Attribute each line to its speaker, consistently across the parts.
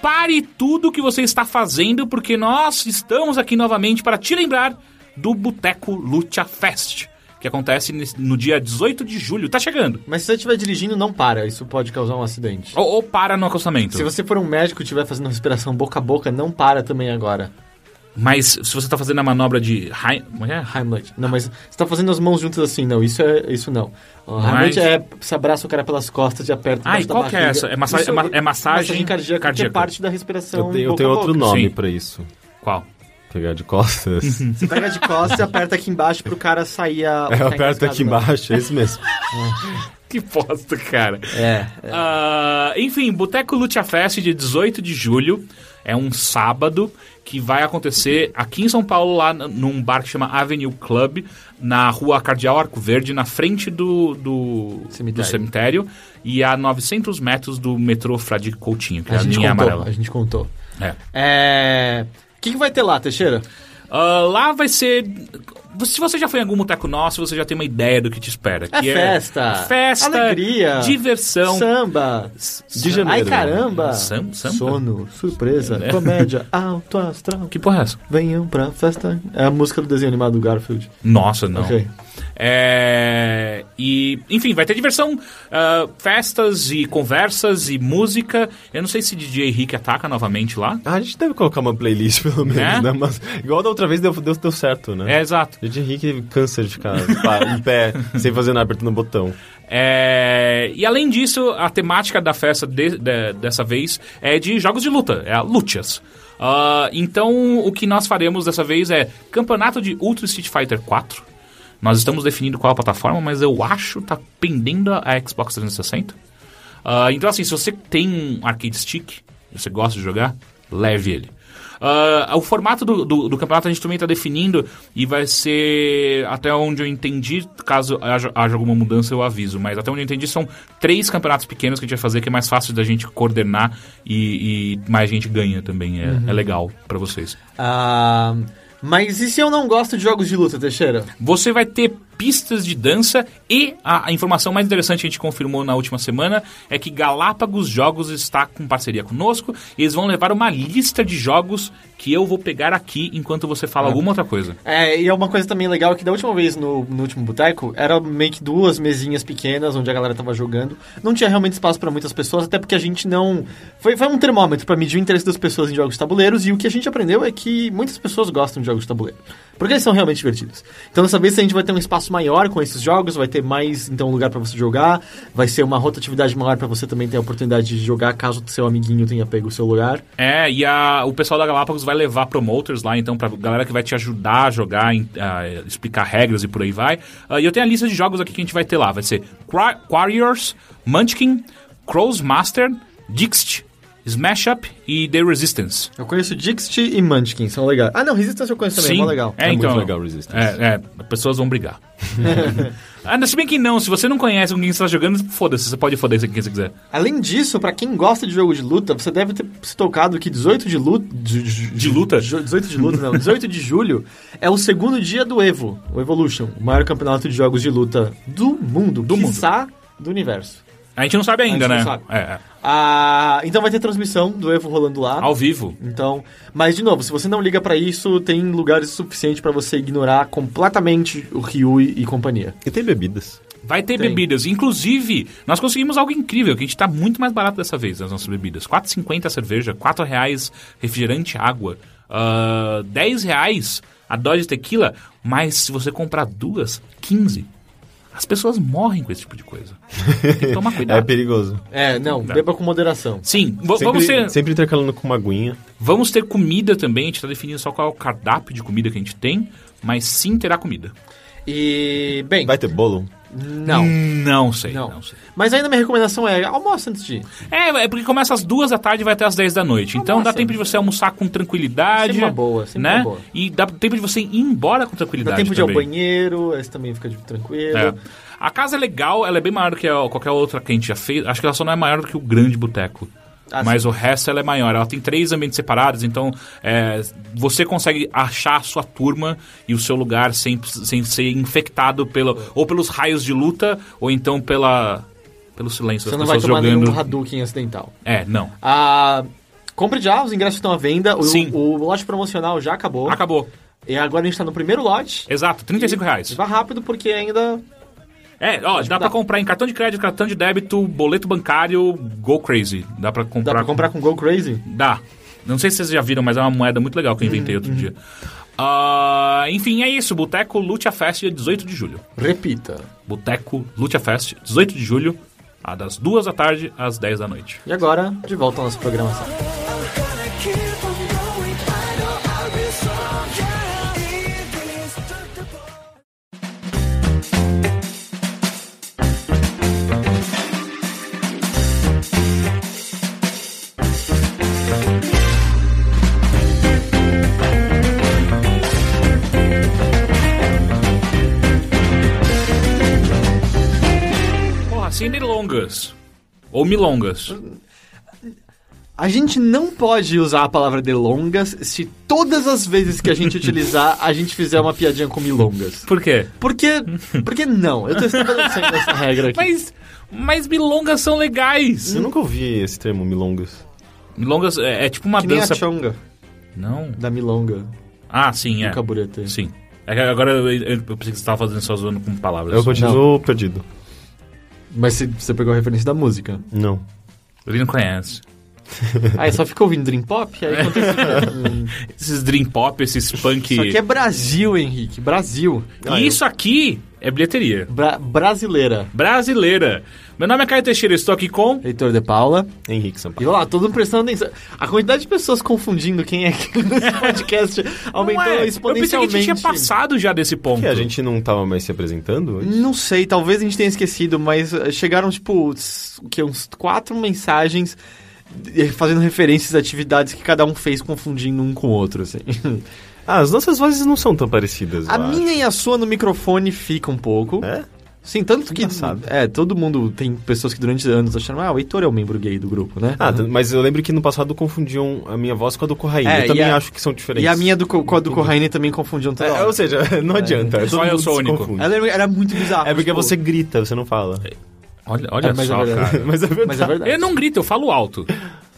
Speaker 1: Pare tudo que você está fazendo, porque nós estamos aqui novamente para te lembrar do Boteco Lucha Fest, que acontece nesse- no dia 18 de julho. Tá chegando.
Speaker 2: Mas se você estiver dirigindo, não para. Isso pode causar um acidente.
Speaker 1: Ou, ou para no acostamento.
Speaker 2: Se você for um médico e estiver fazendo respiração boca a boca, não para também agora.
Speaker 1: Mas se você tá fazendo a manobra de. Hi... como é?
Speaker 2: Heimlich. Não, mas você tá fazendo as mãos juntas assim. Não, isso é isso não. O
Speaker 1: Mas-
Speaker 2: Heimlich é você abraça o cara pelas costas e aperta
Speaker 1: Ah, e
Speaker 2: embaixo da
Speaker 1: qual que é
Speaker 2: barriga.
Speaker 1: essa? É massa-
Speaker 2: Isso
Speaker 1: é ma- é massagem
Speaker 2: cardíaca, que é
Speaker 1: cardíaca.
Speaker 2: parte da respiração
Speaker 3: Eu tenho,
Speaker 2: Então,
Speaker 3: eu
Speaker 2: boca
Speaker 3: tenho
Speaker 2: a
Speaker 3: outro
Speaker 2: boca.
Speaker 3: nome
Speaker 1: Sim.
Speaker 3: pra isso.
Speaker 1: Qual?
Speaker 3: Pegar de costas.
Speaker 2: Você pega de costas e aperta aqui embaixo pro cara sair a...
Speaker 3: Eu aperto É, aqui embaixo, é isso mesmo.
Speaker 1: Que bosta, cara.
Speaker 2: É.
Speaker 1: Ah, enfim, Boteco Lucha Fest de 18 de julho. É um sábado que vai acontecer aqui em São Paulo, lá n- num bar que chama Avenue Club, na rua Cardeal Arco Verde, na frente do, do,
Speaker 2: Cemitério.
Speaker 1: do cemitério e a 900 metros do metrô Frade Coutinho, que é
Speaker 2: A
Speaker 1: a
Speaker 2: gente
Speaker 1: linha
Speaker 2: contou,
Speaker 1: amarela.
Speaker 2: a gente contou.
Speaker 1: É.
Speaker 2: É... O que, que vai ter lá, Teixeira?
Speaker 1: Ah, lá vai ser. Se você já foi em algum boteco nosso, você já tem uma ideia do que te espera.
Speaker 2: É
Speaker 1: que
Speaker 2: festa,
Speaker 1: festa,
Speaker 2: alegria,
Speaker 1: diversão,
Speaker 2: Samba.
Speaker 3: De janeiro.
Speaker 2: Ai, caramba.
Speaker 1: Sam- Então, samba?
Speaker 2: Sono, surpresa, comédia, alto astral.
Speaker 1: Que porra é essa?
Speaker 2: Venham pra festa. É a música do desenho animado do Garfield.
Speaker 1: Nossa, não.
Speaker 2: Ok.
Speaker 1: É, e, enfim, vai ter diversão, ah, festas e conversas e música. Eu não sei se DJ Rick ataca novamente lá.
Speaker 3: Ah, a gente deve colocar uma playlist, pelo menos,
Speaker 1: Né?
Speaker 3: né? Mas, igual da outra vez deu, deu, deu certo, né?
Speaker 1: É, exato.
Speaker 3: A gente Henrique cansa de ficar pá, em pé, sem fazer nada, apertando o botão.
Speaker 1: É, e além disso, a temática da festa de- de- dessa vez é de jogos de luta, é a Luchas. Ah, então, o que nós faremos dessa vez é campeonato de Ultra Street Fighter 4. Nós estamos definindo qual a plataforma, mas eu acho tá pendendo a Xbox 360. Ah, então, assim, se você tem um arcade stick, você gosta de jogar, leve ele. Ah, o formato do, do- do campeonato a gente também está definindo e vai ser, até onde eu entendi, caso haja, haja alguma mudança eu aviso, mas até onde eu entendi são três campeonatos pequenos que a gente vai fazer que é mais fácil da gente coordenar e, e mais gente ganha também. É, é legal para vocês.
Speaker 2: Ah, mas e se eu não gosto de jogos de luta, Teixeira?
Speaker 1: Você vai ter pistas de dança e a, a informação mais interessante que a gente confirmou na última semana é que Galápagos Jogos está com parceria conosco e eles vão levar uma lista de jogos que eu vou pegar aqui enquanto você fala alguma outra coisa.
Speaker 2: É, e é uma coisa também legal que da última vez no, no último boteco, era meio que duas mesinhas pequenas onde a galera tava jogando. Não tinha realmente espaço pra muitas pessoas, até porque a gente não. Foi, foi um termômetro pra medir o interesse das pessoas em jogos de tabuleiros, e o que a gente aprendeu é que muitas pessoas gostam de jogos de tabuleiro. Porque eles são realmente divertidos. Então dessa vez a gente vai ter um espaço maior com esses jogos, vai ter mais então lugar pra você jogar, vai ser uma rotatividade maior pra você também ter a oportunidade de jogar caso seu amiguinho tenha pego o seu lugar.
Speaker 1: É, e a- o pessoal da Galápagos vai levar promoters lá, então, pra galera que vai te ajudar a jogar, em- a explicar regras e por aí vai. Ah, e eu tenho a lista de jogos aqui que a gente vai ter lá. Vai ser Qua- Warriors, Munchkin, Crow's Master, Dixit, Smash Up e The Resistance.
Speaker 2: Eu conheço Dixit e Munchkin, são legais. Ah não, Resistance eu conheço também, é mó legal.
Speaker 1: É,
Speaker 3: É muito
Speaker 1: então,
Speaker 3: legal Resistance.
Speaker 1: É, é, pessoas vão brigar. ah, se bem que não, se você não conhece com quem você tá jogando, foda-se, você pode foder quem você quiser.
Speaker 2: Além disso, pra quem gosta de jogo de luta, você deve ter se tocado que 18 de luta. De, de-
Speaker 1: De luta?
Speaker 2: de- 18 de luta, não. 18 de julho é o segundo dia do Evo, o Evolution, o maior campeonato de jogos de luta do mundo, do
Speaker 1: mundo.
Speaker 2: quiçá, do universo.
Speaker 1: A gente não sabe ainda,
Speaker 2: A gente não
Speaker 1: né?
Speaker 2: sabe.
Speaker 1: É, é.
Speaker 2: Ah, então vai ter transmissão do Evo rolando lá.
Speaker 1: Ao vivo.
Speaker 2: Então, mas de novo, se você não liga pra isso, tem lugares suficientes pra você ignorar completamente o Ryu e, e companhia.
Speaker 3: E tem bebidas.
Speaker 1: Vai ter
Speaker 2: Tem.
Speaker 1: bebidas. Inclusive, nós conseguimos algo incrível, que a gente tá muito mais barato dessa vez, as nossas bebidas. R$ 4,50 a cerveja, R$ 4 reais refrigerante, água, ah, R$ 10 reais a dose de tequila, mas se você comprar duas, 15. As pessoas morrem com esse tipo de coisa. Tem que tomar
Speaker 3: É
Speaker 1: cuidado.
Speaker 3: perigoso.
Speaker 2: É, não, beba com moderação.
Speaker 1: Sim, v-
Speaker 3: Sempre,
Speaker 1: vamos ser...
Speaker 3: sempre intercalando com uma aguinha.
Speaker 1: Vamos ter comida também, a gente tá definindo só qual é o cardápio de comida que a gente tem, mas sim terá comida.
Speaker 2: E, bem,
Speaker 3: Vai ter bolo?
Speaker 2: não.
Speaker 1: Não sei, não,
Speaker 2: Não.
Speaker 1: sei.
Speaker 2: Mas ainda minha recomendação é almoça antes de ir.
Speaker 1: É, é porque começa às duas da tarde e vai até às 10 da noite. então dá
Speaker 2: Ah, nossa.
Speaker 1: tempo de você almoçar com tranquilidade.
Speaker 2: Sempre uma boa, sempre
Speaker 1: né?
Speaker 2: uma boa.
Speaker 1: E dá tempo de você ir embora com
Speaker 2: Dá
Speaker 1: tranquilidade.
Speaker 2: tempo de ir ao
Speaker 1: também.
Speaker 2: banheiro, esse também fica de- tranquilo.
Speaker 1: É. A casa é legal, ela é bem maior do que a- qualquer outra que a gente já fez. Acho que ela só não é maior do que o grande boteco.
Speaker 2: Ah,
Speaker 1: Mas o resto ela é maior. Ela tem três ambientes separados, então é, você consegue achar a sua turma e o seu lugar sem, sem ser infectado pelo, ou pelos raios de luta, ou então pela, pelo silêncio
Speaker 2: Você
Speaker 1: das
Speaker 2: não vai
Speaker 1: pessoas
Speaker 2: tomar
Speaker 1: jogando.
Speaker 2: nenhum Hadouken acidental.
Speaker 1: É, não.
Speaker 2: Ah, Compre já, os ingressos estão à venda. O,
Speaker 1: Sim.
Speaker 2: o lote promocional já acabou.
Speaker 1: Acabou.
Speaker 2: E agora a gente tá no primeiro lote.
Speaker 1: Exato, 35 reais.
Speaker 2: Vá rápido porque ainda.
Speaker 1: É, ó, dá
Speaker 2: dá.
Speaker 1: pra comprar em cartão de crédito, cartão de débito, boleto bancário, go crazy. Dá pra comprar.
Speaker 2: Dá pra comprar com Go Crazy?
Speaker 1: Dá. Não sei se vocês já viram, mas é uma moeda muito legal que eu inventei outro dia. Ah, enfim, é isso. Boteco Lucha Fest, dia 18 de julho.
Speaker 2: Repita.
Speaker 1: Boteco Lucha Fest, 18 de julho, ah, das 2 da tarde às 10 da noite.
Speaker 2: E agora, de volta à nossa programação.
Speaker 4: I'm gonna keep on going. I know I'll be strong. Yeah, indestructible.
Speaker 1: Porra, sem milongas. Ou milongas.
Speaker 2: A gente não pode usar a palavra delongas se todas as vezes que a gente utilizar, a gente fizer uma piadinha com milongas.
Speaker 1: Por quê?
Speaker 2: Porque. Porque não. Eu tô estabelecendo essa regra aqui.
Speaker 1: Mas, mas milongas são legais.
Speaker 3: Eu nunca ouvi esse termo, milongas.
Speaker 1: Milongas é, é tipo uma
Speaker 2: que nem
Speaker 1: dança...
Speaker 2: a Chonga
Speaker 1: Não.
Speaker 2: da Milonga
Speaker 1: Ah, sim, é.
Speaker 2: do Caburete.
Speaker 1: Sim. É que agora eu, eu pensei que você tava fazendo só zoando com palavras.
Speaker 3: Eu continuo perdido.
Speaker 2: Mas se- você pegou a referência da música.
Speaker 3: Não.
Speaker 1: Ele não conhece.
Speaker 2: Aí Ah, só fica ouvindo Dream Pop, aí acontece. Hum,
Speaker 1: Esses dream pop, esses punk...
Speaker 2: Isso aqui é Brasil, Henrique. Brasil.
Speaker 3: Ah,
Speaker 1: e
Speaker 3: eu-
Speaker 1: isso aqui é bilheteria.
Speaker 2: Bra- brasileira.
Speaker 1: Brasileira. Meu nome é Caio Teixeira, estou aqui com...
Speaker 2: Heitor de Paula.
Speaker 3: Henrique
Speaker 2: E
Speaker 3: Sampaio.
Speaker 2: olha lá, todo mundo prestando atenção. A quantidade de pessoas confundindo quem é que nesse podcast aumentou
Speaker 1: Não é, Eu pensei que a
Speaker 2: exponencialmente.
Speaker 1: gente tinha passado já desse ponto.
Speaker 3: Que a gente não tava mais se apresentando? antes?
Speaker 2: Não sei, talvez a gente tenha esquecido, mas eh, chegaram, tipo, s- o que, uns quatro mensagens eh, fazendo referências a atividades que cada um fez confundindo um com o outro, assim.
Speaker 3: Ah, as nossas vozes não são tão parecidas.
Speaker 2: A
Speaker 3: eu acho.
Speaker 2: minha e a sua no microfone fica um pouco.
Speaker 3: É?
Speaker 2: Sim, tanto que.
Speaker 3: Engraçado.
Speaker 2: É, todo mundo tem pessoas que durante anos acharam, ah, o Heitor é o membro gay do grupo, né?
Speaker 1: Uhum.
Speaker 3: Ah, t- mas eu lembro que no passado confundiam a minha voz com a do Corraí.
Speaker 2: É,
Speaker 3: eu também
Speaker 2: e a-
Speaker 3: acho que são diferentes.
Speaker 2: e a minha do, co- com a do Corraine também confundiam toda
Speaker 3: É,
Speaker 2: hora.
Speaker 3: ou seja, não adianta. todo
Speaker 1: eu
Speaker 3: mundo
Speaker 1: sou
Speaker 3: se
Speaker 1: único. É,
Speaker 3: confunde.
Speaker 2: Ela era- era muito bizarro.
Speaker 3: É porque
Speaker 2: tipo,
Speaker 3: você grita, você não fala.
Speaker 1: Olha, olha
Speaker 2: É, mas é
Speaker 1: só,
Speaker 2: verdade.
Speaker 1: cara.
Speaker 3: Mas é verdade.
Speaker 2: Mas é verdade.
Speaker 1: Eu não grito, eu falo alto.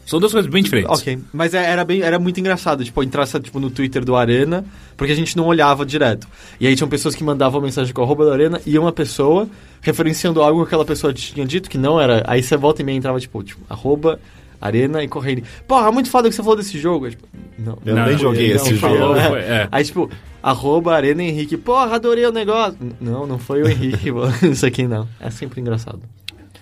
Speaker 1: São duas coisas bem diferentes.
Speaker 2: Ok, mas é- era, bem, era muito engraçado, tipo, entrar essa, tipo, no Twitter do Arena, porque a gente não olhava direto. E aí tinham pessoas que mandavam mensagem com a arroba da Arena e uma pessoa referenciando algo que aquela pessoa tinha dito que não era. Aí você volta e meia e entrava, tipo, tipo, arroba, Arena e Correio. Porra, muito foda que você falou desse jogo. Eu, tipo, não,
Speaker 3: Eu
Speaker 1: Não,
Speaker 3: nem
Speaker 1: não,
Speaker 3: joguei
Speaker 2: não,
Speaker 3: esse
Speaker 2: foi
Speaker 3: jogo.
Speaker 1: Falou,
Speaker 2: eu,
Speaker 1: foi- é.
Speaker 2: Aí, tipo, arroba Arena Henrique. Porra, adorei o negócio. N- Não, não foi o Henrique, mano. isso aqui não. É sempre engraçado.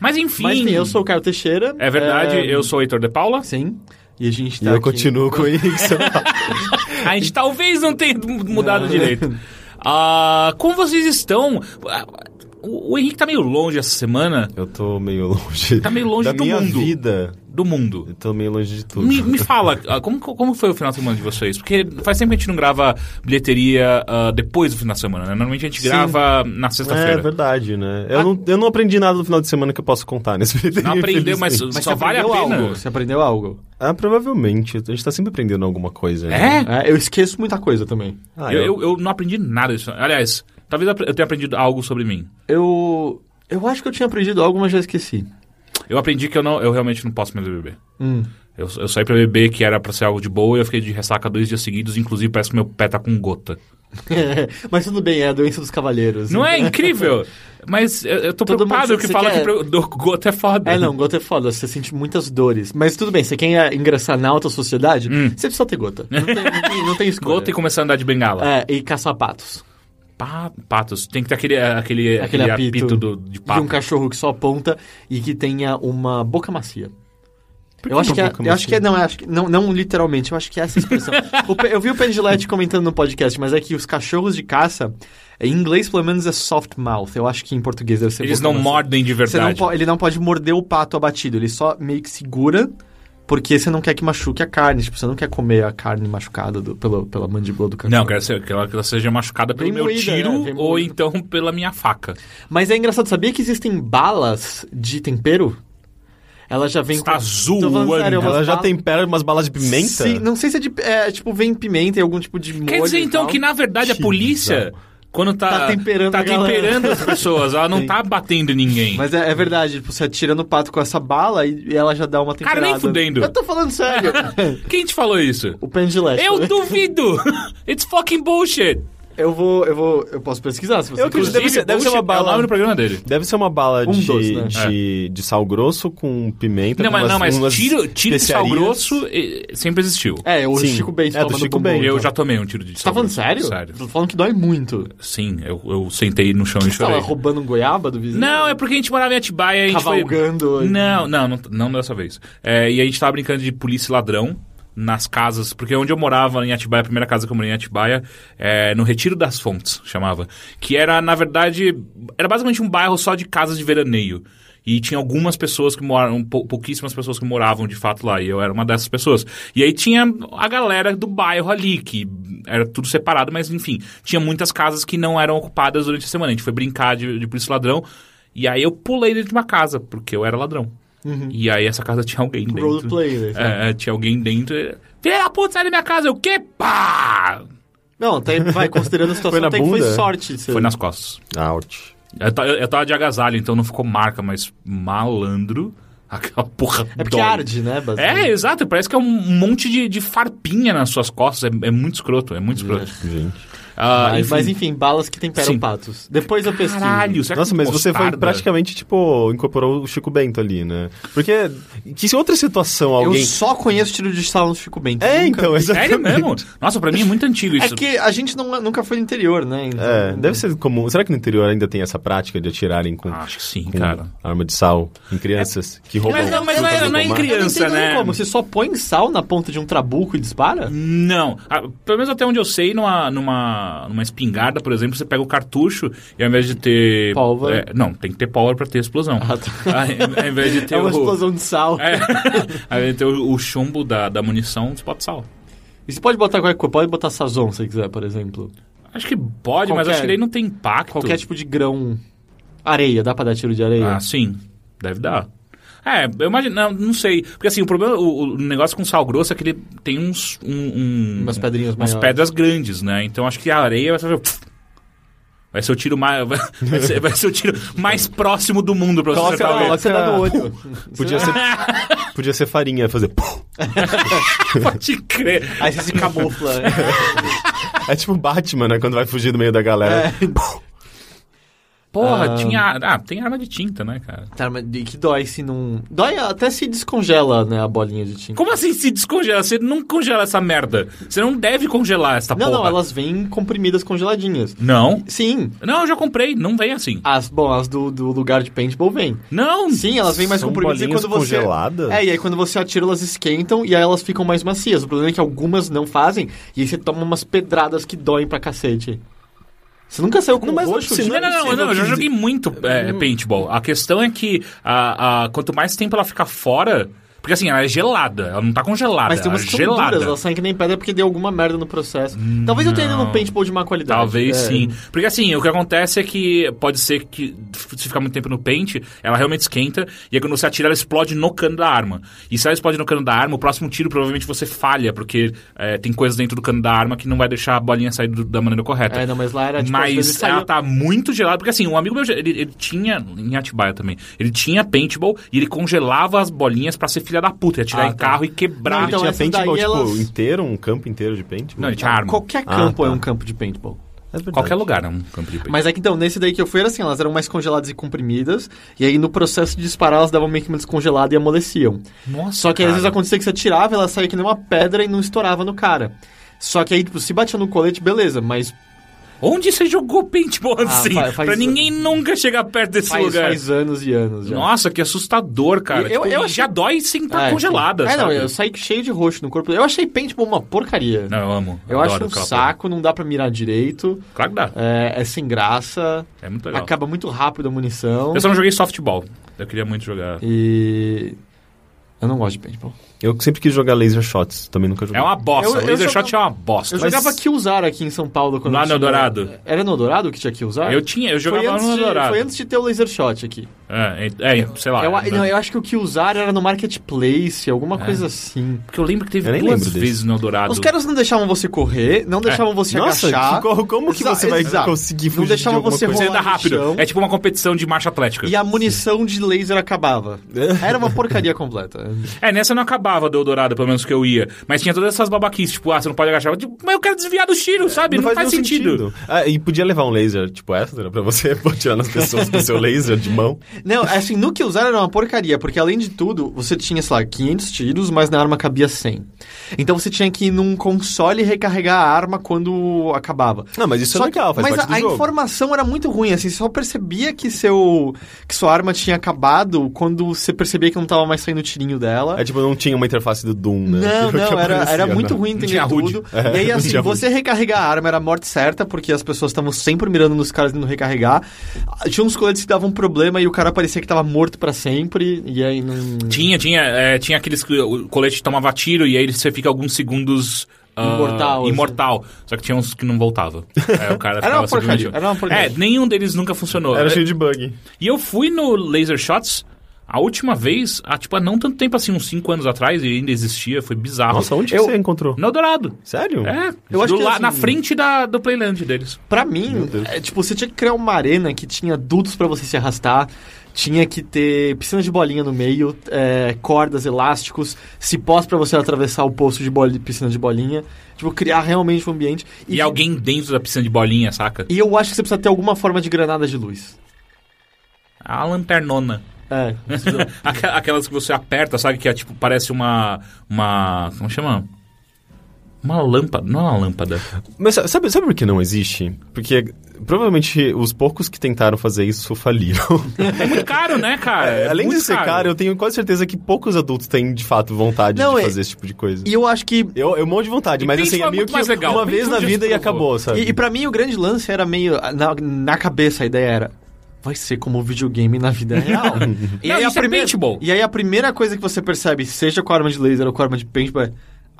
Speaker 1: Mas enfim.
Speaker 2: Mas enfim, eu sou o Caio Teixeira.
Speaker 1: É verdade,
Speaker 2: É,
Speaker 1: eu sou o Heitor de Paula.
Speaker 2: Sim. E a gente
Speaker 3: E
Speaker 2: tá
Speaker 3: eu
Speaker 2: aqui-
Speaker 3: continuo com o Henrique Sampaio.
Speaker 1: A gente talvez não tenha mudado direito. Ah, como vocês estão? Ah, O o Henrique tá meio longe essa semana
Speaker 3: Eu tô meio longe.
Speaker 1: Tá meio longe
Speaker 3: da
Speaker 1: do
Speaker 3: minha
Speaker 1: mundo.
Speaker 3: vida.
Speaker 1: do mundo.
Speaker 3: Eu tô meio longe de tudo. É
Speaker 1: Me, me fala, ah, como, como foi o final de semana de vocês? Porque faz tempo que a gente não grava bilheteria ah, depois do final de semana, né? Normalmente a gente
Speaker 2: Sim.
Speaker 1: grava na
Speaker 3: É
Speaker 1: sexta-feira. Ah.
Speaker 3: verdade, né? Eu, não, eu não aprendi nada no final de semana que eu posso contar nesse vídeo.
Speaker 1: Não aprendeu, mas,
Speaker 3: infelizmente.
Speaker 1: só vale a
Speaker 2: aprendeu
Speaker 1: pena.
Speaker 2: Algo. Você aprendeu algo.
Speaker 3: Ah, provavelmente. A gente tá sempre aprendendo alguma coisa. né?
Speaker 1: É?
Speaker 2: É, eu esqueço muita coisa também.
Speaker 3: Ah,
Speaker 1: eu,
Speaker 3: eu,
Speaker 1: eu, eu não aprendi nada disso. Aliás, talvez eu apre- eu tenha aprendido algo sobre mim.
Speaker 2: Eu. Eu acho que eu tinha aprendido algo, mas já esqueci.
Speaker 1: Eu aprendi que eu, não, eu realmente não posso mais beber.
Speaker 2: Hum.
Speaker 1: Eu, eu saí pra beber, que era pra ser algo de boa, e eu fiquei de ressaca dois dias seguidos, inclusive parece que meu pé tá com gota.
Speaker 2: mas tudo bem, é a doença dos cavaleiros.
Speaker 1: Não é incrível? Mas eu, eu tô
Speaker 2: Todo mundo
Speaker 1: preocupado
Speaker 2: sabe
Speaker 1: que
Speaker 2: que
Speaker 1: fala
Speaker 2: você
Speaker 1: que
Speaker 2: quer.
Speaker 1: pro- do- gota é foda.
Speaker 2: É, não, gota é foda, você sente muitas dores. Mas tudo bem, você quer ingressar na alta sociedade, você precisa ter gota. Não tem, não tem, não tem escolha.
Speaker 1: Hum. Gota e começar a andar de bengala.
Speaker 2: É, e caçar patos.
Speaker 1: Pa- patos. Tem que ter aquele, aquele,
Speaker 2: Aquele apito,
Speaker 1: do, de
Speaker 2: De
Speaker 1: pato.
Speaker 2: um cachorro que só aponta e que tenha uma boca macia.
Speaker 3: Por que
Speaker 2: Eu acho
Speaker 3: uma
Speaker 2: que, é,
Speaker 3: boca
Speaker 2: eu acho que é,
Speaker 3: macia?
Speaker 2: não, eu acho que, não, não literalmente, eu acho que é essa expressão. O Pe- eu vi o Pendilete comentando no podcast, mas é que os cachorros de caça, em inglês pelo menos é soft mouth, eu acho que em português deve ser
Speaker 1: Eles
Speaker 2: boca
Speaker 1: não
Speaker 2: macia.
Speaker 1: mordem de
Speaker 2: Você não
Speaker 1: verdade.
Speaker 2: po- ele não pode morder o pato abatido, ele só meio que segura, porque você não quer que machuque a carne, tipo, você não quer comer a carne machucada do- pela, pela mandíbula do cachorro.
Speaker 1: Não, quero ser, que ela, que ela seja machucada pelo
Speaker 2: Bem
Speaker 1: meu
Speaker 2: moída,
Speaker 1: tiro
Speaker 2: né? Bem
Speaker 1: ou
Speaker 2: moída.
Speaker 1: então pela minha faca.
Speaker 2: Mas é engraçado, sabia que existem balas de tempero? Ela já vem
Speaker 1: Está
Speaker 2: com... Tô falando
Speaker 1: tá zoando.
Speaker 2: sério, é
Speaker 3: Ela
Speaker 2: umas
Speaker 3: já
Speaker 2: balas-
Speaker 3: tempera umas balas de pimenta?
Speaker 2: Sim, não sei se é, de, é, tipo, vem pimenta e algum tipo de molho
Speaker 1: Quer dizer
Speaker 2: e
Speaker 1: então
Speaker 2: tal.
Speaker 1: que na verdade a
Speaker 3: Que
Speaker 1: polícia Quando tá,
Speaker 2: Tá temperando
Speaker 1: tá
Speaker 2: a galera.
Speaker 1: temperando as pessoas, ela não tá batendo em ninguém.
Speaker 2: Mas é, é verdade, tipo, você atirando o pato com essa bala e, e ela já dá uma
Speaker 1: Cara,
Speaker 2: temperada.
Speaker 1: nem fudendo.
Speaker 2: Eu tô falando sério.
Speaker 1: Quem te falou isso?
Speaker 2: o Pendilete.
Speaker 1: Eu duvido! It's fucking bullshit!
Speaker 2: Eu vou, eu vou, eu posso pesquisar se você
Speaker 3: Eu acredito- Deve ser- deve ser uma
Speaker 1: bullshit É o
Speaker 3: bala.
Speaker 1: nome do programa dele.
Speaker 3: Deve ser uma bala
Speaker 2: Um
Speaker 3: de,
Speaker 2: doce, né?
Speaker 3: de, de sal grosso com pimenta.
Speaker 1: Não,
Speaker 3: com
Speaker 1: mas,
Speaker 3: umas,
Speaker 1: não, mas
Speaker 3: umas
Speaker 1: tiro, tiro de sal
Speaker 3: especiarias.
Speaker 1: grosso eh, sempre existiu.
Speaker 2: É, o
Speaker 3: Sim.
Speaker 2: Chico Bento
Speaker 3: É, do
Speaker 2: toma no
Speaker 3: Chico
Speaker 2: bumbum.
Speaker 3: Bento.
Speaker 1: Eu
Speaker 3: então.
Speaker 1: já tomei um tiro de
Speaker 2: Você
Speaker 1: sal
Speaker 2: tá falando
Speaker 1: grosso.
Speaker 2: sério?
Speaker 1: Sério.
Speaker 2: Tô falando que dói muito.
Speaker 1: Sim, eu, eu sentei no chão e
Speaker 2: Você tava
Speaker 1: chorei.
Speaker 2: roubando um goiaba do vizinho?
Speaker 1: Não, é porque a gente morava em Atibaia e a gente
Speaker 2: Cavalgando.
Speaker 1: foi... Não, não, não, não dessa vez. É, e a gente tava brincando de polícia e ladrão nas casas, porque onde eu morava em Atibaia, a primeira casa que eu morei em Atibaia, é, no Retiro das Fontes, chamava. Que era, na verdade, era basicamente um bairro só de casas de veraneio. E tinha algumas pessoas que moravam, pou- pouquíssimas pessoas que moravam de fato lá, e eu era uma dessas pessoas. E aí tinha a galera do bairro ali, que era tudo separado, mas enfim, tinha muitas casas que não eram ocupadas durante a semana. A gente foi brincar de, de polícia e ladrão, e aí eu pulei dentro de uma casa, porque eu era ladrão. E aí essa casa tinha alguém dentro.
Speaker 2: Uhum. Roleplay, né?
Speaker 1: É, tinha alguém dentro. Filha da puta, sai da minha casa. Eu, que pá!
Speaker 2: Não, tá, vai, considerando a situação,
Speaker 3: Foi na
Speaker 2: até que foi
Speaker 3: bunda?
Speaker 2: sorte. você-
Speaker 1: Foi nas costas.
Speaker 3: Ah, Out.
Speaker 1: Eu, ta- eu tava de agasalho, então não ficou marca, mas malandro. Aquela porra
Speaker 2: É porque
Speaker 1: dói.
Speaker 2: arde, né, basicamente?
Speaker 1: É, exato. Parece que é um monte de, de farpinha nas suas costas. É, é muito escroto, é muito escroto.
Speaker 3: Gente.
Speaker 1: Ah,
Speaker 2: Mas,
Speaker 1: enfim.
Speaker 2: mas enfim, balas que temperam
Speaker 1: Sim.
Speaker 2: patos. Depois eu pesquiso.
Speaker 1: Caralho, será que
Speaker 3: Nossa, mas você foi
Speaker 1: mostarda?
Speaker 3: praticamente, tipo, incorporou o Chico Bento ali, né? Porque que outra situação
Speaker 2: Eu
Speaker 3: alguém...
Speaker 2: só conheço tiro de sal no Chico Bento.
Speaker 3: É,
Speaker 2: Nunca-
Speaker 3: então, exatamente.
Speaker 1: Sério mesmo? Nossa, pra mim é muito antigo
Speaker 2: É
Speaker 1: isso.
Speaker 2: que a gente não- nunca foi no interior, né? Então-
Speaker 3: É, deve ser comum. Será que no interior ainda tem essa prática de atirarem com,
Speaker 1: Acho que sim,
Speaker 3: com
Speaker 1: Ah, cara.
Speaker 3: arma de sal em crianças que roubam?
Speaker 1: Mas não, mas não é-
Speaker 3: frutas do
Speaker 1: não é em
Speaker 3: pomar?
Speaker 1: criança.
Speaker 2: Eu não entendo nem
Speaker 1: né?
Speaker 2: como. Você só põe sal na ponta de um trabuco e dispara?
Speaker 1: Não. Ah, pelo menos até onde eu sei, numa, numa, numa espingarda, por exemplo, você pega o cartucho e ao invés de ter.
Speaker 2: Pólvora.
Speaker 1: É, não, tem que ter pólvora pra ter explosão.
Speaker 2: Ah, tá.
Speaker 1: Ah, ao invés de ter
Speaker 2: É uma
Speaker 1: o.
Speaker 2: explosão de sal.
Speaker 1: É, ao invés de ter o, o chumbo da, da munição, você bota sal.
Speaker 2: E você pode botar qualquer coisa, pode botar sazon se você quiser, por exemplo.
Speaker 1: Acho que pode, mas
Speaker 2: Qualquer-
Speaker 1: acho que daí não tem impacto.
Speaker 2: Qualquer tipo de grão. Areia, dá pra dar tiro de areia?
Speaker 1: Ah, sim. Deve dar. É, eu imagino, não, não sei. Porque assim, o problema, o, o negócio com sal grosso é que ele tem uns. Um, um-
Speaker 2: Umas pedrinhas
Speaker 1: Umas
Speaker 2: maiores.
Speaker 1: pedras grandes, né? Então acho que a areia vai ser. Vai ser o tiro mais. Vai ser, vai ser o tiro mais próximo do mundo pra você
Speaker 3: Coloca
Speaker 1: acertar
Speaker 3: lá,
Speaker 1: alguém.
Speaker 2: Coloca você dá no olho.
Speaker 3: Podia ser, podia ser farinha, fazer... pum.
Speaker 1: Pode crer.
Speaker 2: Aí você se camufla. né?
Speaker 3: É tipo o Batman, né? Quando vai fugir do meio da
Speaker 2: É.
Speaker 3: galera.
Speaker 1: Porra,
Speaker 2: Ah.
Speaker 1: tinha. Ah, tem arma de tinta, né, cara?
Speaker 2: Tá, mas e que dói se não. Dói até se descongela, né, a bolinha de tinta.
Speaker 1: Como assim se descongela? Você não congela essa merda. Você não deve congelar essa
Speaker 2: Não,
Speaker 1: porra.
Speaker 2: não, elas vêm comprimidas congeladinhas.
Speaker 1: Não.
Speaker 2: Sim.
Speaker 1: Não, eu já comprei. Não vem assim.
Speaker 2: As, bom, as do, do lugar de paintball vêm.
Speaker 1: Não.
Speaker 2: Sim, elas vêm mais
Speaker 3: São
Speaker 2: comprimidas e
Speaker 3: bolinhas
Speaker 2: quando você.
Speaker 3: congeladas?
Speaker 2: É, e aí quando você atira, elas esquentam e aí elas ficam mais macias. O problema é que algumas não fazem, e aí você toma umas pedradas que doem pra cacete. Você nunca saiu com
Speaker 3: Não, mas não
Speaker 2: roxo?
Speaker 3: precisa,
Speaker 1: Não, não, não, não, eu já
Speaker 3: que-
Speaker 1: joguei muito é,
Speaker 2: Hum.
Speaker 1: paintball. A questão é que a, a- quanto mais tempo ela fica fora. Porque assim, ela é gelada, ela não tá congelada.
Speaker 2: Mas tem
Speaker 1: ela
Speaker 2: umas
Speaker 1: é
Speaker 2: que são duras,
Speaker 1: gelada.
Speaker 2: elas saem que nem pedra porque deu alguma merda no processo. Talvez eu tenha ido
Speaker 1: Não.
Speaker 2: no paintball de má qualidade.
Speaker 1: Talvez
Speaker 2: É.
Speaker 1: sim. Porque assim, o que acontece é que pode ser que f- se ficar muito tempo no pente, ela realmente esquenta, e aí quando você atira, ela explode no cano da arma. E se ela explode no cano da arma, o próximo tiro provavelmente você falha, porque é, tem coisas dentro do cano da arma que não vai deixar a bolinha sair do- da maneira correta.
Speaker 2: É, não, mas lá era tipo, às vezes
Speaker 1: Mas
Speaker 2: saía-
Speaker 1: ela tá muito gelada, porque assim, um amigo meu, ele, ele tinha, em Atibaia também, ele tinha paintball e ele congelava as bolinhas pra ser filha da puta, ia tirar
Speaker 2: Ah,
Speaker 1: em
Speaker 2: tá.
Speaker 1: carro e quebrar.
Speaker 2: Não, então,
Speaker 3: tinha
Speaker 2: essas
Speaker 3: paintball,
Speaker 2: daí,
Speaker 3: tipo,
Speaker 2: elas-
Speaker 3: inteiro, um campo inteiro de paintball?
Speaker 1: Não, ele tinha arma.
Speaker 2: Qualquer
Speaker 3: Ah,
Speaker 2: campo
Speaker 3: tá.
Speaker 2: é um campo de paintball.
Speaker 3: É verdade.
Speaker 1: Qualquer lugar é um campo de paintball.
Speaker 2: Mas é que então, nesse daí que eu fui era assim, elas eram mais congeladas e comprimidas, e aí no processo de disparar elas davam meio que uma descongelada e amoleciam.
Speaker 1: Nossa,
Speaker 2: Só que às
Speaker 1: cara.
Speaker 2: vezes acontecia que você tirava, ela saía que nem uma pedra e não estourava no cara. Só que aí, tipo, se batia no colete, beleza, mas
Speaker 1: Onde você jogou paintball assim?
Speaker 2: Ah, fa- faz-
Speaker 1: pra ninguém nunca chegar perto desse
Speaker 2: faz,
Speaker 1: lugar.
Speaker 2: faz anos e anos já.
Speaker 1: Nossa, que assustador, cara.
Speaker 2: Eu-
Speaker 1: Tipo,
Speaker 2: eu
Speaker 1: e
Speaker 2: achei-
Speaker 1: já dói sem estar
Speaker 2: É,
Speaker 1: congelada,
Speaker 2: sim. É, não,
Speaker 1: sabe?
Speaker 2: eu saí cheio de roxo no corpo. Eu achei paintball uma porcaria.
Speaker 1: Não, eu amo.
Speaker 2: eu
Speaker 1: adoro
Speaker 2: acho um
Speaker 1: aquela
Speaker 2: saco, não dá pra mirar direito,
Speaker 1: porra. Claro que dá.
Speaker 2: é, é sem graça,
Speaker 1: É, muito legal.
Speaker 2: acaba muito rápido a munição.
Speaker 1: Eu só não joguei softball. Eu queria muito jogar.
Speaker 2: E. Eu não gosto de paintball.
Speaker 3: Eu sempre quis jogar laser shots, também nunca joguei.
Speaker 1: É uma bosta.
Speaker 2: Eu-
Speaker 1: o
Speaker 2: eu
Speaker 1: laser
Speaker 2: jogava-
Speaker 1: shot é uma bosta.
Speaker 2: Eu jogava Killzar aqui em São Paulo quando
Speaker 1: Lá
Speaker 2: eu
Speaker 1: no
Speaker 2: tinha-
Speaker 1: Eldorado?
Speaker 2: Era no Dourado que tinha Killzar?
Speaker 1: Eu tinha, eu jogava
Speaker 2: foi
Speaker 1: lá
Speaker 2: antes
Speaker 1: no
Speaker 2: de,
Speaker 1: Dourado.
Speaker 2: Foi antes de ter o Laser Shot aqui.
Speaker 1: É, é, é, sei
Speaker 3: Ah,
Speaker 1: lá.
Speaker 2: Eu,
Speaker 1: É,
Speaker 3: né?
Speaker 2: não, eu acho que o que usaram era no marketplace, alguma
Speaker 3: É.
Speaker 2: coisa assim.
Speaker 1: Porque eu lembro que teve
Speaker 3: Eu nem
Speaker 1: duas
Speaker 3: lembro desse.
Speaker 1: vezes no Eldorado.
Speaker 2: Os caras não deixavam você correr, não deixavam você
Speaker 3: É. Nossa,
Speaker 2: agachar.
Speaker 3: que co- como que você vai conseguir fugir
Speaker 2: Não
Speaker 3: de
Speaker 2: deixavam
Speaker 3: alguma
Speaker 2: você
Speaker 3: coisa?
Speaker 1: Você anda
Speaker 2: rolar no chão.
Speaker 1: rápido. É tipo uma competição de marcha
Speaker 3: É.
Speaker 1: atlética.
Speaker 2: E a munição de laser acabava. Era uma porcaria completa.
Speaker 1: É, nessa não acabava do Eldorado, pelo menos que eu ia. Mas tinha todas essas babaquices, tipo, ah, você não pode agachar. Tipo, mas eu quero desviar do tiro, sabe? Não, faz,
Speaker 3: nenhum
Speaker 1: sentido.
Speaker 3: Ah, e podia levar um laser, tipo essa, né, pra você atirar nas pessoas com seu laser de mão.
Speaker 2: Não, assim, no que usaram era uma porcaria, porque além de tudo, você tinha, sei lá, 500 tiros, mas na arma cabia 100. Então você tinha que ir num console e recarregar a arma quando acabava.
Speaker 3: Não, mas isso é
Speaker 2: Só que-
Speaker 3: legal, faz
Speaker 2: mas
Speaker 3: parte
Speaker 2: a,
Speaker 3: do
Speaker 2: a
Speaker 3: jogo.
Speaker 2: informação era muito ruim, assim, você só percebia que seu que sua arma tinha acabado quando você percebia que não tava mais saindo o tirinho dela.
Speaker 3: É tipo, não tinha uma interface do Doom, né?
Speaker 2: Não,
Speaker 3: Que
Speaker 2: não, era,
Speaker 3: aparecia,
Speaker 2: era
Speaker 3: né?
Speaker 2: muito ruim
Speaker 1: Não tinha
Speaker 2: entender
Speaker 1: HUD.
Speaker 2: tudo.
Speaker 3: É,
Speaker 2: e aí,
Speaker 3: não
Speaker 2: assim,
Speaker 3: tinha HUD.
Speaker 2: você recarregar a arma era a morte certa, porque as pessoas estavam sempre mirando nos caras e não recarregar. Ah, Tinha uns coletes que davam problema e o cara parecia que tava morto pra sempre. E aí não.
Speaker 1: Tinha, tinha. é, tinha aqueles que o colete tomava tiro e aí você fica alguns segundos. ah,
Speaker 2: Imortal, assim.
Speaker 1: imortal. Só que tinha uns que não voltavam. Aí o cara ficava
Speaker 2: uma porcaria,
Speaker 1: submetido.
Speaker 2: era uma porcaria.
Speaker 1: É, nenhum deles nunca funcionou.
Speaker 3: Era assim.
Speaker 1: É,
Speaker 3: cheio de bug.
Speaker 1: E eu fui no Laser Shots a última vez, há, tipo, há não tanto tempo assim, uns 5 anos atrás, e ainda existia, foi bizarro.
Speaker 3: Nossa, onde que
Speaker 2: eu-
Speaker 3: você encontrou?
Speaker 1: No Eldorado.
Speaker 3: Ah, Sério?
Speaker 1: É,
Speaker 2: Eu acho
Speaker 1: do
Speaker 2: que,
Speaker 1: la-
Speaker 2: assim,
Speaker 1: na frente da, do Playland deles.
Speaker 2: Pra mim, é, tipo, você tinha que criar uma arena que tinha dutos pra você se arrastar. Tinha que ter piscina de bolinha no meio, é, cordas, elásticos, cipós pra você atravessar o poço de, boli- piscina de bolinha. Tipo, criar realmente um ambiente.
Speaker 1: E, alguém dentro da piscina de bolinha, saca?
Speaker 2: E eu acho que você precisa ter alguma forma de granada de luz.
Speaker 1: A lanternona.
Speaker 2: É,
Speaker 1: Aqua- Aquelas que você aperta, sabe? Que é tipo, parece uma. Uma. Como chama? Uma lâmpada. Não é uma lâmpada.
Speaker 3: Mas sa- sabe, sabe por que não existe? Porque provavelmente os poucos que tentaram fazer isso faliram.
Speaker 1: É muito caro, né, cara? É
Speaker 3: Além de
Speaker 1: muito
Speaker 3: ser caro. eu tenho quase certeza que poucos adultos têm de fato vontade
Speaker 2: Não,
Speaker 3: de
Speaker 2: é-
Speaker 3: fazer esse tipo de coisa.
Speaker 2: E eu acho que.
Speaker 3: Eu, eu morro de vontade,
Speaker 1: E
Speaker 3: mas
Speaker 1: Pink
Speaker 3: assim,
Speaker 1: foi
Speaker 3: é meio
Speaker 1: muito
Speaker 3: que
Speaker 1: mais legal.
Speaker 3: uma
Speaker 1: Pink
Speaker 3: vez na
Speaker 1: já
Speaker 3: vida e
Speaker 1: provou.
Speaker 3: acabou, sabe?
Speaker 2: E, e para mim o grande lance era meio. Na, na cabeça a ideia era. Vai ser como o videogame na vida real. e,
Speaker 1: Não,
Speaker 2: aí a
Speaker 1: isso é
Speaker 2: primeira,
Speaker 1: paintball.
Speaker 2: e aí a primeira coisa que você percebe, seja com a arma de laser ou com a arma de paintball, é.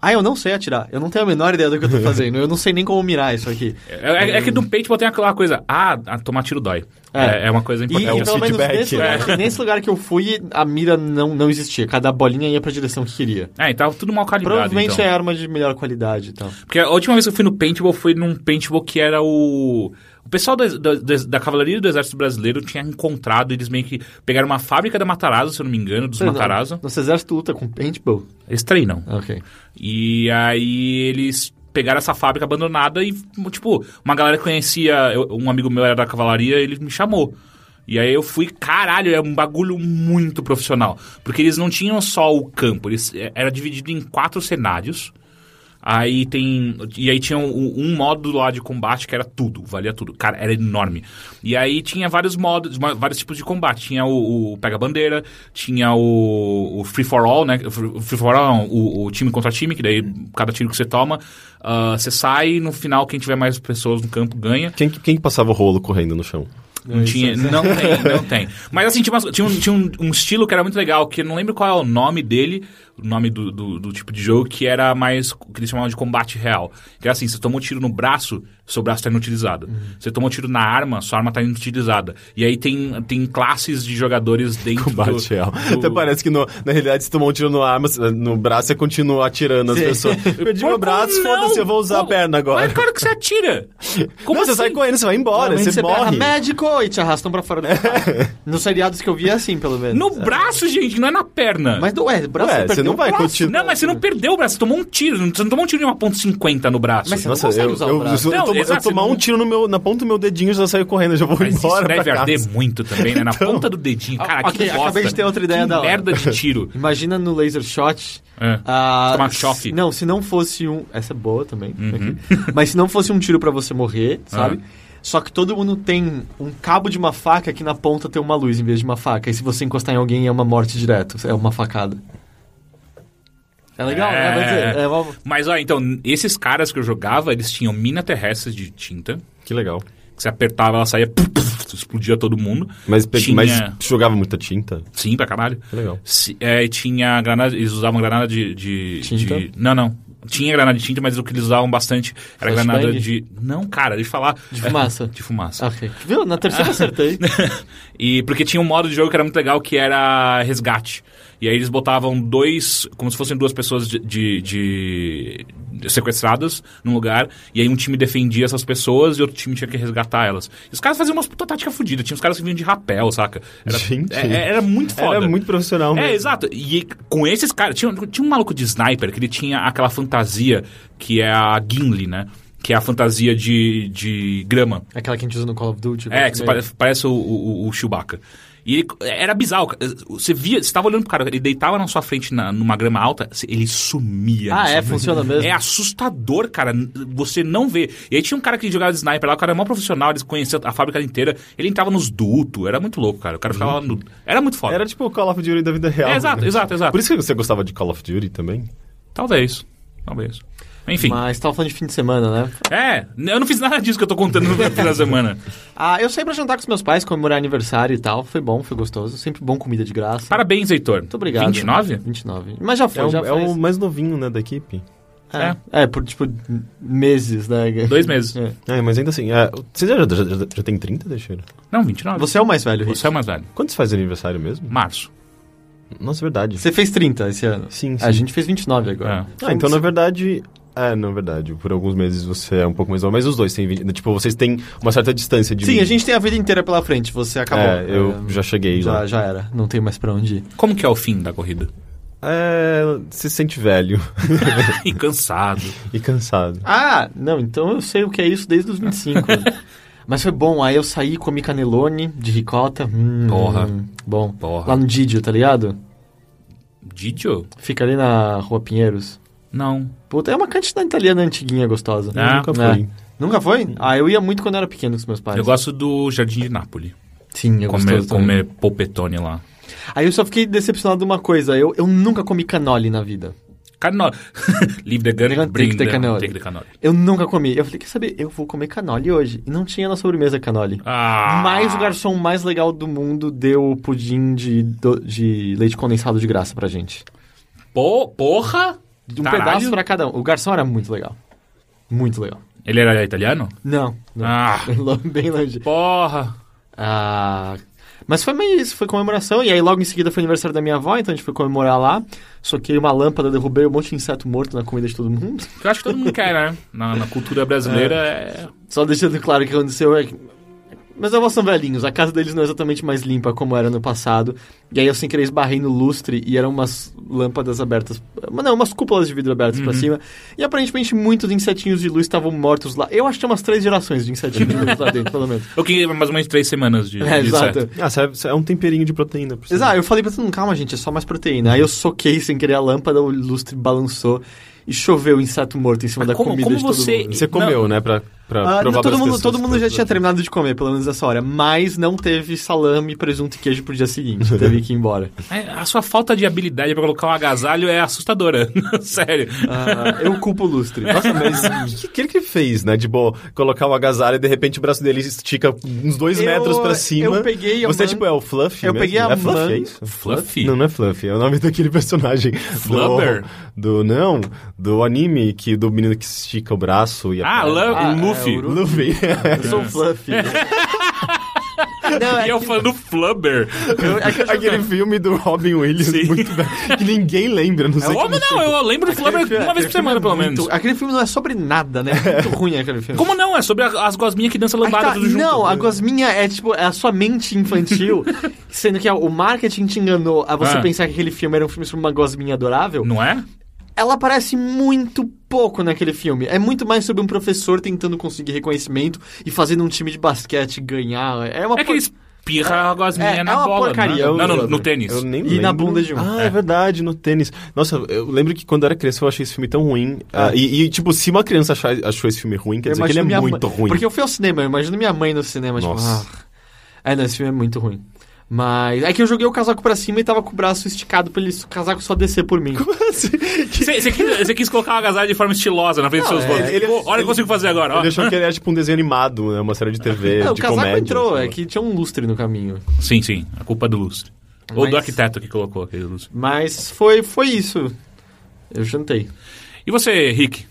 Speaker 2: Ah, eu não sei atirar. Eu não tenho a menor ideia do que eu tô fazendo. Eu não sei nem como mirar isso aqui.
Speaker 1: É, é- é que do paintball tem aquela coisa. Ah, ah, tomar tiro dói.
Speaker 2: É.
Speaker 1: É, é uma coisa
Speaker 2: E, então
Speaker 1: importante.
Speaker 2: e
Speaker 3: é
Speaker 2: pelo
Speaker 3: um
Speaker 2: menos
Speaker 3: feedback,
Speaker 2: nesse,
Speaker 3: né?
Speaker 2: lugar, nesse lugar que eu fui, a mira não, não existia. Cada bolinha ia pra direção que queria.
Speaker 1: É, e tava tudo mal calibrado.
Speaker 2: Provavelmente
Speaker 1: então.
Speaker 2: é arma de melhor qualidade então. e tal.
Speaker 1: Porque a última vez que eu fui no paintball foi num paintball que era o. O pessoal da, da, da- da Cavalaria do Exército Brasileiro tinha encontrado, eles meio que pegaram uma fábrica da Matarazzo, se eu não me engano, dos
Speaker 2: Uhum.
Speaker 3: tá
Speaker 1: Matarazzo.
Speaker 2: Nosso exército luta com paintball.
Speaker 1: Eles treinam.
Speaker 2: Ok.
Speaker 1: E aí eles pegaram essa fábrica abandonada e, tipo, uma galera que conhecia, eu- um amigo meu era da cavalaria, ele me chamou. E aí eu fui, caralho, é um bagulho muito profissional. Porque eles não tinham só o campo, eles é, era dividido em quatro cenários. Aí tem. E aí tinha um, um modo lá de combate que era tudo, valia tudo. Cara, era enorme. E aí tinha vários modos, ma- vários tipos de combate. Tinha o, o pega-bandeira, tinha o, o free for all, né? O free- o free for all, não, o, o time contra time, que daí cada tiro que você toma, ah, você sai e no final quem tiver mais pessoas no campo ganha.
Speaker 3: Quem, que- quem que passava o rolo correndo no chão?
Speaker 1: Não tinha, não tem, não tem. Mas assim, tinha, umas- tinha um, tinha um- um estilo que era muito legal, que eu não lembro qual é o nome dele, o nome do, do, do tipo de jogo, que era mais, que eles chamavam de combate real. Que era assim, você tomou tiro no braço, seu braço tá inutilizado.
Speaker 3: Uhum.
Speaker 1: Você tomou tiro na arma, sua arma tá inutilizada. E aí tem, tem classes de jogadores dentro
Speaker 3: Combate
Speaker 1: do...
Speaker 3: real.
Speaker 1: do-
Speaker 3: Até parece que no- na realidade se tomou um tiro no, arma, no braço e continua atirando as
Speaker 2: Sim.
Speaker 3: pessoas. Perdi é meu
Speaker 1: Como
Speaker 3: braço,
Speaker 1: não?
Speaker 3: foda-se, eu vou usar a
Speaker 1: Como-
Speaker 3: perna agora.
Speaker 1: Mas é claro que você atira! Como
Speaker 3: não, você
Speaker 1: assim?
Speaker 3: sai correndo, você vai embora,
Speaker 2: Normalmente
Speaker 3: você
Speaker 2: berra,
Speaker 3: morre.
Speaker 2: médico e te arrastam pra fora da casa. Nos seriados que eu vi é assim, pelo menos.
Speaker 1: No braço, gente, não é na perna.
Speaker 2: Mas não é, braço
Speaker 3: Ué, você
Speaker 2: perdeu
Speaker 3: não
Speaker 2: o
Speaker 3: vai
Speaker 2: braço.
Speaker 3: continuar.
Speaker 1: Não, mas você não perdeu o braço, você tomou um tiro. Você não tomou um tiro de uma ponto 50 no braço.
Speaker 2: Mas você
Speaker 3: Nossa,
Speaker 2: consegue
Speaker 3: eu,
Speaker 2: usar o
Speaker 3: eu,
Speaker 2: braço.
Speaker 3: eu,
Speaker 1: Não,
Speaker 3: tomo- eu
Speaker 1: exato,
Speaker 3: tomar
Speaker 1: não-
Speaker 3: um tiro no meu, na ponta do meu dedinho, eu já saio correndo, eu já vou
Speaker 1: Mas isso
Speaker 3: embora pra
Speaker 1: deve
Speaker 3: casa. Então.
Speaker 1: arder muito também, né? Na ponta do dedinho. Cara,
Speaker 2: Ah, ok,
Speaker 1: que bosta.
Speaker 2: acabei de ter outra ideia
Speaker 1: que
Speaker 2: da hora.
Speaker 1: merda de tiro.
Speaker 2: Imagina no laser shot.
Speaker 1: É.
Speaker 2: ah,
Speaker 1: Tomar choque. Uhum.
Speaker 2: se- Não, se não fosse um. Essa é boa também. aqui. Mas se não fosse um tiro pra você morrer,
Speaker 1: Ah.
Speaker 2: sabe? Só que todo mundo tem um cabo de uma faca que na ponta tem uma luz em vez de uma faca. E se você encostar em alguém é uma morte direto. É uma facada. É legal, né? Vai dizer, é uma-
Speaker 1: Mas, ó, então, esses caras que eu jogava, eles tinham mina terrestre de tinta.
Speaker 3: Que legal.
Speaker 1: Que você apertava, ela saía... puf, puf, explodia todo mundo.
Speaker 3: Mas, pe-
Speaker 1: tinha...
Speaker 3: mas jogava muita tinta?
Speaker 1: Sim, pra caralho.
Speaker 3: Legal.
Speaker 1: Se- é, tinha granada... Eles usavam granada de... de-
Speaker 2: Tinta?
Speaker 1: de- Não, não. Tinha granada de tinta, mas o que eles usavam bastante era
Speaker 2: Flashbang?
Speaker 1: granada É. de... Não, cara, deixa eu falar...
Speaker 2: De fumaça.
Speaker 1: De fumaça. Né?
Speaker 2: Ok. Viu? Na terceira acertei.
Speaker 1: E porque tinha um modo de jogo que era muito legal, que era resgate. E aí eles botavam dois, como se fossem duas pessoas de, de- de- de- sequestradas num lugar, e aí um time defendia essas pessoas e outro time tinha que resgatar elas. E os caras faziam umas puta tática fodida, tinha os caras que vinham de rapel, saca? Era,
Speaker 3: Gente.
Speaker 1: é- é- era muito foda.
Speaker 3: Era muito profissional mesmo.
Speaker 1: É, exato. E com esses caras, tinha, tinha um maluco de sniper que ele tinha aquela fantasia que é a Gimli, né? Que é a fantasia de, de grama.
Speaker 2: Aquela que a gente usa no Call of Duty. né?
Speaker 1: É, que você
Speaker 2: primeiro.
Speaker 1: pare- parece o, o, o Chewbacca. E ele- era bizarro. cara. Você via, você tava olhando pro cara, ele deitava na sua frente na- numa grama alta, você- ele sumia.
Speaker 2: Ah,
Speaker 1: na sua
Speaker 2: é?
Speaker 1: frente.
Speaker 2: Funciona mesmo?
Speaker 1: É assustador, cara. N- Você não vê. E aí tinha um cara que jogava de sniper lá, o cara era mó profissional, eles conheciam a fábrica inteira. Ele entrava nos dutos, era muito louco, cara. O cara ficava lá no. Era muito foda.
Speaker 3: Era tipo o Call of Duty da vida real.
Speaker 1: É, exato,
Speaker 3: né?
Speaker 1: exato, exato.
Speaker 3: Por isso que você gostava de Call of Duty também?
Speaker 1: Talvez. Talvez. Enfim.
Speaker 2: Mas tava falando de fim de semana, né?
Speaker 1: É, n- eu não fiz nada disso que eu tô contando no fim da semana.
Speaker 2: Ah, eu saí pra jantar com os meus pais, comemorar aniversário e tal. Foi bom, foi gostoso. Sempre bom comida de graça.
Speaker 1: Parabéns, Heitor.
Speaker 2: Muito obrigado.
Speaker 1: 29?
Speaker 2: 29. Mas já foi,
Speaker 1: um-
Speaker 3: É o,
Speaker 2: já
Speaker 3: é o
Speaker 2: faz.
Speaker 3: mais novinho, né, da equipe.
Speaker 2: É. é, por tipo meses, né?
Speaker 1: Dois meses.
Speaker 2: É.
Speaker 3: É, mas ainda assim, é, você já, já, já, já tem 30, Teixeira?
Speaker 1: Não, 29.
Speaker 2: Você é o mais velho, Rick.
Speaker 1: Você é o mais velho.
Speaker 3: Quando você faz aniversário mesmo?
Speaker 1: Março.
Speaker 3: Nossa, é verdade.
Speaker 2: Você fez 30 esse ano. Ah,
Speaker 3: Sim, sim.
Speaker 2: A gente fez 29 agora.
Speaker 1: É.
Speaker 3: Ah, então na verdade... É, na verdade, por alguns meses você é um pouco mais novo, mas os dois têm 20, Tipo, vocês têm uma certa distância de
Speaker 2: Sim,
Speaker 3: mim.
Speaker 2: a gente tem a vida inteira pela frente. Você acabou.
Speaker 3: É, eu
Speaker 2: É,
Speaker 3: já cheguei lá.
Speaker 2: já, já era. Não tem mais pra onde ir.
Speaker 1: Como que é o fim da corrida?
Speaker 3: É, se sente velho
Speaker 1: e cansado.
Speaker 3: e cansado.
Speaker 2: Ah, não, então eu sei o que é isso desde os 25. Mas foi bom, aí eu saí, comi canelone de ricota. Hum,
Speaker 1: Porra.
Speaker 2: Bom.
Speaker 1: Porra.
Speaker 2: Lá no Didio, tá ligado?
Speaker 1: Didio?
Speaker 2: Fica ali na Rua Pinheiros.
Speaker 1: Não.
Speaker 2: Puta, é uma cantina italiana antiguinha gostosa. É.
Speaker 1: Ah,
Speaker 3: Eu nunca fui.
Speaker 2: Nunca foi? Ah, eu ia muito quando eu era pequeno com os meus pais.
Speaker 1: Eu gosto do Jardim de Nápoles.
Speaker 2: Sim, eu
Speaker 1: Comer,
Speaker 2: gostoso também.
Speaker 1: comer polpetone lá.
Speaker 2: Aí eu só fiquei decepcionado de uma coisa. Eu, eu nunca comi cannoli na vida.
Speaker 1: Canoli. Leave the gun,
Speaker 2: Take
Speaker 1: bring
Speaker 2: the
Speaker 1: the
Speaker 2: cannoli.
Speaker 1: Take the cannoli.
Speaker 2: Eu nunca comi. Eu falei, quer saber? Eu vou comer cannoli hoje. E não tinha na sobremesa cannoli.
Speaker 1: Ah.
Speaker 2: Mas o garçom mais um legal do mundo deu o pudim de, do- de leite condensado de graça pra gente.
Speaker 1: Po- porra?
Speaker 2: Um
Speaker 1: Caralho.
Speaker 2: pedaço pra cada um. O garçom era muito legal. Muito legal.
Speaker 1: Ele era italiano?
Speaker 2: Não. não.
Speaker 1: Ah.
Speaker 2: Bem longe.
Speaker 1: Porra.
Speaker 2: Ah, mas foi meio isso, foi comemoração. E aí logo em seguida foi aniversário da minha avó, então a gente foi comemorar lá. Soquei uma lâmpada, derrubei um monte de inseto morto na comida de todo mundo.
Speaker 1: Que eu acho que todo mundo quer, né? Na, na cultura brasileira é.
Speaker 2: Só deixando claro que aconteceu é que... Mas avós são velhinhos, a casa deles não é exatamente mais limpa como era no passado. E aí eu sem querer esbarrei no lustre e eram umas lâmpadas abertas. mas Não, umas cúpulas de vidro abertas pra cima. E aparentemente muitos insetinhos de luz estavam mortos lá. Eu acho que tinha umas três gerações de insetinhos de luz lá dentro, pelo menos.
Speaker 1: Eu queria é mais ou menos três semanas de.
Speaker 2: É,
Speaker 1: de
Speaker 2: exato.
Speaker 1: certo.
Speaker 3: Ah, serve- é um temperinho de proteína. por cima.
Speaker 2: Exato, eu falei pra todo mundo, calma, gente, é só mais proteína. Aí eu soquei sem querer a lâmpada, o lustre balançou e choveu inseto morto em cima
Speaker 1: Mas
Speaker 2: da
Speaker 1: como-
Speaker 2: comida
Speaker 1: como
Speaker 2: de todo
Speaker 1: você-
Speaker 2: mundo.
Speaker 3: Você comeu, né, pra, pra
Speaker 2: Ah, todo,
Speaker 3: provar pras
Speaker 2: mundo,
Speaker 3: pessoas né?
Speaker 2: todo mundo já
Speaker 3: que-
Speaker 2: tinha terminado de comer, pelo menos nessa hora. Mas não teve salame, presunto e queijo pro dia seguinte. Teve que ir embora.
Speaker 1: É, A sua falta de habilidade pra colocar um agasalho é assustadora. Sério.
Speaker 2: Ah, eu culpo o lustre.
Speaker 3: Nossa, mas o que, que ele fez, né? De boa, colocar um agasalho e de repente o braço dele estica uns dois
Speaker 2: Eu-
Speaker 3: metros pra cima.
Speaker 2: eu peguei a
Speaker 3: Você,
Speaker 2: man-
Speaker 3: tipo, é o Fluffy
Speaker 2: Eu
Speaker 3: mesmo?
Speaker 2: peguei a
Speaker 3: É Fluffy,
Speaker 2: man-
Speaker 3: é isso?
Speaker 1: Fluffy?
Speaker 3: Não, não é Fluffy. É o nome daquele personagem.
Speaker 1: Flubber?
Speaker 3: Do, do- não, do anime, que, do menino que estica o braço e a
Speaker 1: Ah,
Speaker 3: perna.
Speaker 1: Lu-
Speaker 2: Ah, é,
Speaker 1: Luffy.
Speaker 2: o Lu-
Speaker 3: Luffy.
Speaker 2: Eu sou um fluffy. Não, é
Speaker 1: E eu
Speaker 2: que-
Speaker 1: fã do Flubber.
Speaker 2: eu- é que eu-
Speaker 3: Aquele filme do Robin Williams,
Speaker 1: Sim.
Speaker 3: muito bem, que ninguém lembra, não sei
Speaker 1: Como
Speaker 3: como
Speaker 1: É não? Eu lembro do Flubber
Speaker 2: aquele-
Speaker 1: uma vez por semana, pelo menos.
Speaker 2: é muito- Aquele filme não é sobre nada, né? É muito ruim aquele filme.
Speaker 1: Como não? É sobre a- as gosminhas que dançam
Speaker 2: Aí que
Speaker 1: lambada
Speaker 2: tá,
Speaker 1: tudo junto.
Speaker 2: Não, a gosminha é tipo, é a sua mente infantil, sendo que ó, o marketing te enganou a você
Speaker 1: Ah.
Speaker 2: pensar que aquele filme era um filme sobre uma gosminha adorável.
Speaker 1: Não é?
Speaker 2: Ela aparece muito pouco naquele filme. É muito mais sobre um professor tentando conseguir reconhecimento e fazendo um time de basquete ganhar. É uma
Speaker 1: É que
Speaker 2: por-
Speaker 1: ele espirra a gosminha
Speaker 2: É, é
Speaker 1: na
Speaker 2: uma
Speaker 1: bola.
Speaker 2: porcaria,
Speaker 1: né?
Speaker 2: eu
Speaker 1: Não, não,
Speaker 2: lembro.
Speaker 1: no tênis.
Speaker 3: Eu nem
Speaker 2: E na
Speaker 3: lembro.
Speaker 2: bunda de um.
Speaker 3: Ah, é. verdade, no tênis. Nossa, eu lembro que quando eu era criança eu achei esse filme tão ruim. Ah, e, e, tipo, se uma criança achar- achou esse filme ruim, quer
Speaker 2: Eu
Speaker 3: dizer que ele
Speaker 2: imagino minha
Speaker 3: é muito
Speaker 2: mãe-
Speaker 3: ruim.
Speaker 2: Porque eu fui ao cinema, eu imagino minha mãe no cinema,
Speaker 3: Nossa.
Speaker 2: tipo, ah. É, não, esse filme é muito ruim. Mas. É que eu joguei o casaco pra cima e tava com o braço esticado pra ele o casaco só descer por mim.
Speaker 3: assim?
Speaker 1: Você você quis, você quis colocar o agasalho de forma estilosa na frente dos seus
Speaker 2: é,
Speaker 1: votos.
Speaker 3: ele-
Speaker 1: Pô, olha o que eu consigo fazer agora. ó.
Speaker 3: Ele achou que era tipo um desenho animado, né? Uma série de TV,
Speaker 2: Não, o
Speaker 3: de
Speaker 2: casaco
Speaker 3: comédia. assim,
Speaker 2: entrou,
Speaker 3: sei lá.
Speaker 2: é que tinha um lustre no caminho.
Speaker 1: Sim, sim. A culpa é do lustre. Ou do
Speaker 2: Mas-
Speaker 1: arquiteto que colocou aquele lustre.
Speaker 2: Mas foi, foi isso. Eu jantei.
Speaker 1: E você, Rick?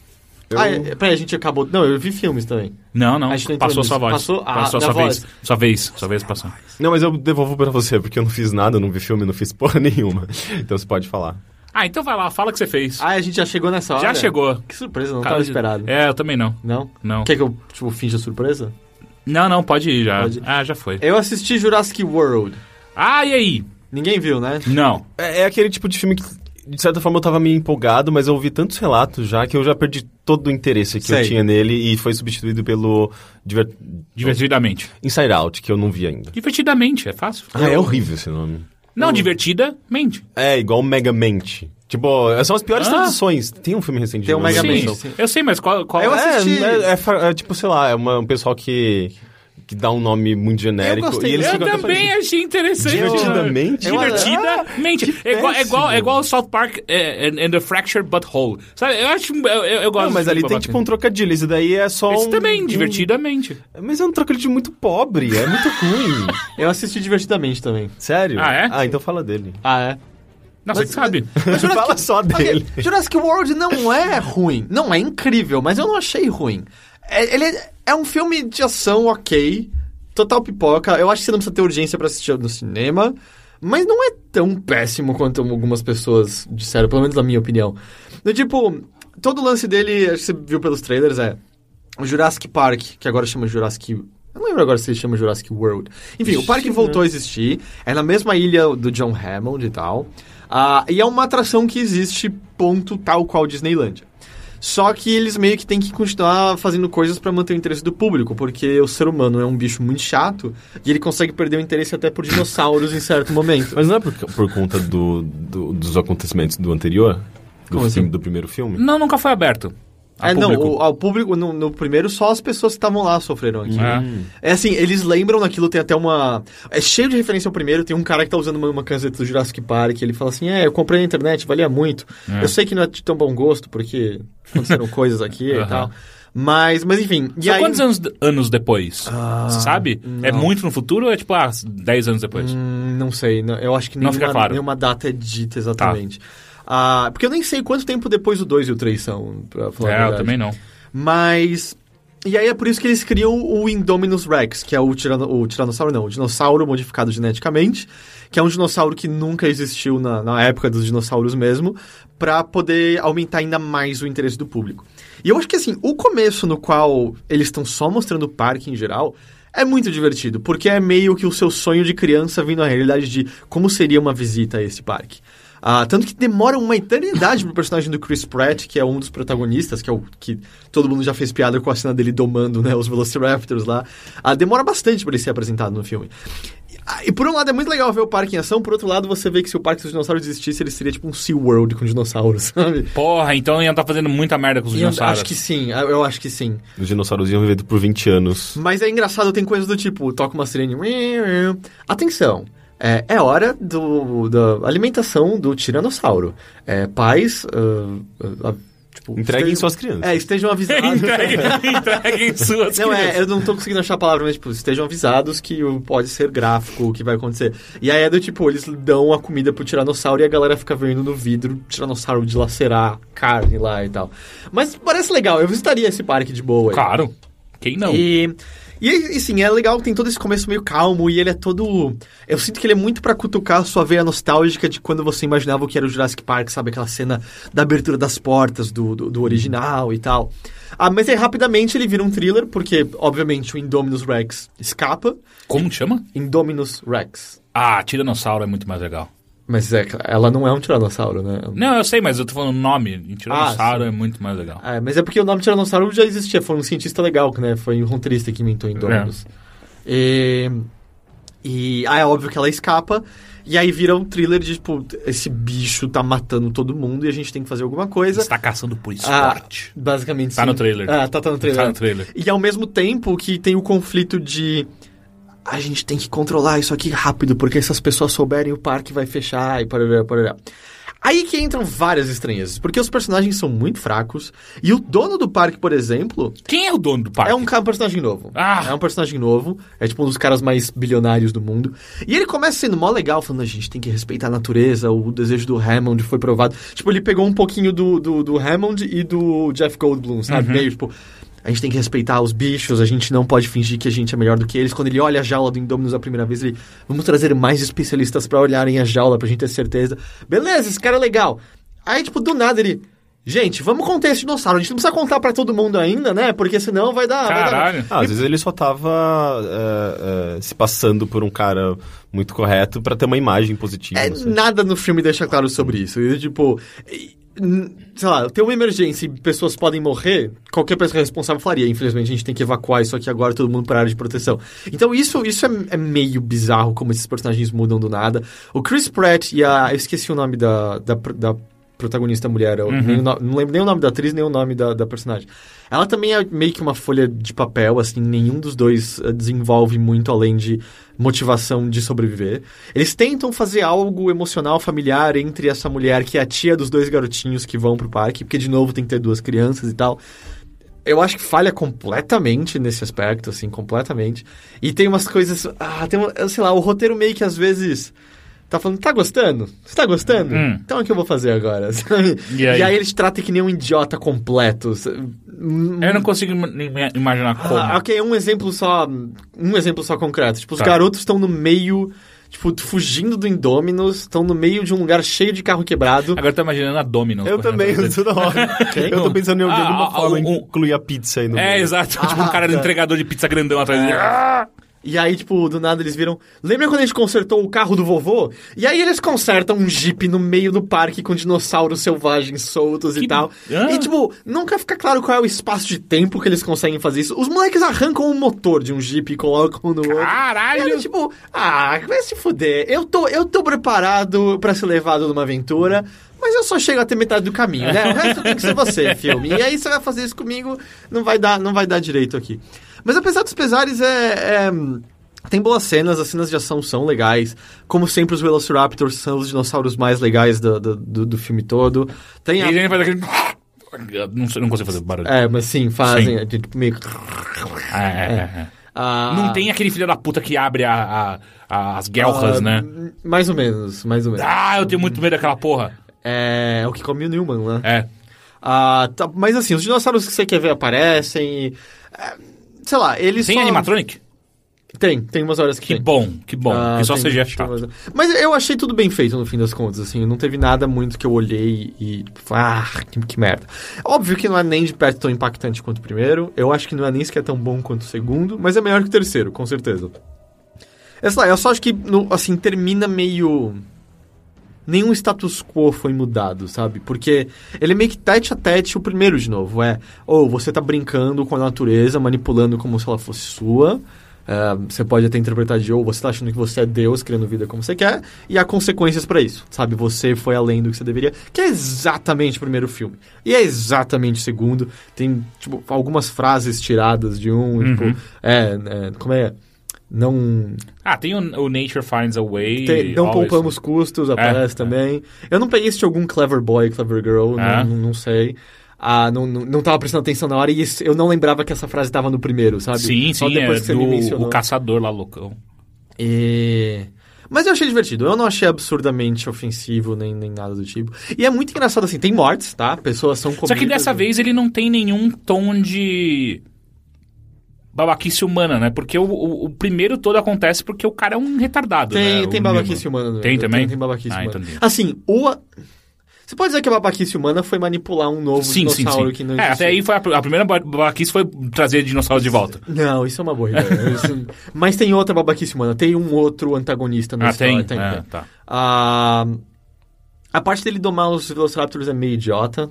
Speaker 3: Eu-
Speaker 2: Ah, é- peraí, a gente acabou. Não, eu vi filmes também.
Speaker 1: Não, não.
Speaker 2: A gente não entrou
Speaker 1: passou
Speaker 2: nisso.
Speaker 1: sua voz.
Speaker 2: Passou a-
Speaker 1: passou
Speaker 2: da
Speaker 1: sua
Speaker 2: voz.
Speaker 1: vez. Sua vez. Sua vez passou.
Speaker 3: Não, mas eu devolvo pra você, porque eu não fiz nada, eu não vi filme, não fiz porra nenhuma. Então você pode falar.
Speaker 1: Ah, então vai lá, fala o que você fez.
Speaker 2: Ah, a gente já chegou nessa hora?
Speaker 1: Já chegou.
Speaker 2: Que surpresa, não
Speaker 1: Cara,
Speaker 2: tava esperado.
Speaker 1: É, eu também não.
Speaker 2: Não?
Speaker 1: Não.
Speaker 2: Quer que eu, tipo, finja surpresa?
Speaker 1: Não, não, pode ir já.
Speaker 2: Pode.
Speaker 1: Ah, já foi.
Speaker 2: Eu assisti Jurassic World.
Speaker 1: Ah, e aí?
Speaker 2: Ninguém viu, né?
Speaker 1: Não.
Speaker 3: É, é aquele tipo de filme que, de certa forma, eu tava meio empolgado, mas eu ouvi tantos relatos já que eu já perdi todo o interesse que
Speaker 2: Sei.
Speaker 3: eu tinha nele e foi substituído pelo Diver-
Speaker 1: Divertidamente.
Speaker 3: Inside Out, que eu não vi ainda.
Speaker 1: Divertidamente, é fácil.
Speaker 3: Ah, é horrível esse nome.
Speaker 1: Não, divertidamente.
Speaker 3: É, igual Megamente. Tipo, são as piores
Speaker 1: Ah.
Speaker 3: traduções. Tem um filme recente
Speaker 2: Tem um
Speaker 3: de Megamente.
Speaker 2: Megamente.
Speaker 1: Sim, eu sei, mas qual... qual...
Speaker 2: Eu
Speaker 1: é?
Speaker 2: assisti.
Speaker 3: É, é, é fa- é tipo, sei lá, é uma- um pessoal que, que dá um nome muito genérico.
Speaker 2: Eu gostei
Speaker 3: e eles
Speaker 2: dele.
Speaker 1: Eu
Speaker 3: ficam até
Speaker 1: também achei interessante.
Speaker 3: Divertidamente?
Speaker 1: Eu- Divertidamente.
Speaker 3: Ah, que
Speaker 1: é, igual, é, igual, é
Speaker 3: péssimo.
Speaker 1: igual South Park é, and, and the Fractured Butthole. Sabe? Eu acho. Eu, eu, eu gosto
Speaker 3: Não, mas
Speaker 1: desse
Speaker 3: ali tem
Speaker 1: babado.
Speaker 3: tipo um trocadilho. Esse daí é só
Speaker 1: Esse
Speaker 3: um...
Speaker 1: também,
Speaker 3: um-
Speaker 1: divertidamente.
Speaker 3: Mas é um trocadilho muito pobre, é muito ruim.
Speaker 2: Eu assisti divertidamente também.
Speaker 3: Sério?
Speaker 1: Ah, é?
Speaker 3: Ah, então fala dele.
Speaker 2: Ah, é?
Speaker 1: Nossa,
Speaker 2: Mas-
Speaker 1: você sabe.
Speaker 3: fala só dele.
Speaker 2: Ok, Jurassic World não é ruim. Não é incrível, mas eu não achei ruim. É, ele é- é um filme de ação ok. Total pipoca. Eu acho que você não precisa ter urgência pra assistir no cinema. Mas não é tão péssimo quanto algumas pessoas disseram, pelo menos na minha opinião. Do tipo, todo o lance dele, acho que você viu pelos trailers, é. O Jurassic Park, que agora chama Jurassic. Eu não lembro agora se ele chama Jurassic World. Enfim, o parque voltou a existir. É na mesma ilha do John Hammond e tal. Ah, e é uma atração que existe, ponto, tal qual Disneylandia. Só que eles meio que têm que continuar fazendo coisas pra manter o interesse do público, porque o ser humano é um bicho muito chato e ele consegue perder o interesse até por dinossauros em certo momento.
Speaker 3: Mas não é por, por conta do, do- dos acontecimentos do anterior? Do,
Speaker 2: Como
Speaker 3: filme,
Speaker 2: assim?
Speaker 3: do primeiro filme?
Speaker 1: Não, nunca foi aberto. A
Speaker 2: é, não,
Speaker 1: público.
Speaker 2: o, ao público, no, no primeiro, só as pessoas que estavam lá sofreram aqui. É assim, eles lembram daquilo, tem até uma. É cheio de referência ao primeiro, tem um cara que tá usando uma, uma camiseta do Jurassic Park, ele fala assim: é, eu comprei na internet, valia muito. Eu sei que não é de tão bom gosto, porque aconteceram coisas aqui e
Speaker 1: Aham.
Speaker 2: tal. Mas, mas enfim. E
Speaker 1: São
Speaker 2: aí...
Speaker 1: quantos anos, anos depois? Você sabe? É muito no futuro ou é tipo, ah, 10 anos depois?
Speaker 2: Hum, não sei, não- eu acho que
Speaker 1: Não
Speaker 2: nenhuma,
Speaker 1: fica claro. Tá.
Speaker 2: nenhuma data é dita exatamente. Ah, porque eu nem sei quanto tempo depois o 2 e o 3 são, pra falar a
Speaker 1: é, eu
Speaker 2: verdade.
Speaker 1: também não.
Speaker 2: Mas. E aí é por isso que eles criam o Indominus Rex, que é o, tirano, o tiranossauro, não, o dinossauro modificado geneticamente, que é um dinossauro que nunca existiu na, na época dos dinossauros mesmo, pra poder aumentar ainda mais o interesse do público. E eu acho que assim, o começo no qual eles estão só mostrando o parque em geral. É muito divertido, porque é meio que o seu sonho de criança vindo à realidade de como seria uma visita a esse parque. Ah, tanto que demora uma eternidade pro personagem do Chris Pratt, que é um dos protagonistas, que é o que todo mundo já fez piada com a cena dele domando, né, os Velociraptors lá. Ah, demora bastante pra ele ser apresentado no filme. E, ah, E por um lado é muito legal ver o parque em ação, por outro lado você vê que se o parque dos dinossauros existisse, ele seria tipo um Sea World com dinossauros, sabe?
Speaker 1: Porra, então ia estar fazendo muita merda com os
Speaker 2: E eu
Speaker 1: dinossauros.
Speaker 2: acho que sim, eu eu acho que sim.
Speaker 3: Os dinossauros iam viver por 20 anos.
Speaker 2: Mas é engraçado, tem coisas do tipo, toca uma sirene. Atenção. É, é hora do, da alimentação do tiranossauro. É, pais. ah, ah, tipo,
Speaker 3: Entreguem
Speaker 2: estejam-
Speaker 3: suas crianças.
Speaker 2: É, estejam avisados.
Speaker 1: Entreguem entreguem suas
Speaker 2: Não,
Speaker 1: crianças.
Speaker 2: é, eu não tô conseguindo achar a palavra, mas, tipo, estejam avisados que o- pode ser gráfico o que vai acontecer. E aí é do tipo, eles dão a comida pro tiranossauro e a galera fica vendo no vidro o tiranossauro dilacerar carne lá e tal. Mas parece legal, eu visitaria esse parque de boa. aí.
Speaker 1: Claro. Quem não?
Speaker 2: E, e, e sim, é legal, tem todo esse começo meio calmo e ele é todo. Eu sinto que ele é muito pra cutucar a sua veia nostálgica de quando você imaginava o que era o Jurassic Park, sabe? Aquela cena da abertura das portas do, do, do original e tal. Ah, mas aí rapidamente ele vira um thriller, porque obviamente o Indominus Rex escapa.
Speaker 1: Como que chama?
Speaker 2: Indominus Rex.
Speaker 1: Ah, Tiranossauro é muito mais legal.
Speaker 2: Mas é, ela não é um tiranossauro, né?
Speaker 1: Não, eu sei, mas eu tô falando nome. Em Tiranossauro
Speaker 2: Ah,
Speaker 1: é muito mais legal.
Speaker 2: É, mas é porque o nome Tiranossauro já existia, foi um cientista legal, né? Foi um roteirista que inventou
Speaker 1: É.
Speaker 2: Indominus. E, e ah, é óbvio que ela escapa, e aí vira um thriller de tipo, esse bicho tá matando todo mundo e a gente tem que fazer alguma coisa.
Speaker 1: Está caçando por
Speaker 2: Ah,
Speaker 1: esporte.
Speaker 2: basicamente
Speaker 1: Tá
Speaker 2: sim.
Speaker 1: no trailer.
Speaker 2: Ah, tá, tá no trailer.
Speaker 1: Tá no trailer.
Speaker 2: E ao mesmo tempo que tem o conflito de a gente tem que controlar isso aqui rápido, porque se as pessoas souberem o parque vai fechar e parará, parará. Aí que entram várias estranhezas, porque os personagens são muito fracos e o dono do parque, por exemplo,
Speaker 1: Quem é o dono do parque?
Speaker 2: é um ca- personagem novo.
Speaker 1: Ah!
Speaker 2: É um personagem novo. É tipo um dos caras mais bilionários do mundo. E ele começa sendo mó legal, falando: a gente tem que respeitar a natureza, o desejo do Hammond foi provado. Tipo, ele pegou um pouquinho do, do, do Hammond e do Jeff Goldblum, sabe?
Speaker 1: Uhum.
Speaker 2: Meio tipo. A gente tem que respeitar os bichos, a gente não pode fingir que a gente é melhor do que eles. Quando ele olha a jaula do Indominus a primeira vez, ele. Vamos trazer mais especialistas pra olharem a jaula pra gente ter certeza. Beleza, esse cara é legal. Aí, tipo, do nada ele. Gente, vamos contar esse dinossauro. A gente não precisa contar pra todo mundo ainda, né? Porque senão vai dar. vai dar-
Speaker 1: Caralho.
Speaker 3: Ah, às vezes ele só tava é, é, se passando por um cara muito correto pra ter uma imagem positiva. assim.
Speaker 2: É,
Speaker 3: não sei.
Speaker 2: nada no filme deixa claro sobre isso. E, tipo, e, n- sei lá, tem uma emergência e pessoas podem morrer, qualquer pessoa responsável falaria. Infelizmente, a gente tem que evacuar isso aqui agora, todo mundo para área de proteção. Então, isso, isso é, é meio bizarro como esses personagens mudam do nada. O Chris Pratt e a. Eu esqueci o nome da. da, pr- da protagonista mulher, eu nem o no- não lembro nem o nome da atriz, nem o nome da, da personagem. Ela também é meio que uma folha de papel, assim, nenhum dos dois eh, desenvolve muito além de motivação de sobreviver. Eles tentam fazer algo emocional, familiar entre essa mulher que é a tia dos dois garotinhos que vão pro parque, porque de novo tem que ter duas crianças e tal. Eu acho que falha completamente nesse aspecto, assim, completamente. E tem umas coisas. Ah, tem uma, eu sei lá, o roteiro meio que às vezes. Tá falando, tá gostando? Você tá gostando?
Speaker 1: Hum.
Speaker 2: Então o que eu vou fazer agora? sabe?
Speaker 1: E aí?
Speaker 2: eles tratam que nem um idiota completo. sabe? Hum,
Speaker 1: Eu não consigo im- im- imaginar É? como.
Speaker 2: ah, ok, um exemplo só. Um exemplo só concreto. Tipo, os
Speaker 1: Tá.
Speaker 2: garotos estão no meio. Tipo, fugindo do Indominus, estão no meio de um lugar cheio de carro quebrado.
Speaker 1: Agora eu tô imaginando a Domino's.
Speaker 3: Eu
Speaker 1: correndo
Speaker 3: também,
Speaker 1: atrás dele.
Speaker 3: toda hora. Eu
Speaker 2: um.
Speaker 3: tô pensando em de
Speaker 1: Ah,
Speaker 3: alguma
Speaker 1: ah,
Speaker 3: forma
Speaker 1: um-
Speaker 3: incluir a pizza aí no
Speaker 1: É,
Speaker 3: meio.
Speaker 1: exato.
Speaker 2: Ah,
Speaker 1: tipo um cara do entregador de pizza grandão atrás dele.
Speaker 2: É.
Speaker 1: Ah!
Speaker 2: E aí, tipo, do nada eles viram. Lembra quando a gente consertou o carro do vovô? E aí eles consertam um jeep no meio do parque com dinossauros selvagens soltos
Speaker 1: Que-
Speaker 2: e tal.
Speaker 1: Ah.
Speaker 2: E, tipo, nunca fica claro qual é o espaço de tempo que eles conseguem fazer isso. Os moleques arrancam o motor de um jeep e colocam no outro.
Speaker 1: Caralho!
Speaker 2: Ele, tipo, ah, vai se fuder. Eu tô, eu tô preparado pra ser levado numa aventura, mas eu só chego até metade do caminho, né? O resto tem que ser você, filme. E aí você vai fazer isso comigo, não vai dar, não vai dar direito aqui. Mas apesar dos pesares, é. é, tem boas cenas, as cenas de ação são legais. Como sempre, os Velociraptors são os dinossauros mais legais do, do, do- do filme todo. Tem
Speaker 1: E
Speaker 2: a-
Speaker 1: a gente faz aquele... Eu Não, sei- não consigo fazer barulho.
Speaker 2: É, mas sim, fazem. é, tipo, meio-
Speaker 1: Ah, é, é, é.
Speaker 2: Ah,
Speaker 1: Não tem aquele filho da puta que abre a- a- as guelras,
Speaker 2: ah,
Speaker 1: né?
Speaker 2: Mais ou menos, mais ou menos.
Speaker 1: Ah, eu tenho muito medo daquela porra.
Speaker 2: É, o que come o Newman, né?
Speaker 1: É.
Speaker 2: Ah, tá, mas assim, os dinossauros que você quer ver aparecem. e, é, sei lá, eles.
Speaker 1: Sem
Speaker 2: só...
Speaker 1: animatronic?
Speaker 2: Tem, tem umas horas que,
Speaker 1: Que
Speaker 2: tem.
Speaker 1: bom, que bom.
Speaker 2: Ah,
Speaker 1: que só
Speaker 2: tem-
Speaker 1: seja é
Speaker 2: tem
Speaker 1: chato.
Speaker 2: umas- Mas eu achei tudo bem feito no fim das contas, assim. Não teve nada muito que eu olhei e. tipo, Ah, que, que merda. Óbvio que não é nem de perto tão impactante quanto o primeiro. Eu acho que não é nem sequer tão bom quanto o segundo, mas é melhor que o terceiro, com certeza. É, sei lá, eu só acho que, no- assim, termina meio nenhum status quo foi mudado, sabe? Porque ele é meio que tete a tete o primeiro de novo. É, ou você tá brincando com a natureza, manipulando como se ela fosse sua. É, você pode até interpretar de ou você tá achando que você é Deus, criando vida como você quer, e há consequências pra isso, sabe? Você foi além do que você deveria, que é exatamente o primeiro filme. E é exatamente o segundo. Tem, tipo, algumas frases tiradas de um, tipo, é, é, como é? Não.
Speaker 1: Ah, tem o, o Nature Finds a Way.
Speaker 2: Tem- não
Speaker 1: always.
Speaker 2: poupamos custos, aparece
Speaker 1: É,
Speaker 2: também. Eu não peguei isso de algum clever boy, clever girl,
Speaker 1: É.
Speaker 2: não, não- não sei. Ah, não, não, não tava prestando atenção na hora e isso- eu não lembrava que essa frase tava no primeiro, sabe?
Speaker 1: Sim,
Speaker 2: Só
Speaker 1: sim,
Speaker 2: depois
Speaker 1: é
Speaker 2: que você me
Speaker 1: do
Speaker 2: mencionou.
Speaker 1: o caçador lá, loucão.
Speaker 2: E- Mas eu achei divertido. Eu não achei absurdamente ofensivo, nem, nem nada do tipo. E é muito engraçado, assim, tem mortes, tá? Pessoas são comidas.
Speaker 1: Só que dessa vez ele não tem nenhum tom de babaquice humana, né? Porque o, o- o primeiro todo acontece porque o cara é um retardado,
Speaker 2: Tem,
Speaker 1: né?
Speaker 2: tem
Speaker 1: O
Speaker 2: babaquice
Speaker 1: Nemo.
Speaker 2: humana. no-
Speaker 1: Tem também?
Speaker 2: Tem, babaquice
Speaker 1: Ah,
Speaker 2: humana.
Speaker 1: entendi.
Speaker 2: Assim, o... Você pode dizer que a babaquice humana foi manipular um novo
Speaker 1: Sim, sim,
Speaker 2: dinossauro
Speaker 1: sim.
Speaker 2: que não
Speaker 1: é, até
Speaker 2: existia.
Speaker 1: aí foi a, a primeira ba- babaquice foi trazer dinossauros de volta.
Speaker 2: Não, isso é uma boa ideia. Isso- Mas tem outra babaquice humana, tem um outro antagonista na
Speaker 1: Ah,
Speaker 2: história.
Speaker 1: tem? Ah, tá.
Speaker 2: Ah, a parte dele domar os Velociraptors é meio idiota.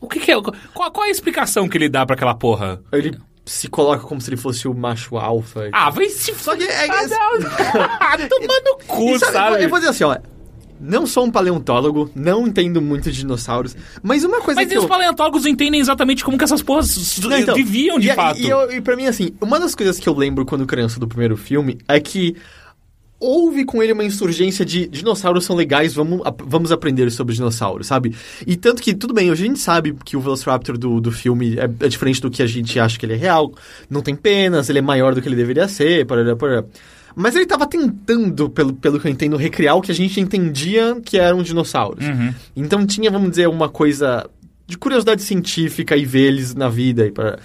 Speaker 1: O que, que é? Qual, qual é a explicação que ele dá pra aquela porra?
Speaker 2: Ele se coloca como se ele fosse o macho alfa.
Speaker 1: Ah, vai se
Speaker 2: Só que é-
Speaker 1: Ah, não. Tomando cu,
Speaker 2: E sabe,
Speaker 1: sabe?
Speaker 2: Eu vou dizer assim, ó. Não sou um paleontólogo, não entendo muito de dinossauros, mas uma coisa
Speaker 1: Mas
Speaker 2: que
Speaker 1: e os
Speaker 2: eu...
Speaker 1: paleontólogos entendem exatamente como que essas porras s-
Speaker 2: Não, então,
Speaker 1: deviam, de
Speaker 2: e,
Speaker 1: fato.
Speaker 2: E, eu- e pra mim, assim, uma das coisas é que eu lembro quando criança do primeiro filme é que houve com ele uma insurgência de dinossauros são legais, vamos, ap- vamos aprender sobre dinossauros, sabe? E tanto que, tudo bem, hoje a gente sabe que o Velociraptor do, do filme é, é diferente do que a gente acha que ele é real, não tem penas, ele é maior do que ele deveria ser, parará, parará. Mas ele tava tentando, pelo, pelo que eu entendo, recriar o que a gente entendia que eram
Speaker 1: Uhum.
Speaker 2: dinossauros. Então tinha, vamos dizer, uma coisa de curiosidade científica e ver eles na vida e para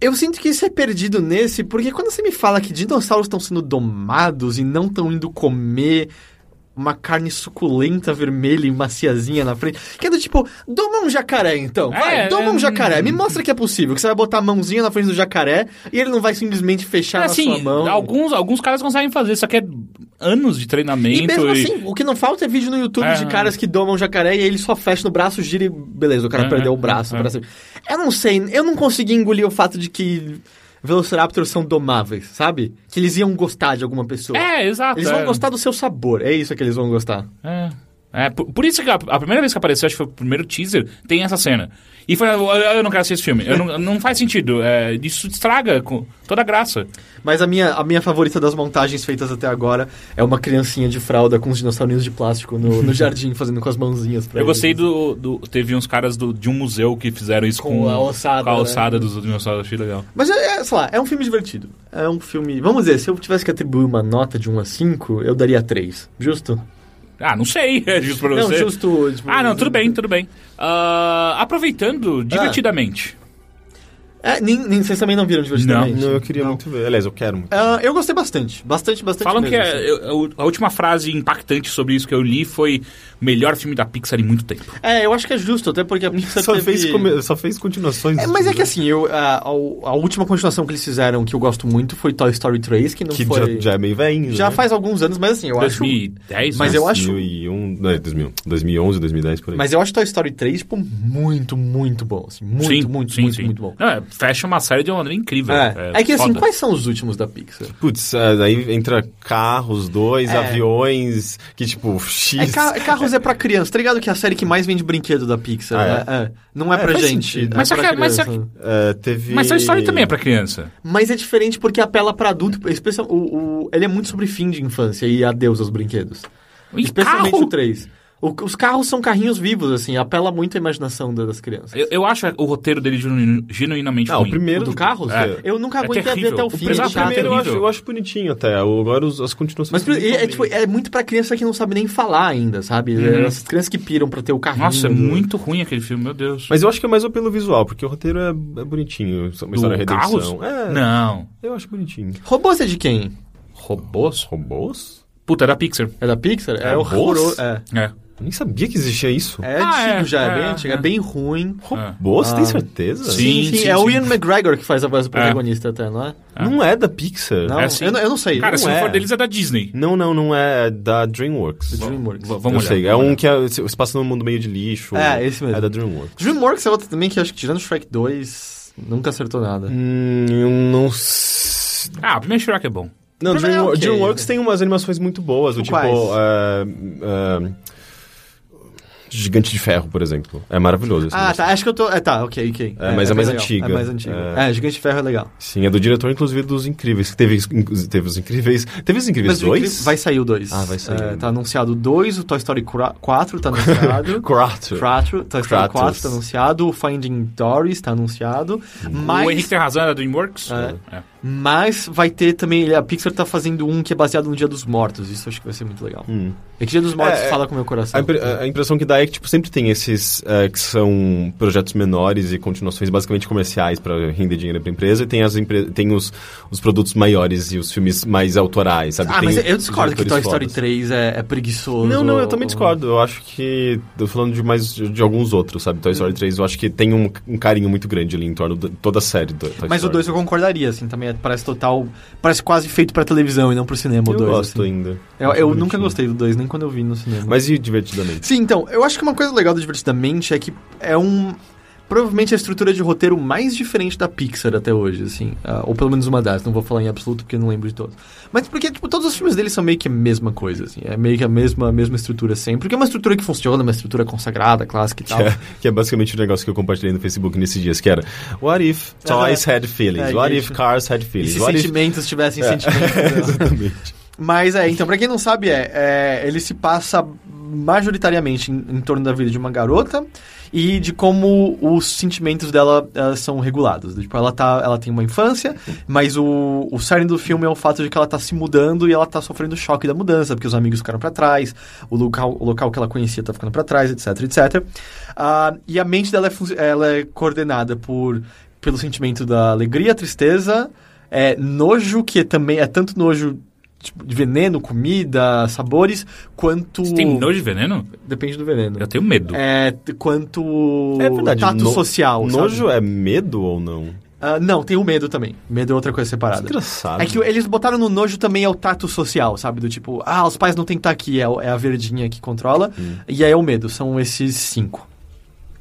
Speaker 2: eu sinto que isso é perdido nesse, porque quando você me fala que dinossauros estão sendo domados e não estão indo comer uma carne suculenta, vermelha e maciazinha na frente, que é do tipo, doma um jacaré então, vai,
Speaker 1: É,
Speaker 2: doma
Speaker 1: é,
Speaker 2: um jacaré, me mostra que é possível, que você vai botar a mãozinha na frente do jacaré e ele não vai simplesmente fechar Tá na sua
Speaker 1: assim,
Speaker 2: mão.
Speaker 1: alguns, alguns caras conseguem fazer, só que é anos de treinamento.
Speaker 2: E mesmo assim, o que não falta é vídeo no YouTube
Speaker 1: É.
Speaker 2: de caras que domam jacaré e ele só fecha no braço, gira e beleza, o cara
Speaker 1: É,
Speaker 2: perdeu
Speaker 1: é,
Speaker 2: o braço.
Speaker 1: é.
Speaker 2: o braço- Eu não sei, eu não consegui engolir o fato de que Velociraptors são domáveis, sabe? Que eles iam gostar de alguma pessoa.
Speaker 1: É, exato.
Speaker 2: Eles
Speaker 1: é.
Speaker 2: vão gostar do seu sabor, é isso que eles vão gostar.
Speaker 1: É. É, por, por isso que a, a primeira vez que apareceu, acho que foi o primeiro teaser, tem essa cena. E foi, eu, eu não quero assistir esse filme. Eu não, não faz sentido. é, isso estraga com toda a graça.
Speaker 2: Mas a minha, a minha favorita das montagens feitas até agora é uma criancinha de fralda com os dinossaurinhos de plástico no, no jardim, fazendo com as mãozinhas pra
Speaker 1: Eu
Speaker 2: eles.
Speaker 1: gostei do, do- Teve uns caras do, de um museu que fizeram isso com,
Speaker 2: Com a ossada,
Speaker 1: com a
Speaker 2: né?
Speaker 1: ossada dos dinossauros. Achei legal.
Speaker 2: Mas, é, é, sei lá, é um filme divertido. É um filme... Vamos dizer, se eu tivesse que atribuir uma nota de 1 a 5, eu daria 3. Justo?
Speaker 1: Ah, não sei. É justo pra
Speaker 2: Não,
Speaker 1: você.
Speaker 2: justo... tipo,
Speaker 1: Ah, não, tudo bem, tudo bem. Ah, aproveitando divertidamente.
Speaker 2: É, nem, nem- vocês também não viram Divertidamente?
Speaker 3: Não, eu queria muito ver. Aliás, eu quero muito.
Speaker 2: Ah, eu gostei bastante. Bastante, bastante
Speaker 1: Falam
Speaker 2: mesmo,
Speaker 1: que é-
Speaker 2: assim.
Speaker 1: eu- a última frase impactante sobre isso que eu li foi melhor filme da Pixar em muito tempo.
Speaker 2: É, eu acho que é justo, até porque a Pixar
Speaker 3: Só,
Speaker 2: teve...
Speaker 3: fez come- só fez continuações.
Speaker 2: É, mas é que assim, eu, a, a- a última continuação que eles fizeram que eu gosto muito foi Toy Story 3, que não
Speaker 3: Que
Speaker 2: foi...
Speaker 3: já, já é meio velhinho.
Speaker 2: Já
Speaker 3: né?
Speaker 2: faz alguns anos, mas assim, eu acho...
Speaker 1: 2010,
Speaker 2: Mas eu acho-
Speaker 3: 2001, não, é 2001, 2011, 2010, por aí.
Speaker 2: Mas eu acho Toy Story 3, tipo, muito, muito bom. assim, muito,
Speaker 1: Sim,
Speaker 2: muito,
Speaker 1: sim,
Speaker 2: muito,
Speaker 1: sim.
Speaker 2: muito bom.
Speaker 1: Não, é, fecha uma série de uma maneira incrível.
Speaker 2: É. É que assim,
Speaker 1: foda.
Speaker 2: quais são os últimos da Pixar?
Speaker 3: Putz, ah, daí entra carros, dois, aviões, que tipo, X.
Speaker 2: É, ca- é carros é pra criança, tá ligado? Que é a série que mais vende brinquedo da Pixar.
Speaker 3: Ah,
Speaker 2: né? É. Não é,
Speaker 3: É,
Speaker 2: pra
Speaker 3: faz
Speaker 2: gente.
Speaker 3: sentido.
Speaker 2: é
Speaker 1: Mas só
Speaker 2: pra
Speaker 1: que- mas só
Speaker 2: criança.
Speaker 3: Ah, teve...
Speaker 1: Mas Toy Story também é pra criança.
Speaker 2: Mas é diferente porque apela pra adulto. Especial, o, o- ele é muito sobre fim de infância e adeus aos brinquedos.
Speaker 1: E
Speaker 2: Especialmente
Speaker 1: carro?
Speaker 2: o 3. O- os carros são carrinhos vivos, assim, apela muito à imaginação da- das crianças.
Speaker 1: Eu, eu acho o roteiro dele genu- genuinamente
Speaker 3: Não,
Speaker 1: ruim.
Speaker 3: o primeiro...
Speaker 2: O do carros?
Speaker 3: É.
Speaker 2: Eu nunca
Speaker 1: É
Speaker 2: aguentei
Speaker 1: terrível.
Speaker 2: ver até o
Speaker 1: O
Speaker 2: fim.
Speaker 1: primeiro-
Speaker 2: é
Speaker 3: Mas o
Speaker 2: chato.
Speaker 3: primeiro eu acho,
Speaker 1: terrível.
Speaker 3: eu acho bonitinho até. Agora os- as continuações...
Speaker 2: Mas
Speaker 3: são
Speaker 2: é, é,
Speaker 3: bem
Speaker 2: tipo, é muito pra criança que não sabe nem falar ainda, sabe?
Speaker 1: Uhum.
Speaker 2: Essas crianças que piram pra ter o carrinho.
Speaker 1: Nossa, é
Speaker 2: do-
Speaker 1: muito ruim aquele filme, meu Deus.
Speaker 3: Mas eu acho que é mais pelo visual, porque o roteiro é, é bonitinho. Uma história de
Speaker 1: carros?
Speaker 3: redenção. É,
Speaker 1: Não.
Speaker 3: eu acho bonitinho.
Speaker 2: Robôs é de quem?
Speaker 1: Robôs?
Speaker 3: Robôs?
Speaker 1: Puta, era Pixar.
Speaker 2: É da Pixar? É,
Speaker 3: É
Speaker 2: horroroso.
Speaker 3: Boss?
Speaker 2: É,
Speaker 1: É.
Speaker 3: Eu nem sabia que existia isso.
Speaker 2: é
Speaker 1: Ah,
Speaker 2: antigo
Speaker 1: é,
Speaker 2: já, é,
Speaker 1: é,
Speaker 2: bem antigo, é,
Speaker 1: é.
Speaker 2: bem ruim.
Speaker 1: É.
Speaker 3: Robôs?
Speaker 2: Ah.
Speaker 3: Tem certeza?
Speaker 1: Sim.
Speaker 2: é
Speaker 1: sim.
Speaker 2: o Ian McGregor que faz a voz do protagonista até, não é?
Speaker 3: Não é da Pixar.
Speaker 2: Não,
Speaker 1: É sim.
Speaker 2: eu, não- eu não sei.
Speaker 1: Cara,
Speaker 2: não
Speaker 1: se não
Speaker 2: é.
Speaker 1: for deles é da Disney.
Speaker 3: Não, não, não é da DreamWorks.
Speaker 2: Do DreamWorks.
Speaker 1: V-
Speaker 3: Eu
Speaker 1: vamos olhar.
Speaker 3: sei, é um que é, se se passa num mundo meio de lixo.
Speaker 2: É, esse mesmo.
Speaker 3: É da DreamWorks.
Speaker 2: DreamWorks é outro também que acho que tirando Shrek 2, nunca acertou nada.
Speaker 3: Hum, eu não... s-
Speaker 1: Ah, o primeiro Shrek é bom.
Speaker 3: Não,
Speaker 2: Mas é
Speaker 3: Dreamwo-
Speaker 2: ok.
Speaker 3: DreamWorks tem umas animações muito boas, do tipo...
Speaker 2: Quais?
Speaker 3: ah, ah, Gigante de Ferro, por exemplo. É maravilhoso. essa
Speaker 2: Ah,
Speaker 3: animação.
Speaker 2: tá. Acho que eu tô. É, tá, ok, ok.
Speaker 3: É, mas é mais
Speaker 2: legal,
Speaker 3: antiga.
Speaker 2: É mais antiga. É,
Speaker 3: É.
Speaker 2: Gigante de Ferro é legal.
Speaker 3: Sim, é do diretor, inclusive, dos Incríveis. que Teve, inclu- teve os Incríveis... Teve os Incríveis
Speaker 2: Mas o
Speaker 3: 2?
Speaker 2: incrível- vai sair o 2.
Speaker 3: Ah, vai sair.
Speaker 2: tá anunciado o 2, o Toy Story 4 tá anunciado.
Speaker 3: Crater.
Speaker 2: Quatro, Toy Story
Speaker 3: Kratos.
Speaker 2: 4 tá anunciado, o Finding Dory tá anunciado,
Speaker 1: O
Speaker 2: mas,
Speaker 1: Henrique tem razão, é da DreamWorks?
Speaker 2: É.
Speaker 1: É.
Speaker 2: mas vai ter também, a Pixar tá fazendo um que é baseado no Dia dos Mortos, isso eu acho que vai ser muito legal.
Speaker 3: Hum.
Speaker 2: É que Dia dos Mortos
Speaker 3: É, é-
Speaker 2: fala com o meu
Speaker 3: A,
Speaker 2: coração.
Speaker 3: impre- a- a impressão que dá é que tipo, sempre tem esses eh, que são projetos menores e continuações basicamente comerciais para render dinheiro para empresa, e tem, as empre- tem os, os produtos maiores e os filmes mais autorais, sabe?
Speaker 2: Ah,
Speaker 3: Tem
Speaker 2: mas
Speaker 3: os
Speaker 2: eu discordo que
Speaker 3: diretores
Speaker 2: Toy Story
Speaker 3: fodas.
Speaker 2: 3 é, é preguiçoso.
Speaker 3: Não, não, eu também
Speaker 2: ou-
Speaker 3: discordo. Eu acho que. Tô falando de mais de, de alguns outros, sabe? Toy
Speaker 2: Uhum.
Speaker 3: Story 3, eu acho que tem um, um carinho muito grande ali em torno de toda a série do Toy
Speaker 2: Mas o
Speaker 3: Story.
Speaker 2: 2 eu concordaria, assim, também é- parece total. Parece quase feito pra televisão e não pro cinema o
Speaker 3: eu
Speaker 2: 2.
Speaker 3: gosto
Speaker 2: assim.
Speaker 3: ainda.
Speaker 2: Eu, eu
Speaker 3: Bonitinho.
Speaker 2: nunca gostei do 2, nem quando eu vi no cinema.
Speaker 3: Mas e divertidamente?
Speaker 2: Sim, então, eu acho que uma coisa legal do Divertidamente é que é um. provavelmente a estrutura de roteiro mais diferente da Pixar até hoje, assim. Ah, ou pelo menos uma das, não vou falar em absoluto porque eu não lembro de todas. Mas porque, tipo, todos os filmes deles são meio que a mesma coisa, assim. É meio que a mesma, a mesma estrutura sempre. Porque é uma estrutura que funciona, uma estrutura consagrada, clássica e
Speaker 3: Que
Speaker 2: tal.
Speaker 3: é, que é basicamente o negócio que eu compartilhei no Facebook nesses dias, que era What if toys had feelings?
Speaker 2: É,
Speaker 3: What
Speaker 2: gente.
Speaker 3: if cars had
Speaker 2: E
Speaker 3: feelings?
Speaker 2: se
Speaker 3: What if...
Speaker 2: sentimentos tivessem sentimentos. né?
Speaker 3: Exatamente.
Speaker 2: Mas é, então, pra quem não sabe, é, é, ele se passa majoritariamente em, em torno da vida de uma garota e de como os sentimentos dela eh, são regulados. Tipo, ela, tá, ela tem uma infância, mas o, o cerne do filme é o fato de que ela tá se mudando e ela tá sofrendo o choque da mudança, porque os amigos ficaram pra trás, o local, o local que ela conhecia tá ficando pra trás, etc, etc. Ah, e a mente dela é, fun- ela é coordenada por, pelo sentimento da alegria, tristeza, eh, nojo, que é também é tanto nojo tipo, de veneno, comida, sabores, quanto.
Speaker 1: Você tem nojo de veneno?
Speaker 2: Depende do veneno.
Speaker 1: Eu tenho medo.
Speaker 2: É, t- quanto.
Speaker 3: É verdade.
Speaker 2: Tato
Speaker 3: no-
Speaker 2: social.
Speaker 3: Nojo
Speaker 2: sabe?
Speaker 3: é medo ou não?
Speaker 2: Ah, não, tem o medo também. Medo é outra coisa
Speaker 3: Isso é
Speaker 2: separada.
Speaker 3: engraçado.
Speaker 2: É que eles botaram no nojo também é o tato social, sabe? Do tipo, ah, os pais não têm que estar aqui, é, o- é a verdinha que controla.
Speaker 3: Hum.
Speaker 2: E aí é o medo, são esses cinco.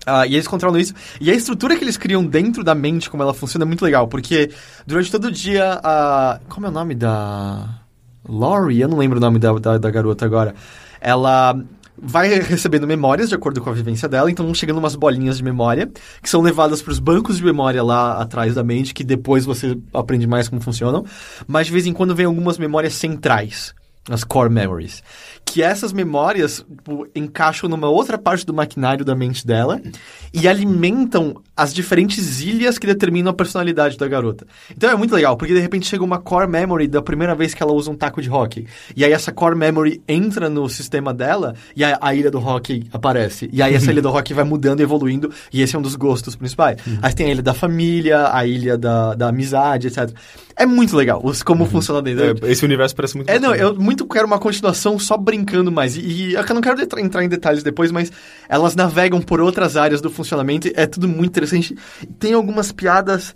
Speaker 2: Ah, e eles controlam isso. E a estrutura que eles criam dentro da mente, como ela funciona, é muito legal. Porque durante todo o dia, a... Como é o nome da... Laurie? Eu não lembro o nome da, da, da garota agora. Ela vai recebendo memórias de acordo com a vivência dela, então vão chegando umas bolinhas de memória que são levadas para os bancos de memória lá atrás da mente, que depois você aprende mais como funcionam. Mas de vez em quando vem algumas memórias centrais, as core memories, que essas memórias tipo, encaixam numa outra parte do maquinário da mente dela e alimentam as diferentes ilhas que determinam a personalidade da garota. Então é muito legal, porque de repente chega uma core memory da primeira vez que ela usa um taco de hockey. E aí essa core memory entra no sistema dela e a, a ilha do hockey aparece. E aí essa ilha do hockey vai mudando, e evoluindo, e esse é um dos gostos principais. Aí tem a ilha da família, a ilha da, da amizade, etc. É muito legal os, como funciona dentro.
Speaker 3: É, esse universo parece muito.
Speaker 2: É, não,
Speaker 3: bacana.
Speaker 2: eu muito quero uma continuação só brincando mais. E, e eu não quero detra- entrar em detalhes depois, mas elas navegam por outras áreas do funcionamento. e É tudo muito interessante. Tem algumas piadas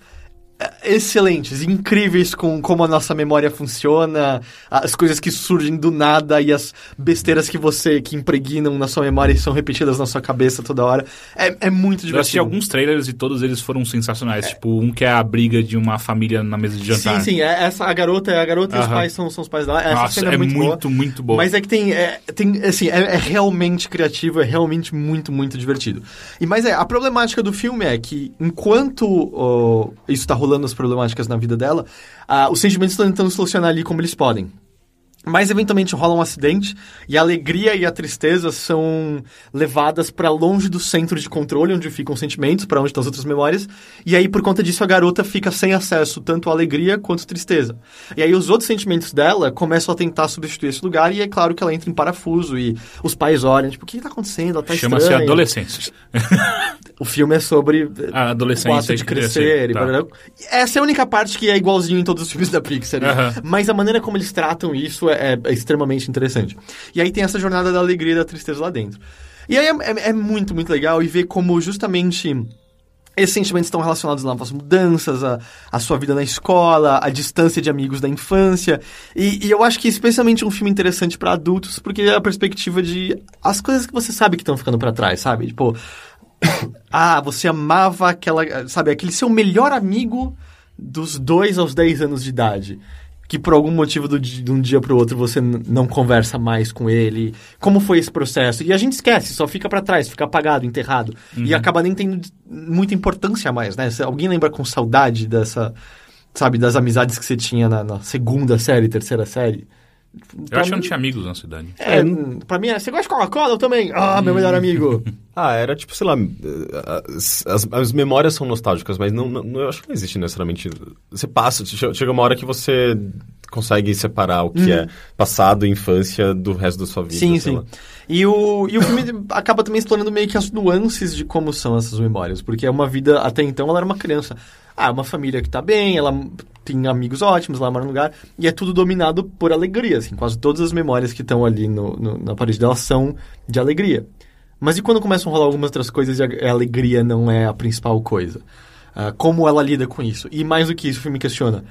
Speaker 2: é, excelentes, incríveis com como a nossa memória funciona, as coisas que surgem do nada e as besteiras que você que impregnam na sua memória e são repetidas na sua cabeça toda hora. É, é muito divertido.
Speaker 1: Eu assisti alguns trailers e todos eles foram sensacionais. Tipo, um que é a briga de uma família na mesa de jantar.
Speaker 2: Sim, sim, é- essa, a garota, a garota e os
Speaker 1: tá? Aham.
Speaker 2: pais são, são os pais dela. Essa
Speaker 1: Nossa,
Speaker 2: cena
Speaker 1: é
Speaker 2: boa.
Speaker 1: muito, muito bom.
Speaker 2: Mas é que tem, é, tem assim, é, é realmente criativo, é realmente muito, muito divertido. E mas é, a problemática do filme é que enquanto ó, isso tá rolando as problemáticas na vida dela, ah, os sentimentos estão tentando solucionar ali como eles podem. Mas eventualmente rola um acidente e a alegria e a tristeza são levadas pra longe do centro de controle onde ficam os sentimentos, pra onde estão as outras memórias. E aí por conta disso a garota fica sem acesso tanto à alegria quanto à tristeza. E aí os outros sentimentos dela começam a tentar substituir esse lugar e é claro que ela entra em parafuso e os pais olham, tipo, o que que tá acontecendo? Ela tá
Speaker 1: Chama-se
Speaker 2: estranha."
Speaker 1: Adolescência.
Speaker 2: O filme é sobre
Speaker 1: A adolescência
Speaker 2: o ato de
Speaker 1: e crescer,
Speaker 2: crescer. e
Speaker 1: tá.
Speaker 2: blá, blá, blá. Essa é a única parte que é igualzinho em todos os filmes da Pixar. né?
Speaker 1: Aham.
Speaker 2: Mas a maneira como eles tratam isso é, é extremamente interessante. E aí tem essa jornada da alegria e da tristeza lá dentro. E aí é, é- é muito, muito legal e ver como justamente esses sentimentos estão relacionados lá às mudanças, a, a sua vida na escola, a distância de amigos da infância. E, e eu acho que é especialmente um filme interessante pra adultos, porque é a perspectiva de as coisas que você sabe que estão ficando pra trás, sabe? Tipo, ah, você amava aquela, sabe, aquele seu melhor amigo dos 2 aos 10 anos de idade. Que por algum motivo do di- de um dia pro outro você n- não conversa mais com ele. Como foi esse processo? E a gente esquece, só fica pra trás, fica apagado, enterrado.
Speaker 1: Uhum.
Speaker 2: E acaba nem tendo d- muita importância mais, né? Se alguém lembra com saudade dessa, sabe, das amizades que você tinha na, na segunda série, terceira série?
Speaker 1: Eu acho que eu
Speaker 2: mim-
Speaker 1: não tinha amigos na cidade.
Speaker 2: É, n- pra mim era, você gosta de Coca-Cola? Eu também. Ah, meu
Speaker 1: Uhum.
Speaker 2: melhor amigo.
Speaker 3: Ah, era tipo, sei lá, eh, as, as- as memórias são nostálgicas, mas não, não- eu acho que não existe necessariamente. Você passa, che- chega uma hora que você consegue separar o que é passado, infância, do resto da sua vida.
Speaker 2: Sim,
Speaker 3: sei
Speaker 2: sim.
Speaker 3: lá.
Speaker 2: E o, e o filme acaba também explorando meio que as nuances de como são essas memórias. Porque é uma vida, até então, ela era uma criança. Ah, é uma família que tá bem, ela tem amigos ótimos, lá mora num lugar. E é tudo dominado por alegria, assim. Quase todas as memórias que estão ali no, no- na parede dela são de alegria. Mas e quando começam a rolar algumas outras coisas e a, a alegria não é a principal coisa? Ah, como ela lida com isso? E mais do que isso, o filme questiona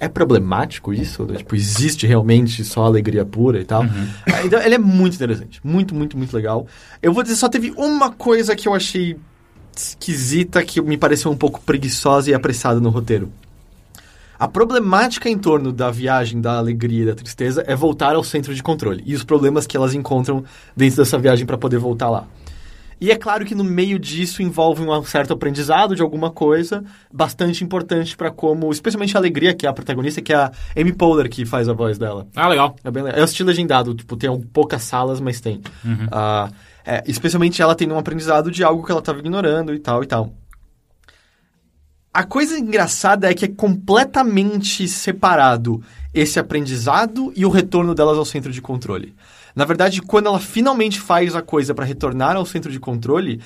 Speaker 2: é problemático isso? né? Tipo, existe realmente só alegria pura e tal? Ah, Então, ele é muito interessante. Muito, muito, muito legal. Eu vou dizer, só teve uma coisa que eu achei esquisita que me pareceu um pouco preguiçosa e apressada no roteiro. A problemática em torno da viagem da alegria e da tristeza é voltar ao centro de controle e os problemas que elas encontram dentro dessa viagem para poder voltar lá. E é claro que no meio disso envolve um certo aprendizado de alguma coisa bastante importante para como, especialmente a alegria que é a protagonista, que é a Amy Poehler que faz a voz dela.
Speaker 1: Ah, legal.
Speaker 2: É bem legal. Eu assisti legendado, tipo, tem al- poucas salas, mas tem. Ah, é, especialmente ela tendo um aprendizado de algo que ela estava ignorando e tal e tal. A coisa engraçada é que é completamente separado esse aprendizado e o retorno delas ao centro de controle. Na verdade, quando ela finalmente faz a coisa para retornar ao centro de controle,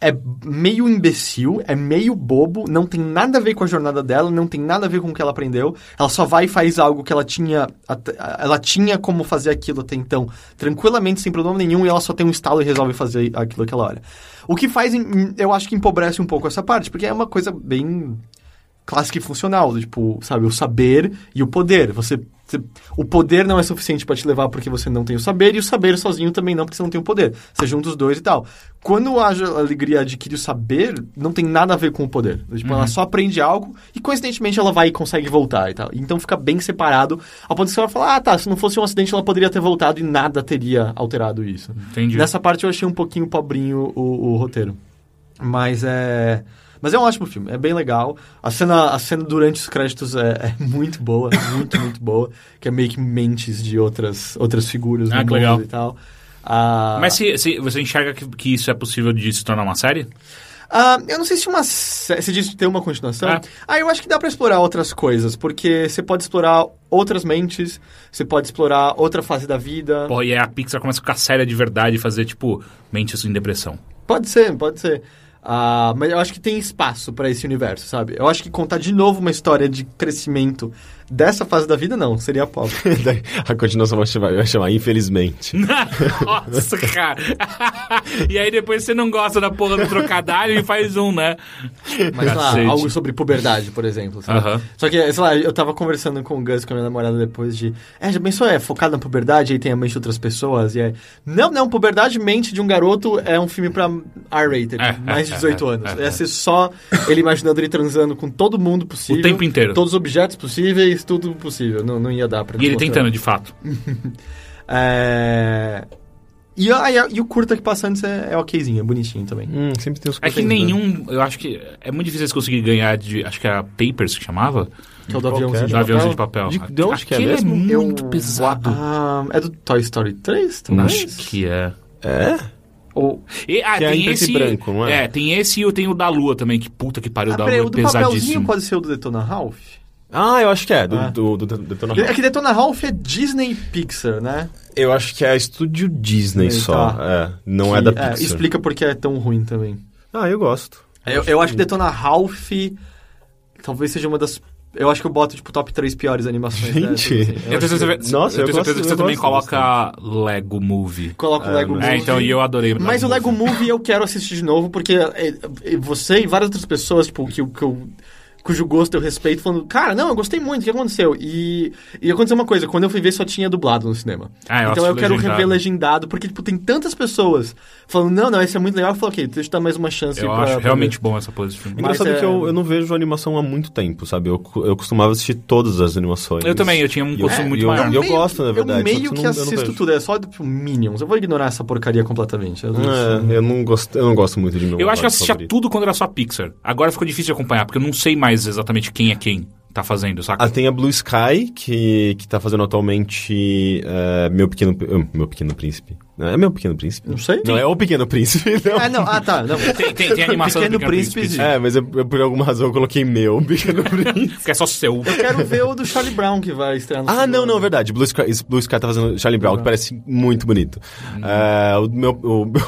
Speaker 2: é meio imbecil, é meio bobo, não tem nada a ver com a jornada dela, não tem nada a ver com o que ela aprendeu. Ela só vai e faz algo que ela tinha, até- ela tinha como fazer aquilo até então, tranquilamente, sem problema nenhum, e ela só tem um estalo e resolve fazer aquilo aquela hora. O que faz, em- eu acho que empobrece um pouco essa parte, porque é uma coisa bem clássica e funcional, do tipo, sabe, o saber e o poder. Você, você- o poder não é suficiente pra te levar porque você não tem o saber e o saber sozinho também não porque você não tem o poder. Você junta os dois e tal. Quando a jo- a alegria adquire o saber, não tem nada a ver com o poder. Tipo, ela só aprende algo e coincidentemente ela vai e consegue voltar e tal. Então fica bem separado, ao ponto que você vai falar, ah, tá, se não fosse um acidente ela poderia ter voltado e nada teria alterado isso.
Speaker 1: Entendi.
Speaker 2: Nessa parte eu achei um pouquinho pobrinho o, o roteiro. Mas é. Mas é um ótimo filme, é bem legal. A cena, a cena durante os créditos é, é muito boa, muito, muito boa. Que é meio que mentes de outras, outras figuras
Speaker 1: Ah,
Speaker 2: no
Speaker 1: que
Speaker 2: mundo
Speaker 1: legal.
Speaker 2: e tal. Ah,
Speaker 1: Mas se, se você enxerga que, que isso é possível de se tornar uma série?
Speaker 2: Ah, eu não sei se uma. sé- Você disse que tem uma continuação.
Speaker 1: É.
Speaker 2: Ah, eu acho que dá pra explorar outras coisas, porque você pode explorar outras mentes, você pode explorar outra fase da vida.
Speaker 1: Pô, e aí a Pixar começa a ficar séria de verdade e fazer, tipo, mentes em depressão.
Speaker 2: Pode ser, pode ser. Ah, mas eu acho que tem espaço pra esse universo, sabe? Eu acho que contar de novo uma história de crescimento dessa fase da vida, não, seria pobre.
Speaker 3: Daí, a continuação vai chamar, vai chamar infelizmente.
Speaker 1: Nossa, cara. e aí depois você não gosta da porra do trocadilho e faz um, né?
Speaker 2: Mas sei lá,
Speaker 1: Cacete.
Speaker 2: algo sobre puberdade, por exemplo. sabe?
Speaker 1: Aham.
Speaker 2: Só que, sei lá, eu tava conversando com o Gus, com a minha namorada, depois de. É, já pensou, é focado na puberdade, aí tem a mente de outras pessoas, e é. Não, não, puberdade mente de um garoto é um filme pra R-rated,
Speaker 1: É,
Speaker 2: mais de
Speaker 1: é,
Speaker 2: 18
Speaker 1: é,
Speaker 2: anos.
Speaker 1: é,
Speaker 2: É ser só ele imaginando ele transando com todo mundo possível.
Speaker 1: O tempo inteiro.
Speaker 2: Todos os objetos possíveis, tudo possível. Não, não ia dar pra
Speaker 1: E ele
Speaker 2: desmontar.
Speaker 1: tentando, de fato.
Speaker 2: É... E, a- e a- e o curta que passa antes é, é okzinho, é bonitinho também.
Speaker 3: Hum, sempre tem os
Speaker 1: É que
Speaker 2: né?
Speaker 1: nenhum. Eu acho que. É muito difícil eles conseguirem ganhar de. Acho que era Papers que chamava?
Speaker 2: Que é o do
Speaker 3: Qualquer.
Speaker 2: aviãozinho.
Speaker 1: Do aviãozinho de papel. Ah,
Speaker 3: De- de onde que é
Speaker 1: Aquele
Speaker 3: mesmo?
Speaker 1: é muito
Speaker 2: Eu-
Speaker 1: pesado.
Speaker 2: Ah, é do Toy Story 3? Talvez?
Speaker 1: Acho que é.
Speaker 3: É?
Speaker 2: Ou...
Speaker 1: E, ah,
Speaker 3: Que é em
Speaker 1: tem
Speaker 3: preto e
Speaker 1: esse.
Speaker 3: branco, não é?
Speaker 1: É, tem esse e eu tenho o da Lua também, que puta que pariu,
Speaker 2: Ah,
Speaker 1: o da Lua
Speaker 2: peraí, o
Speaker 1: é
Speaker 2: do papelzinho
Speaker 1: pesadíssimo.
Speaker 2: pode ser o do Detona Ralph?
Speaker 3: Ah, eu acho que é, do,
Speaker 2: Ah.
Speaker 3: do, do, do Detona
Speaker 2: É
Speaker 3: Ralph.
Speaker 2: que Detona Ralph é Disney e Pixar, né?
Speaker 3: Eu acho que é estúdio Disney
Speaker 2: Tá.
Speaker 3: só. É, não é da
Speaker 2: Que-
Speaker 3: Pixar.
Speaker 2: explica porque é tão ruim também.
Speaker 3: Ah, eu gosto.
Speaker 2: Eu, eu acho que Detona Ralph talvez seja uma das... Eu acho que eu boto, tipo, top 3 piores animações
Speaker 3: Gente.
Speaker 2: dessas, assim. Eu
Speaker 1: Eu tenho
Speaker 2: acho que-
Speaker 1: certeza,
Speaker 3: Nossa,
Speaker 1: eu
Speaker 3: eu
Speaker 1: tenho certeza
Speaker 3: gosto-
Speaker 1: que
Speaker 3: eu
Speaker 1: você também
Speaker 3: gosto
Speaker 1: coloca Lego Movie.
Speaker 2: Coloca o
Speaker 3: É,
Speaker 2: Lego
Speaker 3: mas-
Speaker 1: É,
Speaker 2: Movie.
Speaker 1: então, e eu adorei.
Speaker 2: Mas o Lego
Speaker 1: Movie.
Speaker 2: Movie eu quero assistir de novo, porque é, é, você e várias outras pessoas, tipo, que, eu- que eu- cujo gosto eu respeito, falando, cara, não, eu gostei muito, o que aconteceu? E, e aconteceu uma coisa, quando eu fui ver só tinha dublado no cinema.
Speaker 1: Ah, eu
Speaker 2: então
Speaker 1: assisti
Speaker 2: eu quero
Speaker 1: legendado.
Speaker 2: rever legendado, porque, tipo, tem tantas pessoas falando, não, não, esse é muito legal, eu falo, ok, deixa eu dar mais uma chance
Speaker 1: Eu
Speaker 2: pra-
Speaker 1: acho
Speaker 2: pra
Speaker 1: realmente
Speaker 2: ver."
Speaker 1: bom essa pose de filme.
Speaker 3: É Engraçado
Speaker 2: Mas é-
Speaker 3: que eu, eu não vejo animação há muito tempo, sabe? Eu, cu- eu costumava assistir todas as animações.
Speaker 1: Eu também, eu tinha um
Speaker 3: E
Speaker 1: gosto
Speaker 3: é,
Speaker 1: muito
Speaker 3: e eu-
Speaker 1: maior.
Speaker 3: e eu gosto, na verdade,
Speaker 2: Eu
Speaker 3: só
Speaker 2: meio que,
Speaker 3: que eu não- eu não
Speaker 2: assisto
Speaker 3: vejo.
Speaker 2: tudo, é só tipo, Minions. Eu vou ignorar essa porcaria completamente. Eu não-
Speaker 3: É, eu, não gosto, eu não gosto muito de meu
Speaker 1: Eu acho que eu
Speaker 3: lado
Speaker 1: assistia
Speaker 3: favorito.
Speaker 1: tudo quando era só Pixar. Agora ficou difícil de acompanhar, porque eu não sei mais exatamente quem é quem tá fazendo, saca?
Speaker 3: Ah, tem a Blue Sky, que, que tá fazendo atualmente é, Meu Pequeno... ah, Meu Pequeno Príncipe. Não é Meu Pequeno Príncipe?
Speaker 2: Não sei.
Speaker 3: Não, é O Pequeno Príncipe, não.
Speaker 2: Ah, não, ah, tá. Não.
Speaker 1: Tem, tem, tem animação do
Speaker 2: Pequeno
Speaker 1: Pequeno Príncipe. sim.
Speaker 2: Príncipe,
Speaker 3: É, mas eu, eu, por alguma razão eu coloquei Meu Pequeno Príncipe.
Speaker 1: Porque é só seu.
Speaker 2: Quero ver o do Charlie Brown que vai estrear no
Speaker 3: Ah,
Speaker 2: cinema.
Speaker 3: não, não, é verdade. Blue Sky, esse Blue Sky tá fazendo Charlie Brown, que parece muito bonito. É, o meu... O, o meu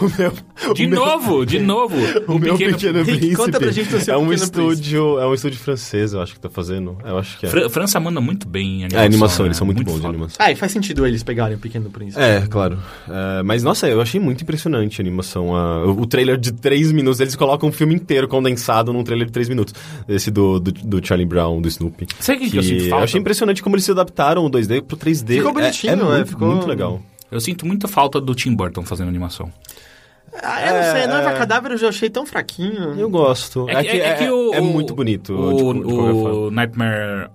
Speaker 1: Uhum. De
Speaker 3: o meu-
Speaker 1: novo, de novo.
Speaker 3: O meu pequeno, príncipe.
Speaker 2: conta pra gente do seu
Speaker 3: é um
Speaker 2: Pequeno
Speaker 3: estúdio, é um estúdio francês, eu acho que tá fazendo. Eu acho que é.
Speaker 1: Fran- França manda muito bem em animação.
Speaker 3: É, animação,
Speaker 1: né?
Speaker 3: eles são muito, bons de
Speaker 1: foda.
Speaker 3: animação.
Speaker 2: Ah, e faz sentido eles pegarem o Pequeno Príncipe.
Speaker 3: É, claro. É, mas, nossa, eu achei muito impressionante a animação. a- o o trailer de 3 minutos, eles colocam um filme inteiro condensado num trailer de 3 minutos. Esse do, do, do Charlie Brown, do Snoopy.
Speaker 1: Sabe o que, que eu sinto falta? Eu,
Speaker 3: achei impressionante como eles se adaptaram o 2D pro 3D.
Speaker 2: Ficou
Speaker 3: É-
Speaker 2: bonitinho,
Speaker 3: é,
Speaker 2: é,
Speaker 3: muito,
Speaker 2: ficou-
Speaker 3: muito legal.
Speaker 1: sinto muita falta do Tim Burton fazendo animação.
Speaker 2: Ah, eu não sei, Noiva Cadáver eu já achei tão fraquinho.
Speaker 3: Eu gosto.
Speaker 1: É que- é- é que o-
Speaker 3: é muito bonito. tipo, de-
Speaker 1: O,
Speaker 3: de qualquer forma.
Speaker 1: o Nightmare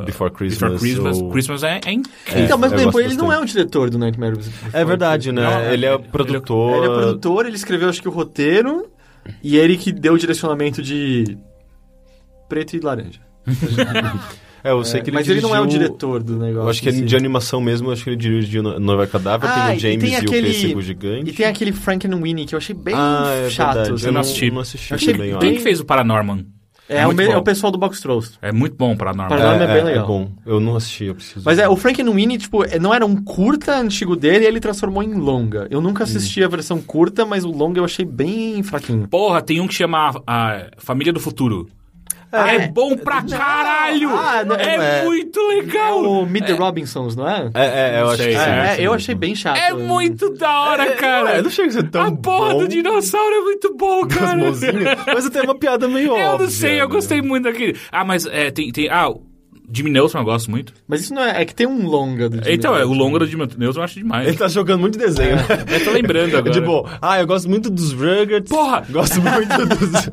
Speaker 1: uh,
Speaker 3: Before Christmas,
Speaker 1: Christmas,
Speaker 3: ou-
Speaker 1: Christmas é, é incrível.
Speaker 2: então, mas
Speaker 3: eu
Speaker 2: bem,
Speaker 3: gosto
Speaker 2: pô, ele não é
Speaker 3: bastante.
Speaker 2: o diretor do Nightmare Before
Speaker 3: É verdade, né?
Speaker 1: Não,
Speaker 3: ele é
Speaker 1: ele-
Speaker 3: produtor.
Speaker 2: Ele é produtor, ele escreveu acho que o roteiro e é ele que deu o direcionamento de preto e laranja.
Speaker 3: É, eu sei que ele
Speaker 2: Mas ele não é o
Speaker 3: dirigiu-
Speaker 2: diretor do negócio.
Speaker 3: Eu acho que
Speaker 2: em
Speaker 3: é
Speaker 2: si.
Speaker 3: de animação mesmo, eu acho que ele dirigiu No- Nova Cadáver,
Speaker 2: Ah,
Speaker 3: tem
Speaker 2: e
Speaker 3: o James
Speaker 2: tem
Speaker 3: e,
Speaker 2: aquele-
Speaker 3: o Pêssego
Speaker 2: E
Speaker 3: Gigante.
Speaker 2: tem aquele Frankenweenie que eu achei bem
Speaker 3: ah, é
Speaker 2: chato.
Speaker 3: verdade.
Speaker 2: assim.
Speaker 3: Eu não
Speaker 1: assisti.
Speaker 3: não assisti
Speaker 2: Achei
Speaker 3: também, ó.
Speaker 1: Quem que fez o Paranorman?
Speaker 2: É, o
Speaker 1: muito
Speaker 2: me-
Speaker 1: bom.
Speaker 2: é o pessoal do Box Trolls.
Speaker 1: É muito bom o Paranorman.
Speaker 2: Paranorman- nome é bem legal.
Speaker 3: bom. Eu não assisti, eu preciso.
Speaker 2: Mas
Speaker 3: ver.
Speaker 2: é, o Frankenweenie, tipo, é- não era um curta antigo dele, ele transformou em longa. Eu nunca assisti a versão curta, mas o longa eu achei bem fraquinho.
Speaker 1: Porra, tem um que chama a, a Família do Futuro. É, bom pra caralho!
Speaker 2: Ah, não,
Speaker 1: é,
Speaker 3: é.
Speaker 1: muito
Speaker 2: É
Speaker 1: legal!
Speaker 2: o Meet the Robinsons, não é?
Speaker 3: É, é, eu
Speaker 1: Não
Speaker 3: acho
Speaker 1: sei,
Speaker 3: que sim.
Speaker 1: é.
Speaker 3: acho
Speaker 2: É,
Speaker 3: que
Speaker 2: eu
Speaker 3: sim.
Speaker 2: achei bem chato.
Speaker 1: É muito da hora, cara!
Speaker 3: É, não chega a ser tão
Speaker 1: a porra
Speaker 3: bom
Speaker 1: do dinossauro é muito bom,
Speaker 3: com as
Speaker 1: cara!
Speaker 3: mãozinhas, mas até é uma piada meio óbvia.
Speaker 1: Eu não sei, eu
Speaker 3: né?
Speaker 1: gostei muito daquele. Ah, mas é, tem, tem. Ah, o Jimmy Neutron eu gosto muito.
Speaker 2: Mas isso não é. É que tem um longa do Jimmy
Speaker 1: então, é, o
Speaker 2: Neutron.
Speaker 1: longo do Jimmy Neutron eu acho
Speaker 3: Ele
Speaker 1: demais.
Speaker 3: tá jogando muito desenho. né?
Speaker 1: Eu tô lembrando agora.
Speaker 3: Tipo, ah, eu gosto muito dos Rugrats.
Speaker 1: Porra!
Speaker 3: Gosto muito dos...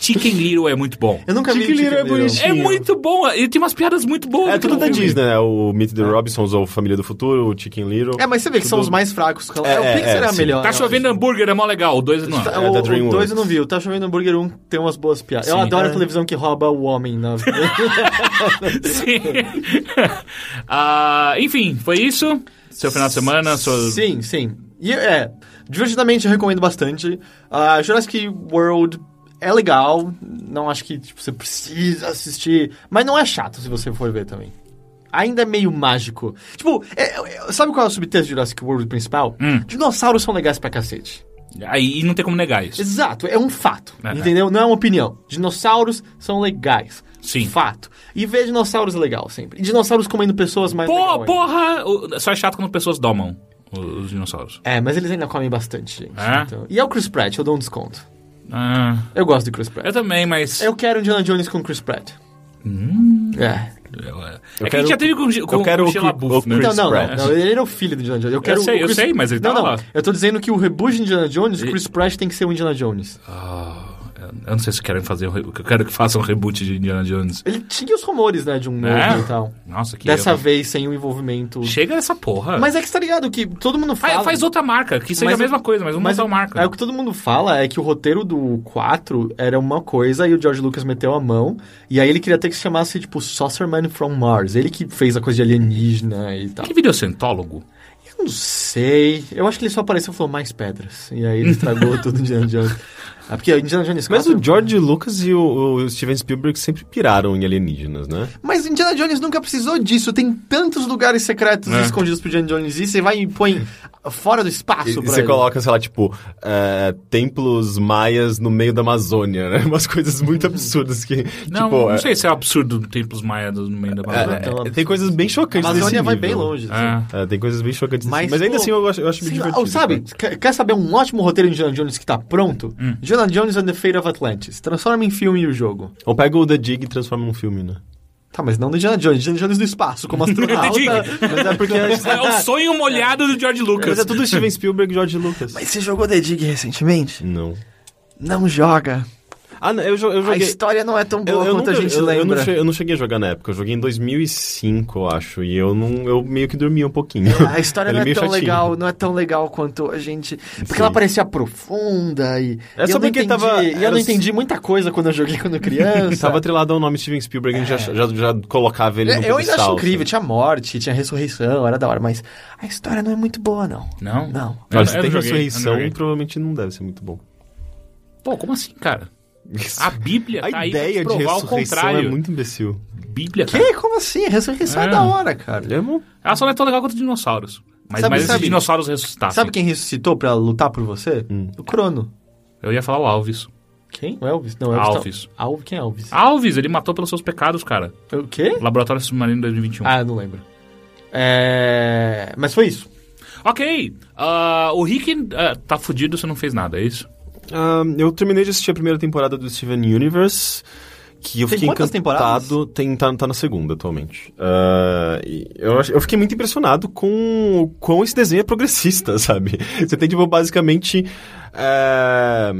Speaker 1: Chicken Little é muito bom.
Speaker 2: Eu nunca vi
Speaker 3: Chicken Little é bonitinho.
Speaker 1: É muito bom, ele tem umas piadas muito boas.
Speaker 3: É tudo da
Speaker 1: naquele filme.
Speaker 3: Disney, né? O Meet the Robinsons ou Família do Futuro, o Chicken Little.
Speaker 2: É, mas você vê que são
Speaker 3: Tudo-
Speaker 2: os mais fracos. É,
Speaker 3: É,
Speaker 2: o
Speaker 3: é,
Speaker 2: Pixar é,
Speaker 3: é,
Speaker 2: a
Speaker 3: sim.
Speaker 2: melhor.
Speaker 1: Tá
Speaker 2: eu acho.
Speaker 1: chovendo hambúrguer, é mó legal. O dois não.
Speaker 2: Tá,
Speaker 3: É,
Speaker 2: o,
Speaker 3: da
Speaker 2: o
Speaker 3: DreamWorks.
Speaker 2: dois eu não vi. O Tá Chovendo Hambúrguer 1 tem umas boas piadas. Eu
Speaker 1: Sim.
Speaker 2: adoro
Speaker 1: É.
Speaker 2: a televisão que rouba o homem. Na...
Speaker 1: Sim. Ah, enfim, foi isso. Seu final de semana, sua...
Speaker 2: sim, sim. E é, divertidamente eu recomendo bastante. A Jurassic World é legal. Não acho que tipo, você precisa assistir. Mas não é chato se você for ver também. Ainda é meio mágico. Tipo, é- é- sabe qual é o subtexto de Jurassic World principal?
Speaker 1: Hum.
Speaker 2: Dinossauros são legais pra cacete.
Speaker 1: Aí não tem como negar isso.
Speaker 2: Exato, é um fato.
Speaker 1: É.
Speaker 2: Entendeu? Não é uma opinião. Dinossauros são legais.
Speaker 1: Sim.
Speaker 2: Fato. E ver dinossauros é legal sempre. E dinossauros comendo pessoas mais
Speaker 1: Pô,
Speaker 2: legal ainda.
Speaker 1: porra! o- Só é chato quando pessoas domam o- os dinossauros.
Speaker 2: É, mas eles ainda comem bastante, gente.
Speaker 1: É?
Speaker 2: Então- E é o Chris Pratt, eu dou um desconto.
Speaker 1: Ah,
Speaker 2: Eu gosto do Chris Pratt.
Speaker 1: eu também, mas.
Speaker 2: Eu quero Indiana Jones com Chris Pratt.
Speaker 1: Hum.
Speaker 2: É.
Speaker 1: Eu- é que a
Speaker 3: quero-
Speaker 1: gente já teve com, com,
Speaker 3: eu quero
Speaker 1: com
Speaker 3: o
Speaker 1: Sheila
Speaker 3: Cri-
Speaker 1: Buff,
Speaker 3: o
Speaker 1: né?
Speaker 2: Então,
Speaker 3: Chris
Speaker 2: não, não,
Speaker 3: Pratt.
Speaker 2: não, ele era o filho do Indiana Jones. Eu, quero
Speaker 1: sei,
Speaker 2: o
Speaker 1: eu
Speaker 2: Chris-
Speaker 1: sei, mas ele
Speaker 2: Não,
Speaker 1: tava
Speaker 2: não.
Speaker 1: lá.
Speaker 2: Eu tô dizendo que o reboot de Indiana Jones, Chris Pratt tem que ser o Indiana Jones.
Speaker 1: Ah, Eu não sei se querem fazer. um re- Eu quero que façam um reboot de Indiana Jones.
Speaker 2: Ele tinha os rumores, né, de um novo
Speaker 1: É?
Speaker 2: e tal.
Speaker 1: Nossa, que.
Speaker 2: Dessa
Speaker 1: erro.
Speaker 2: vez, sem o envolvimento.
Speaker 1: Chega essa porra.
Speaker 2: Mas é que você tá ligado que todo mundo
Speaker 1: Ah,
Speaker 2: fala.
Speaker 1: faz outra marca, que seja
Speaker 2: Mas
Speaker 1: a mesma
Speaker 2: o-
Speaker 1: coisa, mas vamos
Speaker 2: Mas
Speaker 1: usar
Speaker 2: o,
Speaker 1: uma marca.
Speaker 2: é, o que todo mundo fala é que o roteiro do 4 era uma coisa e o George Lucas meteu a mão. E aí ele queria ter que se chamasse, tipo, Saucerman from Mars. Ele que fez a coisa de alienígena e tal.
Speaker 1: Que videocentólogo?
Speaker 2: Eu não sei. Eu acho que ele só apareceu e falou mais pedras. E aí ele estragou tudo Indiana Jones. Ah, porque Indiana Jones 4...
Speaker 3: Mas o George Lucas e o, o Steven Spielberg sempre piraram em alienígenas, né?
Speaker 2: Mas Indiana Jones nunca precisou disso. Tem tantos lugares secretos
Speaker 1: É.
Speaker 2: escondidos pro Indiana Jones. E você vai e põe fora do espaço
Speaker 3: E,
Speaker 2: pra
Speaker 3: você
Speaker 2: ele.
Speaker 3: coloca, sei lá, tipo, é, templos maias no meio da Amazônia, né? Umas coisas muito absurdas que.
Speaker 1: Não,
Speaker 3: tipo,
Speaker 1: não
Speaker 3: é-
Speaker 1: sei se é absurdo templos maias no meio da
Speaker 3: é,
Speaker 1: Amazônia.
Speaker 3: é, tem coisas bem
Speaker 2: A
Speaker 3: chocantes
Speaker 2: Amazônia
Speaker 3: desse
Speaker 2: vai
Speaker 3: nível.
Speaker 2: bem longe. assim.
Speaker 1: É.
Speaker 3: É, tem coisas bem chocantes desse
Speaker 2: Mas,
Speaker 3: nível. Mas ainda
Speaker 2: pô,
Speaker 3: assim eu acho, eu acho bem
Speaker 2: Sei lá,
Speaker 3: divertido. tipo,
Speaker 2: ou sabe, quer quer saber um ótimo roteiro de Indiana Jones que tá pronto?
Speaker 3: Hum.
Speaker 2: Indiana Jones and the Fate of Atlantis. Transforma em filme o jogo.
Speaker 3: Ou pega o The Dig e transforma num filme, né?
Speaker 2: Tá, mas não do Indiana Jones. Indiana Jones do espaço, como astronauta.
Speaker 1: Dig.
Speaker 2: mas é porque...
Speaker 1: É o sonho molhado do George Lucas.
Speaker 3: Mas é tudo Steven Spielberg e George Lucas.
Speaker 2: Mas você jogou The Dig recentemente?
Speaker 3: Não.
Speaker 2: Não joga.
Speaker 3: Ah, não, eu, jo- eu
Speaker 2: A
Speaker 3: joguei.
Speaker 2: história não é tão
Speaker 3: Eu,
Speaker 2: boa
Speaker 3: eu,
Speaker 2: quanto
Speaker 3: nunca-
Speaker 2: a gente
Speaker 3: eu- eu não
Speaker 2: lembra.
Speaker 3: che- eu não cheguei a jogar na época, eu joguei em 2005, eu acho, e eu não, eu meio que dormia um pouquinho.
Speaker 2: A história
Speaker 3: Ele
Speaker 2: não é
Speaker 3: meio
Speaker 2: tão
Speaker 3: chatinho.
Speaker 2: legal, não é tão legal quanto a gente. Porque ela parecia profunda e.
Speaker 3: É
Speaker 2: e
Speaker 3: só
Speaker 2: eu não
Speaker 3: porque
Speaker 2: entendi,
Speaker 3: tava-
Speaker 2: E eu
Speaker 3: era
Speaker 2: não
Speaker 3: s-
Speaker 2: entendi muita coisa quando eu joguei quando criança.
Speaker 3: Tava atrelado ao nome Steven Spielberg, a gente já, já, já colocava ele no
Speaker 2: É, Eu ainda acho
Speaker 3: pedestal,
Speaker 2: incrível,
Speaker 3: sabe?
Speaker 2: tinha morte, tinha ressurreição, era da hora, mas a história não é muito boa, não.
Speaker 1: Não?
Speaker 2: Não.
Speaker 1: Eu-
Speaker 3: Olha, se
Speaker 1: eu
Speaker 3: tem
Speaker 1: não joguei, eu
Speaker 3: ressurreição,
Speaker 1: não joguei.
Speaker 3: provavelmente não deve ser muito bom.
Speaker 1: Pô, como assim, cara? A Bíblia tá
Speaker 3: A
Speaker 1: aí pra
Speaker 3: ideia
Speaker 1: te
Speaker 3: de
Speaker 1: provar o
Speaker 3: ressurreição é
Speaker 1: contrário.
Speaker 3: muito imbecil.
Speaker 1: Bíblia, cara.
Speaker 2: Que? Como assim? A ressurreição é,
Speaker 1: É.
Speaker 2: da hora, cara.
Speaker 3: É bom.
Speaker 1: Ela só não é tão legal quanto os dinossauros. Mas,
Speaker 2: Sabe-
Speaker 1: mas esses
Speaker 2: sabe-
Speaker 1: dinossauros ressuscitassem.
Speaker 2: Sabe quem ressuscitou pra lutar por você? O Crono.
Speaker 1: Eu ia falar o Alves.
Speaker 2: Quem? O Elvis? Não, o Elvis.
Speaker 1: Alves. Ah.
Speaker 2: Tá... Al... Quem é Elvis?
Speaker 1: Alves, ele matou pelos seus pecados, cara.
Speaker 2: O quê?
Speaker 1: Laboratório Submarino 2021.
Speaker 2: Ah, eu não lembro. É... Mas foi isso.
Speaker 1: Ok. ah, o Rick ah, tá fudido, você não fez nada, é isso?
Speaker 3: Ah, eu terminei de assistir a primeira temporada do Steven Universe. que eu
Speaker 5: Tem
Speaker 3: fiquei
Speaker 5: quantas
Speaker 3: encantado. Tem, tá, tá na segunda atualmente. Ah, e eu, ach- eu fiquei muito impressionado com o quão esse desenho é progressista, sabe? Você tem, tipo, basicamente. ah,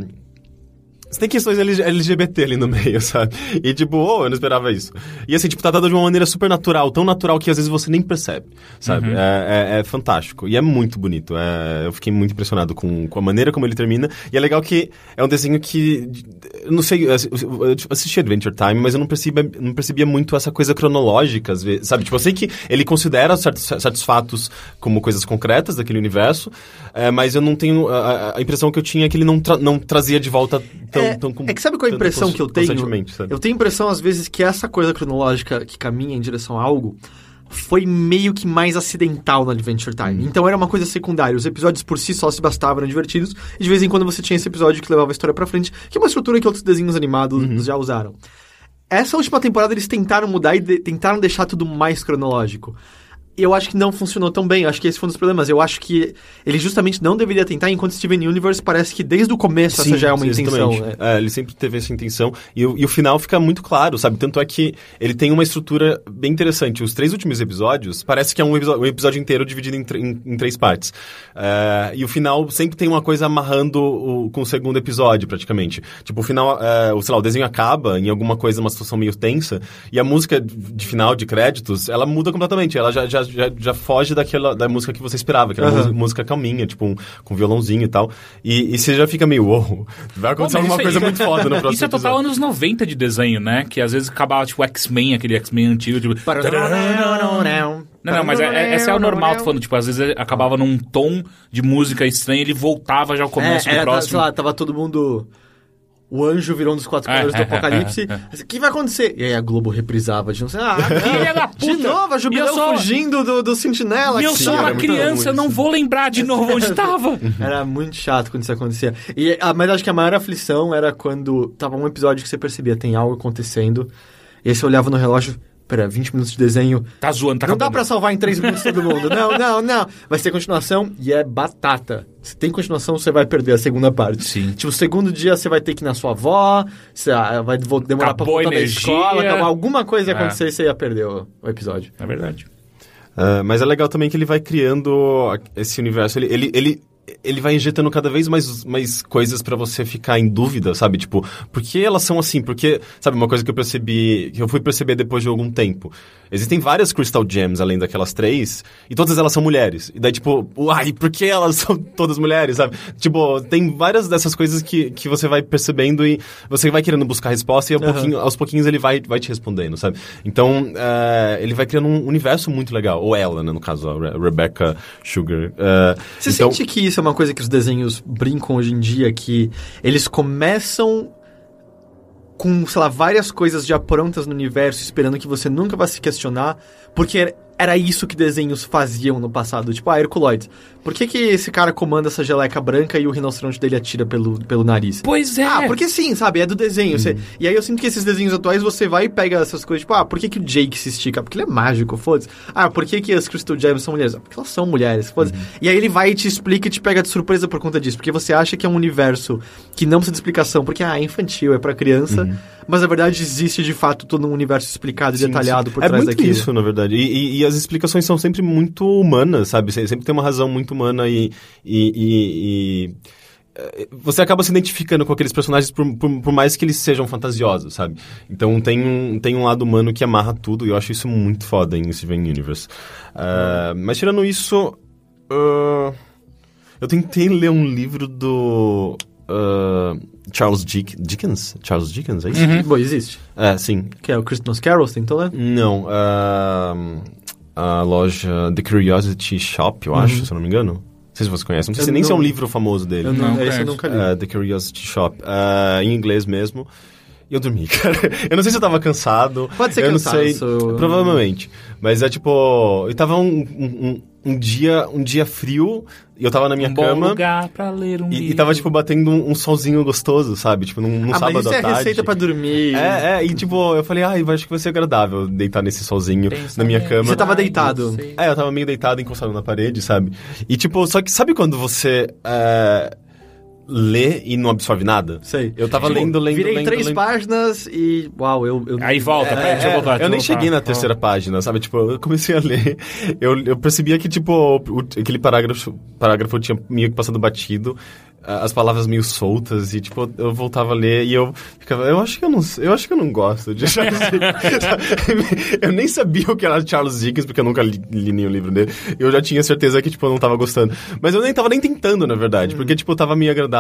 Speaker 3: você tem questões LG LGBT ali no meio, sabe? E tipo, oh, eu não esperava isso. E assim, tipo, tratado de uma maneira super natural, tão natural que às vezes você nem percebe, sabe? É, é- é fantástico. E é muito bonito. É, eu fiquei muito impressionado com, com a maneira como ele termina. E é legal que é um desenho que. Eu não sei, eu assi- eu tipo, assisti Adventure Time, mas eu não percebia, não percebia muito essa coisa cronológica, às vezes, sabe? Tipo, eu sei que ele considera certos, certos fatos como coisas concretas daquele universo, é, mas eu não tenho. A, a- a impressão que eu tinha é que ele não, tra- não trazia de volta tão,
Speaker 2: é,
Speaker 3: tão com-
Speaker 2: é que sabe qual é a
Speaker 3: tanto
Speaker 2: impressão
Speaker 3: cons-
Speaker 2: que eu tenho?
Speaker 3: constantemente, sabe?
Speaker 2: Eu tenho a impressão, às vezes, que essa coisa cronológica que caminha em direção a algo foi meio que mais acidental no Adventure Time.
Speaker 3: Hum.
Speaker 2: Então era uma coisa secundária. Os episódios por si só se bastavam, eram divertidos. E de vez em quando você tinha esse episódio que levava a história pra frente, que é uma estrutura que outros desenhos animados
Speaker 3: Uhum.
Speaker 2: já usaram. Essa última temporada eles tentaram mudar e de- tentaram deixar tudo mais cronológico. Eu acho que não funcionou tão bem, eu acho que esse foi um dos problemas. Eu acho que ele justamente não deveria tentar, enquanto Steven Universe parece que desde o começo essa já é uma intenção.
Speaker 3: exatamente.
Speaker 2: né?
Speaker 3: É, ele sempre teve essa intenção. E, o- e o final fica muito claro, sabe? Tanto é que ele tem uma estrutura bem interessante. Os três últimos episódios, parece que é um episo- um episódio, inteiro dividido em, tr- em- em três partes. É, e o final sempre tem uma coisa amarrando o- com o segundo episódio, praticamente. Tipo, o final, é, o, sei lá, o desenho acaba em alguma coisa, uma situação meio tensa. E a música de- de final, de créditos, ela muda completamente. Ela já, já, já, já foge daquela, da música que você esperava, que era uma
Speaker 2: Aham.
Speaker 3: música- música calminha, tipo, um, com violãozinho e tal. E, e você já fica meio, uou, vai acontecer
Speaker 1: Pô, mas
Speaker 3: alguma
Speaker 1: isso é-
Speaker 3: coisa muito foda no próximo
Speaker 1: Isso é total
Speaker 3: episódio."
Speaker 1: anos 90 de desenho, né? Que às vezes acabava, tipo, X-Men, aquele X-Men antigo, tipo... Não, não, mas é- é- essa é o normal, tô falando, tipo, às vezes ele acabava num tom de música estranha, ele voltava já ao começo
Speaker 2: É,
Speaker 1: do
Speaker 2: era, tá-
Speaker 1: próximo.
Speaker 2: sei lá, tava todo mundo. O anjo virou um dos quatro
Speaker 1: É,
Speaker 2: cavaleiros
Speaker 1: é,
Speaker 2: do apocalipse.
Speaker 1: é,
Speaker 2: O que vai acontecer? E aí a Globo reprisava de não sei. Ah,
Speaker 1: Filha da puta!
Speaker 2: de novo, a
Speaker 1: E
Speaker 2: Jubileu
Speaker 1: eu sou-
Speaker 2: fugindo do, do Sentinela.
Speaker 1: E eu
Speaker 2: que
Speaker 1: sou
Speaker 2: era
Speaker 1: uma
Speaker 2: muito
Speaker 1: criança,
Speaker 2: ruim, assim.
Speaker 1: não vou lembrar de novo onde tava.
Speaker 2: Era muito chato quando isso acontecia. E, ah, mas acho que a maior aflição era quando tava um episódio que você percebia, tem algo acontecendo. E aí você olhava no relógio, pera, 20 minutos de desenho.
Speaker 1: Tá zoando, tá
Speaker 2: Não dá
Speaker 1: acabando.
Speaker 2: pra salvar em 3 minutos todo mundo. Não, não, não. Vai ter continuação e é batata. Se tem continuação, você vai perder a segunda parte.
Speaker 1: Sim.
Speaker 2: Tipo, o segundo dia você vai ter que ir na sua avó, você ah, vai vo- demorar
Speaker 1: Acabou
Speaker 2: pra
Speaker 1: a
Speaker 2: voltar da
Speaker 1: energia.
Speaker 2: escola, acabou- alguma coisa ia
Speaker 1: É.
Speaker 2: acontecer e você ia perder o, o episódio.
Speaker 1: É verdade.
Speaker 3: Ah, mas é legal também que ele vai criando a- esse universo. Ele, ele, ele, ele vai injetando cada vez mais, mais coisas pra você ficar em dúvida, sabe? Tipo, por que elas são assim? Porque, sabe, uma coisa que eu percebi, que eu fui perceber depois de algum tempo. Existem várias Crystal Gems além daquelas três, e todas elas são mulheres. E daí, tipo, uai, por que elas são todas mulheres, sabe? Tipo, tem várias dessas coisas que, que você vai percebendo e você vai querendo buscar a resposta e ao pouquinho- aos pouquinhos ele vai, vai te respondendo, sabe? Então, eh, ele vai criando um universo muito legal. Ou ela, né, no caso, a Re- Rebecca Sugar. Eh,
Speaker 2: Você
Speaker 3: então,
Speaker 2: sente que isso é uma coisa que os desenhos brincam hoje em dia, que eles começam com, sei lá, várias coisas já prontas no universo, esperando que você nunca vá se questionar, porque era- era isso que desenhos faziam no passado. Tipo, ah, Herculoides, por que, que esse cara comanda essa geleca branca e o rinoceronte dele atira pelo, pelo nariz?
Speaker 1: Pois é.
Speaker 2: Ah, porque sim, sabe? É do desenho. você-
Speaker 3: Uhum.
Speaker 2: E aí eu sinto que esses desenhos atuais você vai e pega essas coisas, tipo, ah, por que, que o Jake se estica? Porque ele é mágico, foda-se. Ah, por que, que as Crystal Gems são mulheres? Ah, porque elas são mulheres, foda-se.
Speaker 3: Uhum.
Speaker 2: E aí ele vai e te explica e te pega de surpresa por conta disso. Porque você acha que é um universo que não precisa de explicação, porque ah, é infantil, é pra criança. Mas na verdade existe de fato todo um universo explicado e
Speaker 3: Uhum. Sim,
Speaker 2: detalhado
Speaker 3: sim.
Speaker 2: por
Speaker 3: é
Speaker 2: trás
Speaker 3: muito
Speaker 2: daquilo.
Speaker 3: isso, na verdade. E, e- e as explicações são sempre muito humanas, sabe? Se- Sempre tem uma razão muito humana e... e- e- e, eh, você acaba se identificando com aqueles personagens por, por- por mais que eles sejam fantasiosos, sabe? Então tem um, tem um lado humano que amarra tudo e eu acho isso muito foda em Steven Universe. Ah, mas tirando isso... ah, eu tentei ler um livro do... ah, Charles Dick- Dickens? Charles Dickens, é isso?
Speaker 2: Bom, existe.
Speaker 3: É, sim.
Speaker 2: Uhum. Que é o Christmas Carol, então, né? você tentou ler?
Speaker 3: Não, ah, a loja The Curiosity Shop, eu acho, se eu não me engano. Não sei se vocês conhecem, não
Speaker 2: Uhum.
Speaker 3: sei
Speaker 2: Eu
Speaker 3: se nem se é um
Speaker 2: não-
Speaker 3: livro famoso dele.
Speaker 2: Eu
Speaker 1: Não,
Speaker 2: não, esse
Speaker 1: conheço.
Speaker 2: eu nunca li.
Speaker 3: Ah, The Curiosity Shop, ah, em inglês mesmo. E eu dormi, cara. Eu não sei se eu tava cansado.
Speaker 2: Pode ser
Speaker 3: eu
Speaker 2: cansaço,
Speaker 3: Não sei,
Speaker 2: eu-
Speaker 3: Provavelmente. Mas é tipo. Eu tava um, um, um- um dia, um dia frio e eu tava na minha
Speaker 1: Um bom
Speaker 3: cama.
Speaker 1: lugar pra ler um
Speaker 3: E, e
Speaker 1: livro.
Speaker 3: tava, tipo, batendo um, um solzinho gostoso, sabe? Tipo, num, num
Speaker 2: ah,
Speaker 3: sábado
Speaker 2: mas isso
Speaker 3: à
Speaker 2: é
Speaker 3: tarde.
Speaker 2: receita pra dormir.
Speaker 3: É, é, e tipo, eu falei, ai, eu acho que vai ser agradável deitar nesse solzinho tipo, na minha cama.
Speaker 1: tá
Speaker 2: Você tava deitado.
Speaker 3: É, eu tava meio deitado, encostado na parede, sabe? E tipo, só que sabe quando você. é, lê e não absorve nada.
Speaker 6: Sei. Tipo,
Speaker 3: Eu tava lendo, lendo,
Speaker 6: Virei
Speaker 3: lendo,
Speaker 6: três
Speaker 3: lendo.
Speaker 6: páginas e. Uau, eu. eu
Speaker 1: Aí volta, peraí, deixa eu voltar. deixa
Speaker 3: É, Eu nem
Speaker 1: voltar.
Speaker 3: cheguei na terceira página, sabe? Tipo, eu comecei a ler. Eu, eu percebia que, tipo, o- aquele parágrafo, parágrafo tinha meio que passando batido, a- as palavras meio soltas, e, tipo, eu voltava a ler e eu ficava, eu acho que eu não, eu acho que eu não gosto de Charles Dickens. sabe? eu nem sabia o que era Charles Dickens, porque eu nunca li, li nenhum livro dele. Eu já tinha certeza que, tipo, eu não tava gostando. Mas eu nem tava nem tentando, na verdade, porque, tipo, tava meio agradável.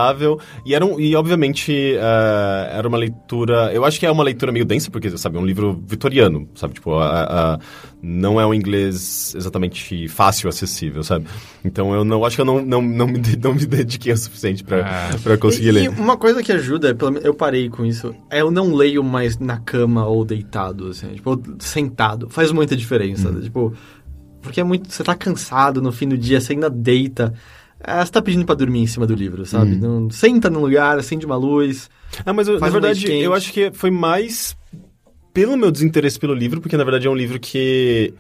Speaker 3: E, era um, e obviamente, eh, era uma leitura. Eu acho que é uma leitura meio densa, porque, sabe, é um livro vitoriano, sabe? Tipo, a- a- não é um inglês exatamente fácil, acessível, sabe? Então eu não acho que eu não, não, não, me, de- não me dediquei o suficiente pra, pra conseguir
Speaker 6: e,
Speaker 3: ler.
Speaker 6: e uma coisa que ajuda, é, pelo menos eu parei com isso, é eu não leio mais na cama ou deitado, assim, tipo, sentado. Faz muita diferença,
Speaker 3: Hum.
Speaker 6: tipo, porque é muito, você tá cansado no fim do dia, você ainda deita, ah, você tá pedindo pra dormir em cima do livro, sabe?
Speaker 3: Hum.
Speaker 6: Não, senta num lugar, acende uma luz.
Speaker 3: Ah, mas eu- na
Speaker 6: Faz um
Speaker 3: verdade,
Speaker 6: leite quente.
Speaker 3: eu acho que foi mais pelo meu desinteresse pelo livro, porque na verdade é um livro que.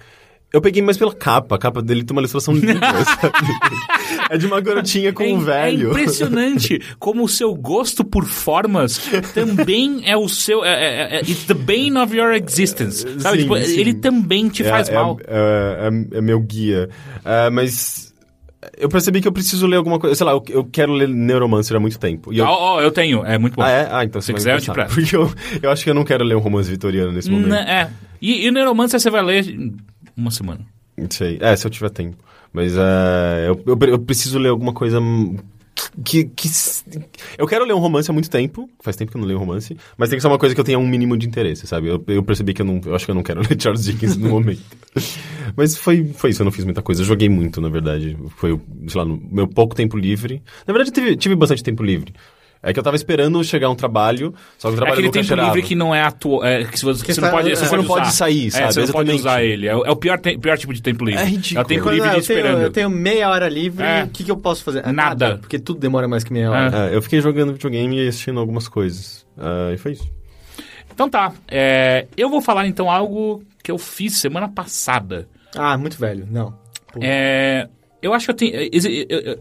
Speaker 3: Eu peguei mais pela capa. A capa dele tem uma ilustração linda, sabe? É de uma garotinha com
Speaker 1: É
Speaker 3: um
Speaker 1: im-
Speaker 3: velho.
Speaker 1: É impressionante como o seu gosto por formas também é o seu. É, é, é- it's the bane of your existence. Sabe?
Speaker 3: Eh, Sim,
Speaker 1: Tipo,
Speaker 3: sim.
Speaker 1: Ele também te
Speaker 3: É-
Speaker 1: faz
Speaker 3: é-
Speaker 1: mal.
Speaker 3: É, é- é meu guia. É, mas eu percebi que eu preciso ler alguma coisa. Sei lá, eu, eu quero ler Neuromancer há muito tempo. E eu-
Speaker 1: Ó, ó, eu tenho, é muito bom.
Speaker 3: Ah, é? Ah, então você
Speaker 1: Se
Speaker 3: vai
Speaker 1: quiser,
Speaker 3: me
Speaker 1: eu te
Speaker 3: passar.
Speaker 1: presto.
Speaker 3: Porque eu, eu acho que eu não quero ler um romance vitoriano nesse
Speaker 1: Hum,
Speaker 3: momento.
Speaker 1: é. E, e Neuromancer você vai ler em uma semana.
Speaker 3: Não sei. É, se eu tiver tempo. Mas é, eu, eu, pre- eu preciso ler alguma coisa. hum, Que, que. s- Eu quero ler um romance há muito tempo. Faz tempo que eu não leio um romance. Mas tem que ser uma coisa que eu tenha um mínimo de interesse, sabe? Eu, eu percebi que eu não. Eu acho que eu não quero ler Charles Dickens no momento. mas foi, foi isso, eu não fiz muita coisa. Eu joguei muito, na verdade. Foi, o- sei lá, no meu pouco tempo livre. Na verdade, tive, tive bastante tempo livre. É que eu tava esperando chegar um trabalho, só que o
Speaker 1: É
Speaker 3: trabalho
Speaker 1: aquele
Speaker 3: nunca
Speaker 1: tempo
Speaker 3: chegava.
Speaker 1: livre que não é atual. É, que se você, você
Speaker 6: tá-
Speaker 1: não pode,
Speaker 6: é,
Speaker 1: você
Speaker 6: você
Speaker 1: pode
Speaker 3: não pode
Speaker 1: usar.
Speaker 3: sair,
Speaker 1: É,
Speaker 3: sabe?
Speaker 1: você não pode
Speaker 3: Exatamente.
Speaker 1: usar ele. É, o- é o pior, te- pior tipo de tempo livre.
Speaker 3: É ridículo.
Speaker 1: É o tempo
Speaker 3: Quando-
Speaker 1: livre
Speaker 6: ah,
Speaker 1: de
Speaker 6: eu, tenho,
Speaker 1: esperando.
Speaker 6: eu tenho meia hora livre, o
Speaker 1: É.
Speaker 6: que, que eu posso fazer? Ah,
Speaker 1: Nada.
Speaker 6: Porque tudo demora mais que meia hora.
Speaker 1: É.
Speaker 3: É, eu fiquei jogando videogame e assistindo algumas coisas. Ah, e foi isso.
Speaker 1: Então tá. é, eu vou falar então algo que eu fiz semana passada.
Speaker 6: Ah, muito velho, não. Pô.
Speaker 1: É, eu acho que eu tenho. exi- Eu, eu-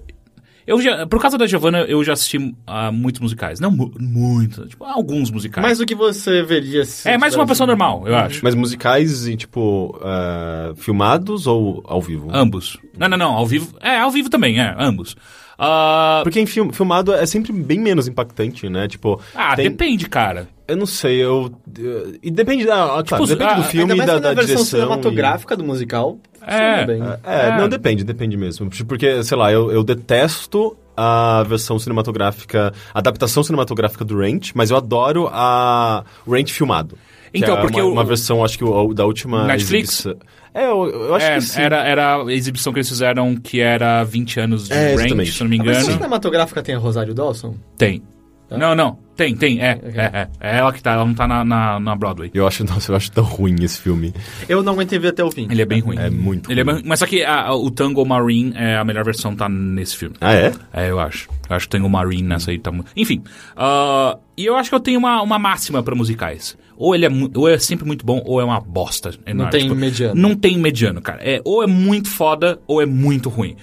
Speaker 1: eu já, por causa da Giovanna, eu já assisti ah, muitos musicais. Não mu- muito, tipo, alguns musicais.
Speaker 6: Mas o que você veria se
Speaker 1: é mais uma pessoa
Speaker 3: né?
Speaker 6: tivesse-
Speaker 1: normal, eu acho.
Speaker 3: Mas musicais e, tipo, ah, filmados ou ao vivo?
Speaker 1: Ambos. Não, não, não. Ao vivo. É, ao vivo também, é. Ambos. Ah,
Speaker 3: Porque em film- filmado é sempre bem menos impactante, né? Tipo,
Speaker 1: ah,
Speaker 3: tem-
Speaker 1: depende, cara.
Speaker 3: eu não sei, eu... eh, E depende da... ah,
Speaker 1: Tipo,
Speaker 3: claro, depende
Speaker 1: ah,
Speaker 3: do filme
Speaker 6: Ainda
Speaker 3: e
Speaker 6: mais
Speaker 3: da,
Speaker 6: quando é
Speaker 3: da
Speaker 6: a versão
Speaker 3: direção. e-
Speaker 6: cinematográfica do musical. funciona
Speaker 1: É.
Speaker 6: bem.
Speaker 3: É,
Speaker 1: É.
Speaker 3: não, depende, depende mesmo. Porque, sei lá, eu, eu detesto a versão cinematográfica, a adaptação cinematográfica do Ranch, mas eu adoro a o Ranch filmado. que
Speaker 1: Então,
Speaker 3: é
Speaker 1: porque
Speaker 3: uma,
Speaker 1: o-
Speaker 3: uma versão, acho que o- da última
Speaker 1: Netflix?
Speaker 3: exibição. É, eu, eu acho
Speaker 1: É,
Speaker 3: que sim.
Speaker 1: era, era a exibição que eles fizeram que era 20 anos de
Speaker 3: É,
Speaker 1: range,
Speaker 3: exatamente.
Speaker 1: se eu não me
Speaker 6: A versão
Speaker 1: engano.
Speaker 6: cinematográfica tem a Rosário Dawson?
Speaker 1: Tem. Não, não. Tem, tem. É, é, é. É ela que tá. Ela não tá na, na, na Broadway.
Speaker 3: Eu acho, nossa, eu acho tão ruim esse filme.
Speaker 6: Eu não aguentei ver até o fim.
Speaker 1: Ele é bem ruim.
Speaker 3: É muito
Speaker 1: Ele é
Speaker 3: ruim.
Speaker 1: bem- mas só que a- a- o Tango Marine, é, a melhor versão tá nesse filme.
Speaker 3: Ah, é?
Speaker 1: É, eu acho. Eu acho que Tango Marine nessa aí tá muito... Enfim. ah, e eu acho que eu tenho uma, uma máxima pra musicais. Ou ele é, mu- ou é sempre muito bom, ou é uma bosta. enorme. Tipo,
Speaker 6: tem mediano.
Speaker 1: Não tem mediano, cara. É, ou é muito foda, ou é muito ruim.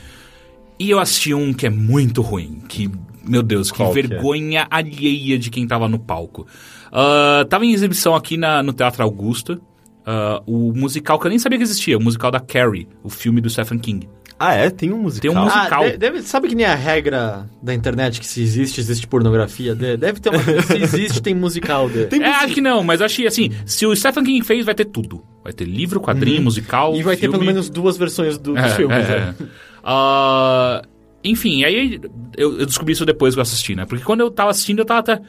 Speaker 1: E eu assisti um que é muito ruim, que, meu Deus, que
Speaker 3: Qual que é?
Speaker 1: vergonha alheia de quem tava no palco. Ah, tava em exibição aqui na- no Teatro Augusta, ah, o musical que eu nem sabia que existia, o musical da Carrie, o filme do Stephen King.
Speaker 3: Ah, é? Tem um musical.
Speaker 1: Tem um musical.
Speaker 6: Ah, de- deve, sabe que nem a regra da internet que se existe, existe pornografia? De- deve ter uma. se existe, tem musical. De.
Speaker 1: É, acho que não, mas achei assim, se o Stephen King fez, vai ter tudo. Vai ter livro, quadrinho, musical,
Speaker 6: Uhum. e vai ter
Speaker 1: um filme.
Speaker 6: pelo menos duas versões do, dos
Speaker 1: É,
Speaker 6: filmes.
Speaker 1: é,
Speaker 6: né?
Speaker 1: é. Ah, enfim, aí eu, eu descobri isso depois que eu assisti, né? Porque quando eu tava assistindo, eu tava até.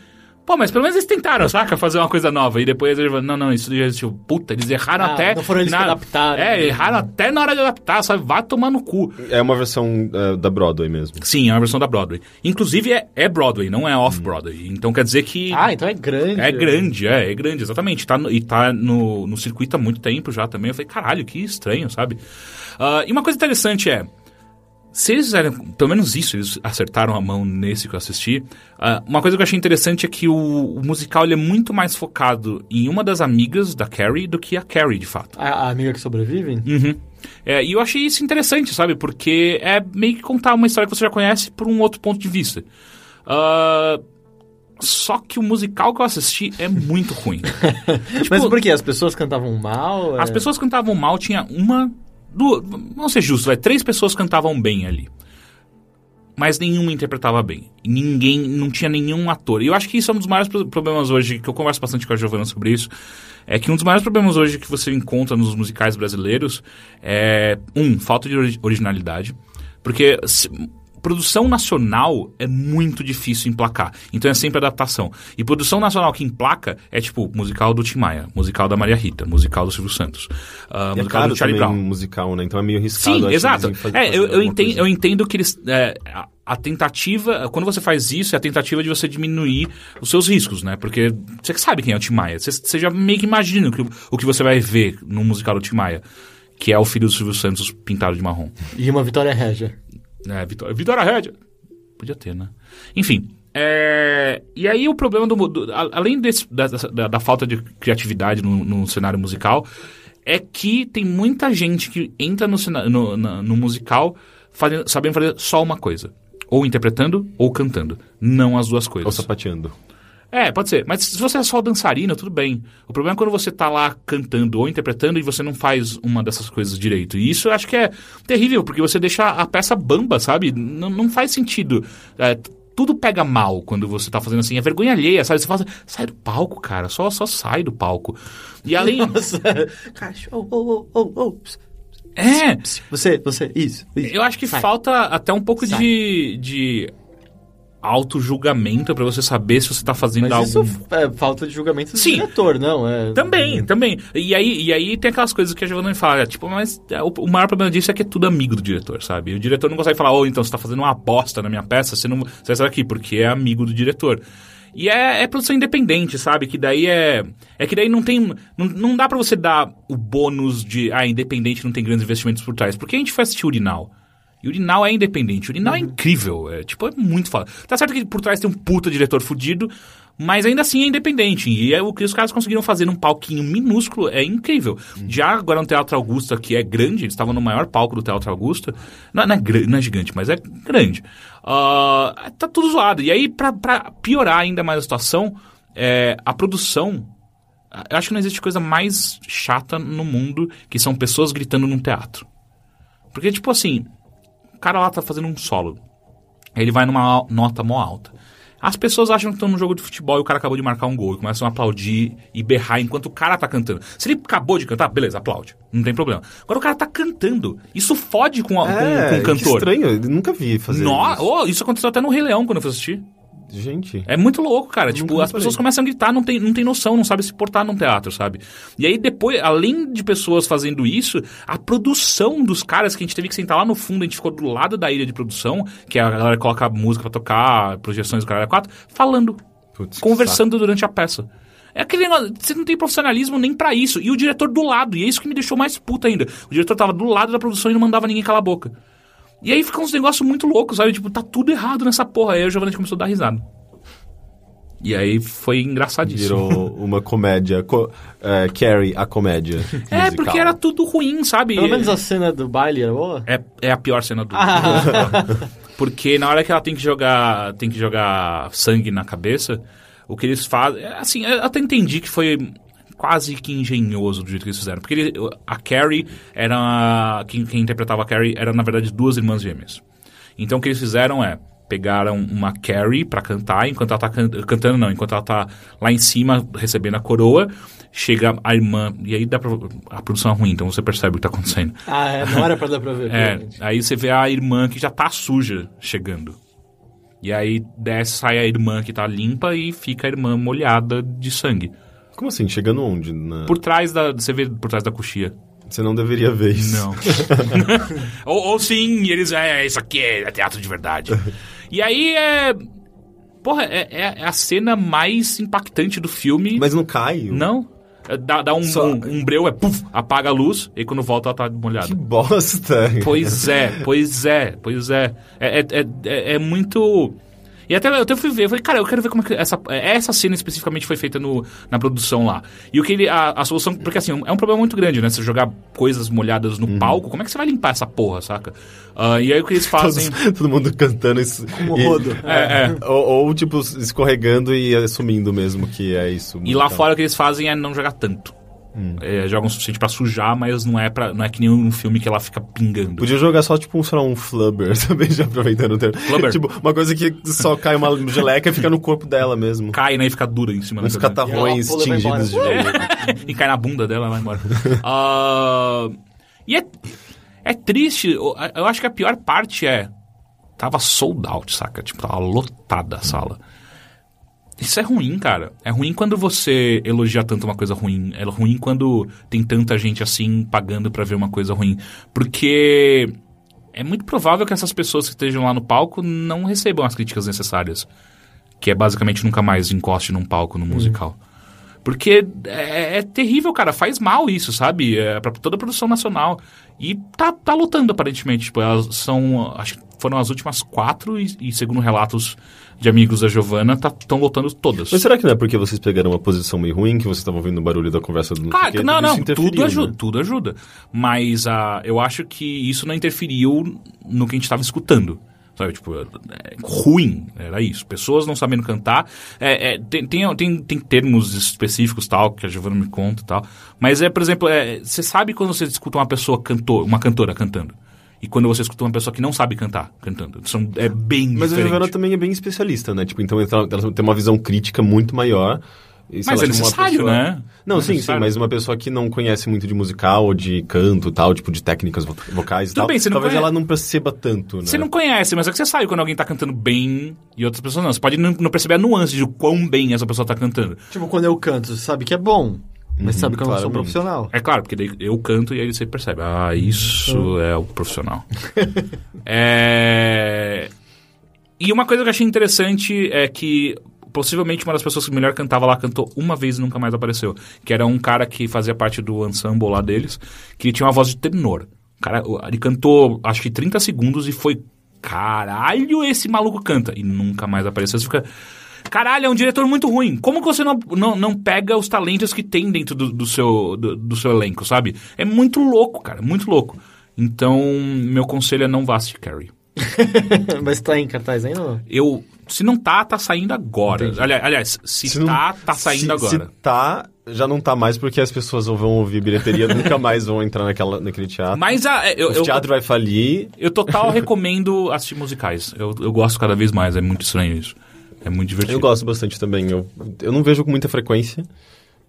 Speaker 1: Pô, mas pelo menos eles tentaram, saca? Fazer uma coisa nova. E depois eles falaram, não, não, isso já existiu. Puta, eles erraram
Speaker 6: Ah,
Speaker 1: até.
Speaker 6: não foram eles que adaptaram. né?
Speaker 1: É, erraram até na hora de adaptar, sabe? Vá tomar no cu.
Speaker 3: É uma versão eh, da Broadway mesmo.
Speaker 1: Sim, é uma versão da Broadway. Inclusive é, é Broadway, não é off-Broadway. Então quer dizer que.
Speaker 6: Ah, então é grande.
Speaker 1: É grande, é, é grande, exatamente. Tá no- e tá no, no circuito há muito tempo já também. Eu falei, caralho, que estranho, sabe? Ah, e uma coisa interessante é. Se eles fizeram, pelo menos isso, eles acertaram a mão nesse que eu assisti. ah, uma coisa que eu achei interessante é que o, o musical ele é muito mais focado em uma das amigas da Carrie do que a Carrie, de fato.
Speaker 6: A, a amiga que sobrevive?
Speaker 1: Uhum. É, e eu achei isso interessante, sabe? Porque é meio que contar uma história que você já conhece por um outro ponto de vista. Ah, só que o musical que eu assisti é muito ruim. Tipo,
Speaker 2: Mas por quê? As pessoas cantavam mal?
Speaker 1: As
Speaker 2: É.
Speaker 1: pessoas cantavam mal, tinha uma. Duas, vamos ser justos, vai, três pessoas cantavam bem ali. Mas nenhuma interpretava bem. Ninguém, não tinha nenhum ator. E eu acho que isso é um dos maiores pro- problemas hoje, que eu converso bastante com a Giovana sobre isso. É que um dos maiores problemas hoje que você encontra nos musicais brasileiros é, um, falta de ori- originalidade. Porque se- produção nacional é muito difícil emplacar. Então é sempre adaptação. E produção nacional que emplaca é tipo musical do Tim Maia, musical da Maria Rita, musical do Silvio Santos, ah,
Speaker 3: E é
Speaker 1: musical
Speaker 3: caro
Speaker 1: do Charlie
Speaker 3: também
Speaker 1: Brown.
Speaker 3: musical, né? Então é meio arriscado.
Speaker 1: Sim,
Speaker 3: acho,
Speaker 1: exato.
Speaker 3: eles fazerem-
Speaker 1: É, eu,
Speaker 3: fazerem
Speaker 1: eu,
Speaker 3: alguma
Speaker 1: entendo,
Speaker 3: coisa.
Speaker 1: eu entendo que eles. é, a, a tentativa. Quando você faz isso, é a tentativa de você diminuir os seus riscos, né? Porque você que sabe quem é o Tim Maia. Você, você já meio que imagina o que, o que você vai ver no musical do Tim Maia, que é o filho do Silvio Santos pintado de marrom.
Speaker 2: E uma vitória régia.
Speaker 1: É, Vitória, Vitória Rédia. Podia ter, né? Enfim. é, e aí o problema do. do- a- além desse- da, da- da falta de criatividade no, no cenário musical, é que tem muita gente que entra no, cena- no, na- no musical fazendo, sabendo fazer só uma coisa. Ou interpretando ou cantando. Não as duas coisas.
Speaker 3: Ou sapateando.
Speaker 1: É, pode ser. Mas se você é só dançarina, tudo bem. O problema é quando você tá lá cantando ou interpretando e você não faz uma dessas coisas direito. E isso eu acho que é terrível, porque você deixa a peça bamba, sabe? Não, não faz sentido. É, t- tudo pega mal quando você tá fazendo assim. É vergonha alheia, sabe? Você fala assim, sai do palco, cara. Só, só sai do palco. E além...
Speaker 2: Nossa. Cara, oh, oh, oh, oh, oh.
Speaker 1: É...
Speaker 2: Você, você, isso. isso.
Speaker 1: Eu acho que falta até um pouco
Speaker 2: Sai.
Speaker 1: de... de auto-julgamento pra você saber se você tá fazendo
Speaker 2: Mas
Speaker 1: algo...
Speaker 2: isso é falta de julgamento do
Speaker 1: Sim.
Speaker 2: diretor, não? É...
Speaker 1: Também, também. E aí, e aí tem aquelas coisas que a Giovanna me fala, é, tipo, mas é, o, o maior problema disso é que é tudo amigo do diretor, sabe? O diretor não consegue falar, ô, então você tá fazendo uma aposta na minha peça, você não. Você vai sair daqui, porque é amigo do diretor. E é, é produção independente, sabe? Que daí é. É que daí não tem. Não, não dá pra você dar o bônus de. Ah, independente não tem grandes investimentos por trás. Porque a gente foi assistir Urinal. E Urinal é independente. Urinal é incrível. É, tipo, é muito foda. Tá certo que por trás tem um puta diretor fudido, mas ainda assim é independente. E é o que os caras conseguiram fazer num palquinho minúsculo é incrível. Já agora no Teatro Augusta, que é grande, eles estavam no maior palco do Teatro Augusta. Não, não é, gran- não é gigante, mas é grande. Ah, tá tudo zoado. E aí, pra, pra piorar ainda mais a situação, é, a produção Ah, eu acho que não existe coisa mais chata no mundo que são pessoas gritando num teatro. Porque, tipo assim, o cara lá tá fazendo um solo. Aí Ele vai numa al- nota mó alta. As pessoas acham que estão num jogo de futebol e o cara acabou de marcar um gol e começam a aplaudir e berrar enquanto o cara tá cantando. Se ele acabou de cantar, beleza, aplaude. Não tem problema. Agora o cara tá cantando. Isso fode com, a- com- com o
Speaker 3: É, que
Speaker 1: cantor.
Speaker 3: estranho, eu nunca vi fazer
Speaker 1: Nó-
Speaker 3: isso.
Speaker 1: oh, isso aconteceu até no Rei Leão quando eu fui assistir.
Speaker 3: Gente,
Speaker 1: É muito louco, cara. tipo,
Speaker 3: Nunca
Speaker 1: as pessoas
Speaker 3: reparei.
Speaker 1: começam a gritar, não tem, não tem noção, não sabe se portar num teatro, sabe? E aí depois, além de pessoas fazendo isso, a produção dos caras que a gente teve que sentar lá no fundo, a gente ficou do lado da ilha de produção, que a galera coloca música pra tocar, projeções do cara 4, falando,
Speaker 3: Putz, que
Speaker 1: conversando durante a peça. É aquele negócio, você não tem profissionalismo nem pra isso. E o diretor do lado, e é isso que me deixou mais puta ainda. O diretor tava do lado da produção e não mandava ninguém calar a boca. E aí fica uns negócios muito loucos, sabe? Tipo, tá tudo errado nessa porra. Aí a Giovanna começou a dar risada. E aí foi engraçadíssimo.
Speaker 3: virou uma comédia. Co é, Carrie, a comédia.
Speaker 1: É,
Speaker 3: musical.
Speaker 1: porque era tudo ruim, sabe?
Speaker 2: Pelo menos a cena do baile era boa.
Speaker 1: É, é a pior cena do. Porque na hora que ela tem que jogar, tem que jogar sangue na cabeça, o que eles fazem, é, assim, eu até entendi que foi quase que engenhoso do jeito que eles fizeram, porque ele- a Carrie era quem, quem interpretava a Carrie era na verdade duas irmãs gêmeas. Então o que eles fizeram é pegaram uma Carrie pra cantar, enquanto ela tá can- cantando não, enquanto ela tá lá em cima recebendo a coroa, chega a irmã e aí dá pra, a produção é ruim, então você percebe o que tá acontecendo.
Speaker 2: Ah, é, não era pra dar pra ver.
Speaker 1: É,
Speaker 2: realmente.
Speaker 1: aí você vê a irmã que já tá suja chegando. E aí desce, sai a irmã que tá limpa e fica a irmã molhada de sangue.
Speaker 3: Como assim? Chegando onde? Na-
Speaker 1: Por trás da. Você vê por trás da coxia.
Speaker 3: Você não deveria ver isso.
Speaker 1: Não. ou, ou sim, e eles. É, isso aqui é teatro de verdade. E aí é. Porra, é, é- é a cena mais impactante do filme.
Speaker 3: Mas não cai?
Speaker 1: Não? É, Dá, dá um,
Speaker 3: Só-
Speaker 1: um, um breu, é puf, apaga a luz, e quando volta ela tá molhada.
Speaker 3: Que bosta.
Speaker 1: Pois é, pois é, pois é. É, é, é- é- é muito. E até eu até fui ver, eu falei, cara, eu quero ver como é que essa, essa cena especificamente foi feita no, na produção lá. E o que ele. A, a solução. Porque assim, é um problema muito grande, né? Você jogar coisas molhadas no palco, como é que você vai limpar essa porra, saca? Ah, e aí o que eles fazem.
Speaker 3: Todo mundo cantando isso.
Speaker 6: Como
Speaker 3: e-
Speaker 6: rodo.
Speaker 1: É, é.
Speaker 3: Ou, ou, tipo, escorregando e assumindo mesmo que é isso.
Speaker 1: E lá
Speaker 3: musical.
Speaker 1: fora o que eles fazem é não jogar tanto. É, jogam o suficiente pra sujar, mas não é, pra, não é que nem um filme que ela fica pingando.
Speaker 3: Podia jogar só, tipo, um, sei lá, um flubber também, já aproveitando o termo.
Speaker 1: Flubber.
Speaker 3: Tipo, uma coisa que só cai uma geleca e fica no corpo dela mesmo.
Speaker 1: Cai, né? E fica dura em cima da
Speaker 3: Uns
Speaker 1: coisa, né? É.
Speaker 3: catarrões
Speaker 2: E ela pula e vai
Speaker 3: tingidos de
Speaker 2: embora.
Speaker 3: vermelho.
Speaker 1: e cai na bunda dela e vai embora. Ah, e é, é triste, eu eu acho que a pior parte é. Tava sold out, saca? Tipo, tava lotada a sala. Isso é ruim, cara. É ruim quando você elogia tanto uma coisa ruim. É ruim quando tem tanta gente assim pagando pra ver uma coisa ruim. Porque é muito provável que essas pessoas que estejam lá no palco não recebam as críticas necessárias. Que é basicamente nunca mais encoste num palco no musical. Porque é, é terrível, cara. Faz mal isso, sabe? É pra toda a produção nacional. E tá, tá lutando, aparentemente. Tipo, elas são. Acho que foram as últimas quatro, e, e segundo relatos de amigos da Giovanna, estão lutando todas.
Speaker 3: Mas será que não é porque vocês pegaram uma posição meio ruim que vocês estavam ouvindo o barulho da conversa do
Speaker 1: Claro,
Speaker 3: sei o quê?
Speaker 1: não,
Speaker 3: Isso
Speaker 1: não,
Speaker 3: interferiu,
Speaker 1: tudo ajuda,
Speaker 3: né?
Speaker 1: tudo ajuda. Mas ah, eu acho que isso não interferiu no que a gente estava escutando. Sabe, tipo, é, é ruim, era isso. Pessoas não sabendo cantar. É, é, tem, tem, tem, tem termos específicos, tal, que a Giovanna me conta e tal. Mas é, por exemplo, é, você sabe quando você escuta uma pessoa cantor, uma cantora cantando. E quando você escuta uma pessoa que não sabe cantar, cantando. São, é bem
Speaker 3: Mas a
Speaker 1: diferente.
Speaker 3: Giovanna também é bem especialista, né? Tipo, então ela ela tem uma visão crítica muito maior. E, sei
Speaker 1: Mas é
Speaker 3: tipo, uma
Speaker 1: necessário, né?
Speaker 3: Não,
Speaker 1: É
Speaker 3: sim, sim,
Speaker 1: necessário.
Speaker 3: mas uma pessoa que não conhece muito de musical, ou de canto e tal, tipo, de técnicas vo- vocais e
Speaker 1: Tudo
Speaker 3: tal,
Speaker 1: bem, você não
Speaker 3: talvez
Speaker 1: conhece-
Speaker 3: ela não perceba tanto, né?
Speaker 1: Você não conhece, mas é que você sabe quando alguém tá cantando bem e outras pessoas não. Você pode não não perceber a nuance de quão bem essa pessoa tá cantando.
Speaker 2: Tipo, quando eu canto, você sabe que é bom, mas sabe que eu não sou um
Speaker 3: claramente.
Speaker 2: profissional.
Speaker 1: É claro, porque daí eu canto e aí você percebe. Ah, isso é o profissional. é... E uma coisa que eu achei interessante é que possivelmente uma das pessoas que melhor cantava lá cantou uma vez e nunca mais apareceu. Que era um cara que fazia parte do ensemble lá deles, que tinha uma voz de tenor. O cara, o- ele cantou acho que 30 segundos e foi. Caralho, esse maluco canta. E nunca mais apareceu. Você fica. Caralho, é um diretor muito ruim. Como que você não, não, não pega os talentos que tem dentro do, do seu, do, do seu elenco, sabe? É muito louco, cara, muito louco. Então, meu conselho é não vá assistir Carrie.
Speaker 2: mas tá em cartaz ainda ou não?
Speaker 1: Eu. Se não tá, tá saindo agora. Aliás, aliás, se,
Speaker 3: Se não-
Speaker 1: tá, tá saindo
Speaker 3: se-
Speaker 1: agora.
Speaker 3: Se tá, já não tá mais porque as pessoas vão ouvir bilheteria, nunca mais vão entrar naquela, naquele teatro.
Speaker 1: Mas a, eu,
Speaker 3: o
Speaker 1: eu,
Speaker 3: teatro vai falir.
Speaker 1: eu total recomendo assistir musicais. Eu, eu gosto cada vez mais, é muito estranho isso. É muito divertido.
Speaker 3: Eu gosto bastante também. Eu, eu não vejo com muita frequência,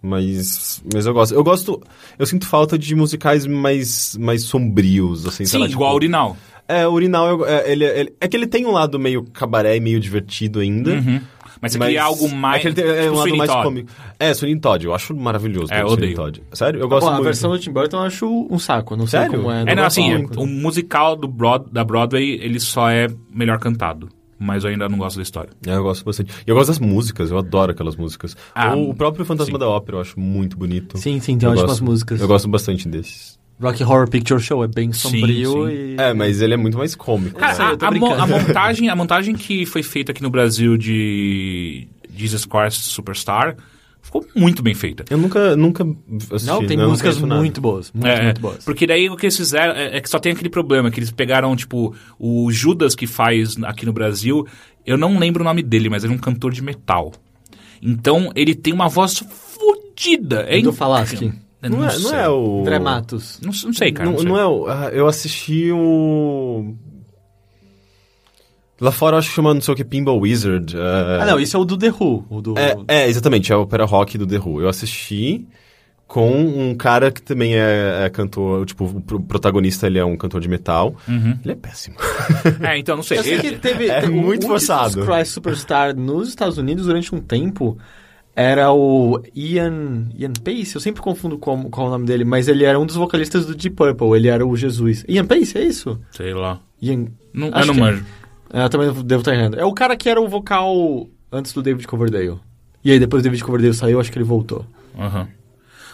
Speaker 3: mas, mas eu gosto. Eu gosto. Eu sinto falta de musicais mais, mais sombrios, assim. sei
Speaker 1: Sim,
Speaker 3: lá,
Speaker 1: igual
Speaker 3: tipo,
Speaker 1: urinal.
Speaker 3: É, o Urinal, eu- é, ele, ele- é que ele tem um lado meio cabaré e meio divertido ainda.
Speaker 1: Uhum. Mas você queria algo mais.
Speaker 3: É, que ele tem, é
Speaker 1: tipo
Speaker 3: um lado
Speaker 1: Sweeney
Speaker 3: mais
Speaker 1: Todd.
Speaker 3: cômico. É, Sweeney Todd, eu acho maravilhoso.
Speaker 1: É,
Speaker 3: o
Speaker 1: eu
Speaker 3: Sweeney
Speaker 1: odeio.
Speaker 3: Todd. Sério? Eu gosto
Speaker 2: Bom, a
Speaker 3: muito.
Speaker 2: versão do Tim Burton eu acho um saco, eu não sei
Speaker 3: Sério?
Speaker 2: como é.
Speaker 3: É,
Speaker 1: É, não, assim,
Speaker 2: gosto
Speaker 1: é,
Speaker 2: muito.
Speaker 1: o musical do Broad- da Broadway, ele só é melhor cantado. Mas eu ainda não gosto da história.
Speaker 3: É, eu gosto bastante. E eu gosto das músicas, eu adoro aquelas músicas.
Speaker 1: Ah,
Speaker 3: o, o próprio Fantasma
Speaker 1: sim.
Speaker 3: da Ópera eu acho muito bonito.
Speaker 2: Sim, sim, tem
Speaker 3: Eu
Speaker 2: ótimas
Speaker 3: gosto-
Speaker 2: músicas.
Speaker 3: Eu gosto bastante desses.
Speaker 2: Rock Horror Picture Show é bem
Speaker 1: Sim,
Speaker 2: sombrio
Speaker 1: sim.
Speaker 2: e...
Speaker 3: É, mas ele é muito mais cômico. né?
Speaker 1: Cara,
Speaker 2: eu tô
Speaker 1: a, a mo-
Speaker 2: brincando.
Speaker 1: a montagem, a montagem que foi feita aqui no Brasil de Jesus Christ Superstar ficou muito bem feita.
Speaker 3: Eu nunca, nunca assisti.
Speaker 2: Não, é um tem
Speaker 3: né? Eu
Speaker 2: músicas
Speaker 3: conheço nada.
Speaker 2: muito boas, muito,
Speaker 1: É,
Speaker 2: muito boas.
Speaker 1: Porque daí o que eles fizeram é, é que só tem aquele problema, que eles pegaram, tipo, o Judas que faz aqui no Brasil, eu não lembro o nome dele, mas ele é um cantor de metal. Então ele tem uma voz fodida. É
Speaker 2: Do
Speaker 1: incrível.
Speaker 2: Falaschi.
Speaker 1: Eu
Speaker 3: Não, é, não
Speaker 1: sei.
Speaker 3: é o.
Speaker 2: André Matos.
Speaker 1: Não, não sei, cara.
Speaker 3: Não,
Speaker 1: Não, sei.
Speaker 3: não é o. ah, eu assisti o. Lá fora eu acho que chama não sei o que Pinball Wizard. ah,
Speaker 2: Ah, não, isso é o do The Who. O do...
Speaker 3: é, é, exatamente, é a ópera rock do The Who. Eu assisti com um cara que também é, é cantor, tipo, o pro- protagonista ele é um cantor de metal.
Speaker 1: Uhum.
Speaker 3: Ele é péssimo.
Speaker 1: É, então, não sei.
Speaker 2: Eu sei
Speaker 1: Ele-
Speaker 2: que teve...
Speaker 3: É
Speaker 2: teve o-
Speaker 3: muito
Speaker 2: o
Speaker 3: forçado.
Speaker 2: Jesus Christ Superstar nos Estados Unidos durante um tempo era o Ian... Ian Pace? Eu sempre confundo com, qual é o nome dele, mas ele era um dos vocalistas do Deep Purple. Ele era o Jesus. Ian Pace, é isso?
Speaker 1: Sei lá.
Speaker 2: Ian...
Speaker 1: Não, eu
Speaker 2: Acho
Speaker 1: não
Speaker 2: que-
Speaker 1: manjo.
Speaker 2: É, Eu também devo estar errando. É o cara que era o vocal antes do David Coverdale. E aí, depois o David Coverdale saiu, acho que ele voltou.
Speaker 1: Aham.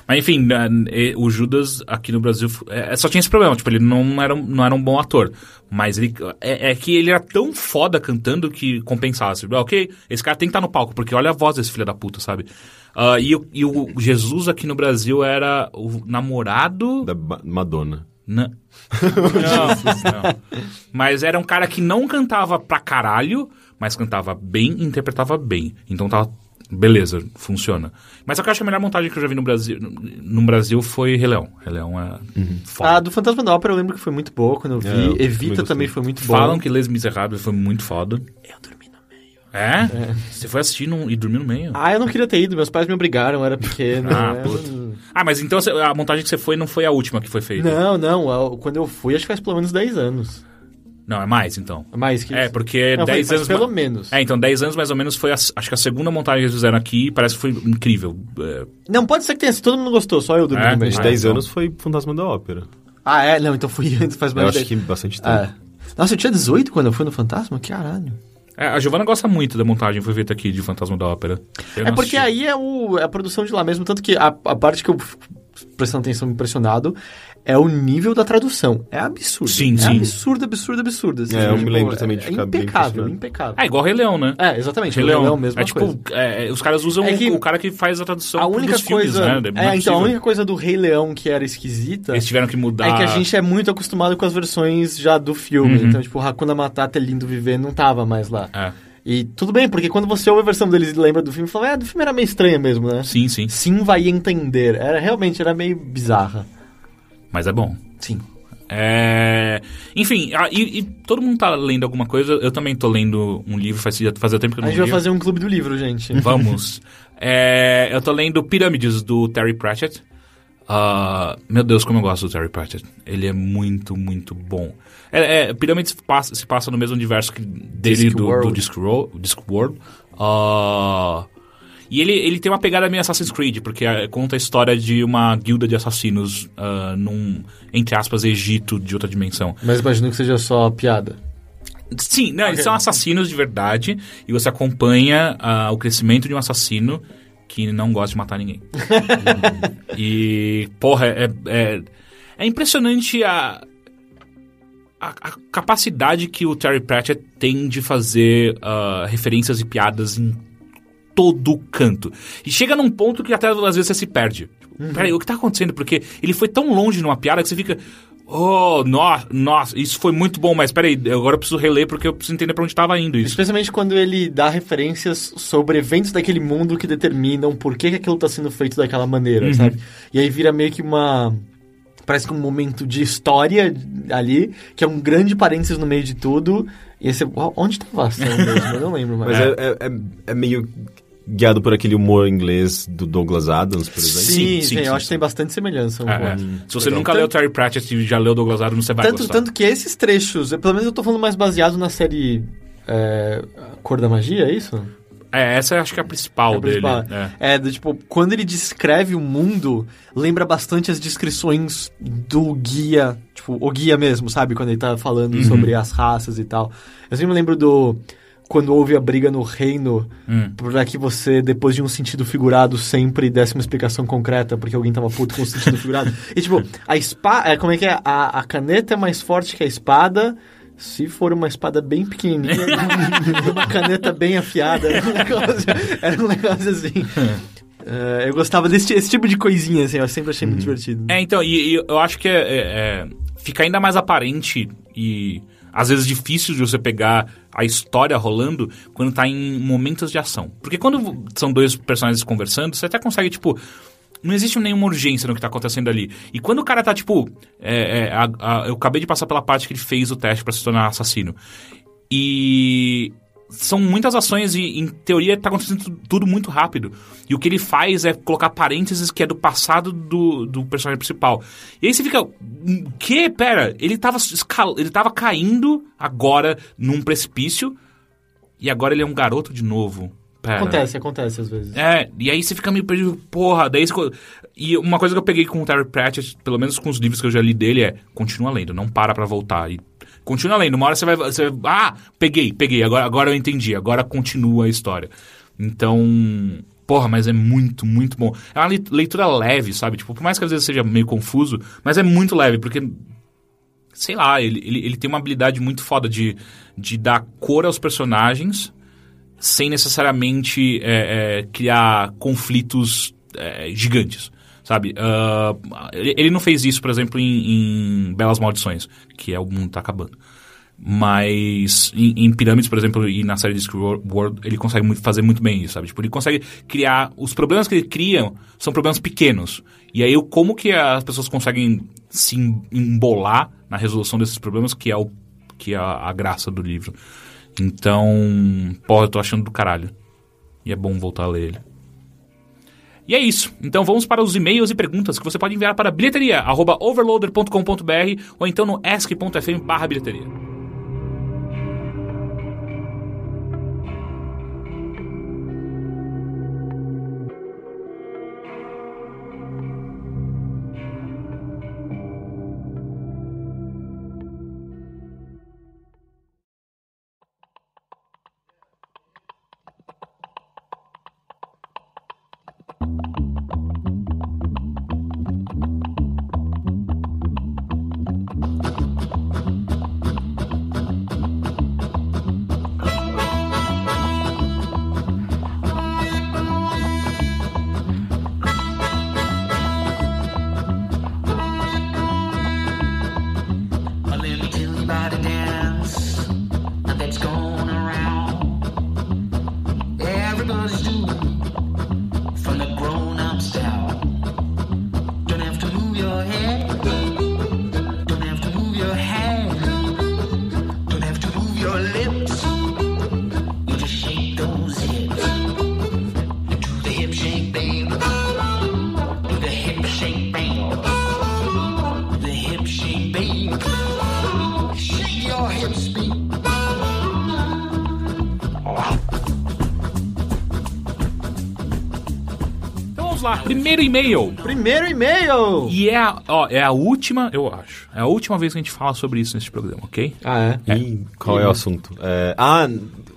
Speaker 1: Mas enfim, na- e- o Judas aqui no Brasil f- é, é, só tinha esse problema, tipo, ele não era, um- não era um bom ator. Mas ele é, é que ele era tão foda cantando que compensasse. Ah, Ok, esse cara tem que estar no palco, porque olha a voz desse filho da puta, sabe? Ah, e, o- e o Jesus aqui no Brasil era o namorado.
Speaker 3: Da Ba- Madonna.
Speaker 1: Não. não, não. Mas era um cara que não cantava pra caralho, mas cantava bem e interpretava bem. Então tava. Beleza, funciona. Mas só que eu acho que a melhor montagem que eu já vi no Brasil, no Brasil foi Rei Leão. Rei Leão é
Speaker 2: A
Speaker 1: foda.
Speaker 2: Ah, do Fantasma da Ópera eu lembro que foi muito boa quando eu vi.
Speaker 3: É, eu também
Speaker 2: Evita
Speaker 3: gostei.
Speaker 2: também foi muito boa.
Speaker 1: Falam que Les Miseráveis foi muito foda. Eu dormi no meio. É? Você foi assistir num- e dormiu no meio?
Speaker 2: Ah, eu não queria ter ido, meus pais me obrigaram, eu era pequeno.
Speaker 1: Ah,
Speaker 2: né?
Speaker 1: puta. Ah, mas então você- a montagem que você foi não foi a última que foi feita?
Speaker 2: Não, não, eu- quando eu fui, acho que faz pelo menos 10 anos.
Speaker 1: Não, é mais então.
Speaker 2: Mais que
Speaker 1: É,
Speaker 2: isso.
Speaker 1: porque
Speaker 2: Não,
Speaker 1: 10
Speaker 2: faz- faz
Speaker 1: anos.
Speaker 2: Pelo
Speaker 1: ma-
Speaker 2: menos.
Speaker 1: É, então 10 anos mais ou menos foi a, acho que a segunda montagem que eles fizeram aqui e parece que foi incrível. É,
Speaker 2: Não, pode ser que tenha sido, todo mundo gostou, só eu dormi
Speaker 1: É?
Speaker 2: no meio.
Speaker 3: Desde
Speaker 1: Ah,
Speaker 3: 10
Speaker 1: então.
Speaker 3: anos foi Fantasma da Ópera.
Speaker 2: Ah, é? Não, então fui antes, faz
Speaker 3: Eu
Speaker 2: mais
Speaker 3: acho
Speaker 2: de
Speaker 3: que bastante tempo.
Speaker 2: Ah. Nossa, eu tinha 18 quando eu fui no Fantasma? Caralho.
Speaker 1: é, a Giovanna gosta muito da montagem que foi feita aqui de Fantasma da Ópera. Eu
Speaker 2: É
Speaker 1: não
Speaker 2: porque
Speaker 1: assisti.
Speaker 2: aí é, o, é a produção de lá mesmo, tanto que a, a parte que eu fico prestando atenção impressionado é o nível da tradução. É absurdo.
Speaker 1: Sim,
Speaker 2: é
Speaker 1: sim.
Speaker 2: Absurdo, absurdo, absurdo. assim,
Speaker 3: É, eu me lembro também de
Speaker 2: é
Speaker 3: ficar bem
Speaker 2: impecável,
Speaker 3: impressionado.
Speaker 2: impecável.
Speaker 1: É igual Rei Leão, né?
Speaker 2: É, exatamente.
Speaker 1: Rei
Speaker 2: o
Speaker 1: Leão.
Speaker 2: Leão mesmo.
Speaker 1: é tipo, é, os caras usam
Speaker 2: É que
Speaker 1: o cara que faz a tradução
Speaker 2: a única
Speaker 1: Então, dos filmes,
Speaker 2: coisa,
Speaker 1: né? Não
Speaker 2: é, então a
Speaker 1: possível.
Speaker 2: única coisa do Rei Leão que era esquisita
Speaker 1: Eles tiveram que mudar.
Speaker 2: É que a gente é muito acostumado com as versões já do filme.
Speaker 1: Uhum.
Speaker 2: Então, tipo, Hakuna Matata Lindo Viver não tava mais lá.
Speaker 1: É.
Speaker 2: E tudo bem, porque quando você ouve a versão deles e lembra do filme, fala, é, do filme era meio estranha mesmo, né?
Speaker 1: Sim, sim.
Speaker 2: Sim, vai entender. Era realmente era meio bizarra.
Speaker 1: Mas é bom.
Speaker 2: Sim.
Speaker 1: É... Enfim, ah, e, e todo mundo tá lendo alguma coisa. Eu também tô lendo um livro, faz, fazia tempo que eu
Speaker 2: A
Speaker 1: não
Speaker 2: gente vai
Speaker 1: lia.
Speaker 2: fazer um clube do livro, gente.
Speaker 1: Vamos. É, eu tô lendo Pirâmides, do Terry Pratchett. Ah, meu Deus, como eu gosto do Terry Pratchett. Ele é muito, muito bom. É, é, Pirâmides passa- se passa no mesmo universo que dele do, do
Speaker 2: Discworld.
Speaker 1: Discworld. Discworld. Ah, e ele, ele tem uma pegada meio Assassin's Creed, porque ah, conta a história de uma guilda de assassinos ah, num, entre aspas, Egito de outra dimensão.
Speaker 2: Mas imagino que seja só piada.
Speaker 1: Sim, não, eles são assassinos de verdade e você acompanha ah, o crescimento de um assassino que não gosta de matar ninguém. e, porra, é, é, é impressionante a, a, a capacidade que o Terry Pratchett tem de fazer ah, referências e piadas em todo canto. E chega num ponto que até às vezes você se perde. Tipo,
Speaker 2: Uhum.
Speaker 1: Peraí, o que tá acontecendo? Porque ele foi tão longe numa piada que você fica. Oh, nossa, nossa, isso foi muito bom, mas peraí, eu agora eu preciso reler porque eu preciso entender pra onde tava indo isso.
Speaker 2: Especialmente quando ele dá referências sobre eventos daquele mundo que determinam por que, que aquilo tá sendo feito daquela maneira,
Speaker 1: Uhum.
Speaker 2: sabe? E aí vira meio que uma. Parece que um momento de história ali, que é um grande parênteses no meio de tudo. E aí você. "Uau, Onde tava a ação mesmo? Eu não lembro mais.
Speaker 3: Mas é. É, é- é meio guiado por aquele humor inglês do Douglas Adams, por exemplo.
Speaker 2: Sim, sim,
Speaker 1: sim,
Speaker 2: eu
Speaker 1: sim,
Speaker 2: acho
Speaker 1: sim.
Speaker 2: que tem bastante semelhança. um
Speaker 1: É,
Speaker 2: com o
Speaker 1: é.
Speaker 2: outro.
Speaker 1: Se você nunca leu Terry Pratchett e já leu Douglas Adams, você vai
Speaker 2: Tanto,
Speaker 1: gostar.
Speaker 2: tanto que esses trechos, eu- pelo menos eu tô falando mais baseado na série é, Cor da Magia, é isso?
Speaker 1: É, essa eu acho que é a principal
Speaker 2: É a
Speaker 1: dele.
Speaker 2: principal.
Speaker 1: é.
Speaker 2: É, do, tipo, quando ele descreve o mundo, lembra bastante as descrições do guia, tipo, o guia mesmo, sabe? Quando ele tá falando sobre as raças e tal. Eu sempre me lembro do. Quando houve a briga no reino,
Speaker 1: Hum.
Speaker 2: pra que você, depois de um sentido figurado, sempre desse uma explicação concreta, porque alguém tava puto com o sentido figurado. E tipo, a espada. É, como é que é? A, a caneta é mais forte que a espada. Se for uma espada bem pequenininha, e uma caneta bem afiada, era um negócio, era um negócio assim. É, eu gostava desse ti- esse tipo de coisinha, assim, eu sempre achei muito divertido.
Speaker 1: É, então, e, e eu acho que é, é- é- fica ainda mais aparente e às vezes difícil de você pegar a história rolando quando tá em momentos de ação. Porque quando são dois personagens conversando, você até consegue, tipo. Não existe nenhuma urgência no que tá acontecendo ali. E quando o cara tá, tipo. é, é, a- a- eu acabei de passar pela parte que ele fez o teste pra se tornar assassino. E são muitas ações e, em teoria, tá acontecendo tu- tudo muito rápido. E o que ele faz é colocar parênteses que é do passado do, do personagem principal. E aí você fica. "Hum, Que? Pera, ele tava, escal- ele tava caindo agora num precipício e agora ele é um garoto de novo. Pera.
Speaker 2: Acontece, acontece às vezes.
Speaker 1: É, e aí você fica meio perdido, porra, daí você... co- E uma coisa que eu peguei com o Terry Pratchett, pelo menos com os livros que eu já li dele, é continua lendo, não para pra voltar. E continua lendo, uma hora você vai... Você vai, ah, peguei, peguei, agora, agora eu entendi, agora continua a história. Então, Porra, mas é muito, muito bom. É uma le- leitura leve, sabe? Tipo, por mais que às vezes seja meio confuso, mas é muito leve, porque sei lá, ele, ele, ele tem uma habilidade muito foda de, de dar cor aos personagens sem necessariamente é, é, criar conflitos é, gigantes. Sabe? Ah, ele, ele não fez isso, por exemplo, em, em Belas Maldições, que é o mundo tá acabando. Mas em, em Pirâmides, por exemplo, e na série de World, ele consegue muito- fazer muito bem isso, sabe? Tipo, ele consegue criar. Os problemas que ele cria são problemas pequenos. E aí, o- como que as pessoas conseguem se em- embolar na resolução desses problemas, que é, o, que é a, a graça do livro. Então, porra, eu tô achando do caralho. E é bom voltar a ler ele. E é isso. Então vamos para os e-mails e perguntas que você pode enviar para bilheteria@overloader.com.br ou então no ask.fm barra bilheteria.
Speaker 7: Well, let me tell you about a dance that's going around. Everybody's doing from the grown-ups down. Don't have to move your head. Don't have to move your hand. Don't have to move your lips. You just shake those hips. You do the hip shake, baby. Do the hip shake, baby. Do the hip shake, baby. Shake your hips, beat.
Speaker 1: Então vamos lá. Primeiro e-mail.
Speaker 2: Primeiro e-mail!
Speaker 1: E é a, ó, é a última, eu acho. É a última vez que a gente fala sobre isso neste programa, ok?
Speaker 2: Ah, é?
Speaker 3: E qual é o assunto? É, ah,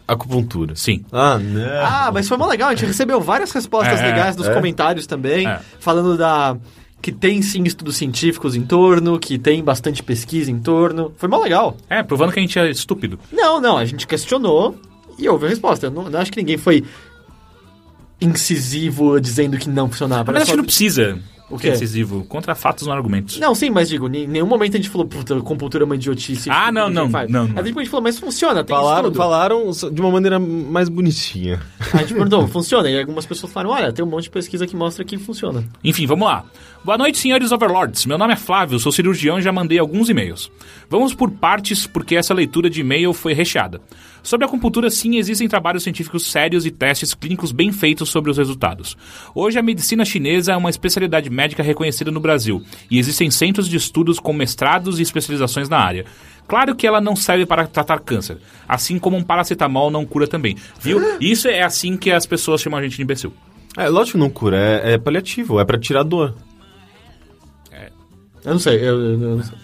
Speaker 3: acupuntura.
Speaker 1: Sim.
Speaker 3: Ah, não.
Speaker 2: Ah, mas foi mó legal, a gente recebeu várias respostas
Speaker 1: É,
Speaker 2: legais nos
Speaker 3: é.
Speaker 2: comentários também,
Speaker 1: É.
Speaker 2: falando da... Que tem sim estudos científicos em torno, que tem bastante pesquisa em torno. Foi mó legal.
Speaker 1: É, provando que a gente é estúpido.
Speaker 2: Não, não, a gente questionou e houve a resposta. Eu não, não acho que ninguém foi incisivo dizendo que não funcionava.
Speaker 1: Mas
Speaker 2: era
Speaker 1: acho
Speaker 2: só-
Speaker 1: que não precisa
Speaker 2: O
Speaker 1: que é
Speaker 2: quê?
Speaker 1: decisivo. Contra fatos não há argumentos.
Speaker 2: Não, sim, mas digo, em nenhum momento a gente falou, puta, compultura é uma idiotice.
Speaker 1: Ah, não,
Speaker 2: ninguém
Speaker 1: não,
Speaker 2: faz.
Speaker 1: não, não.
Speaker 2: A gente falou, mas funciona, tem
Speaker 3: Falaram,
Speaker 2: estudo.
Speaker 3: falaram de uma maneira mais bonitinha.
Speaker 2: A gente perguntou, funciona. E algumas pessoas falaram, olha, tem um monte de pesquisa que mostra que funciona.
Speaker 1: Enfim, vamos lá. Boa noite, senhores Overlords. Meu nome é Flávio, sou cirurgião e já mandei alguns e-mails. Vamos por partes, porque essa leitura de e-mail foi recheada. Sobre a acupuntura, sim, existem trabalhos científicos sérios e testes clínicos bem feitos sobre os resultados. Hoje, a medicina chinesa é uma especialidade médica reconhecida no Brasil, e existem centros de estudos com mestrados e especializações na área. Claro que ela não serve para tratar câncer, assim como um paracetamol não cura também. Viu? Isso é assim que as pessoas chamam a gente de imbecil.
Speaker 3: É, lógico que não cura, é, é paliativo, é pra tirar dor.
Speaker 2: Eu não sei, eu, eu- eu não sei.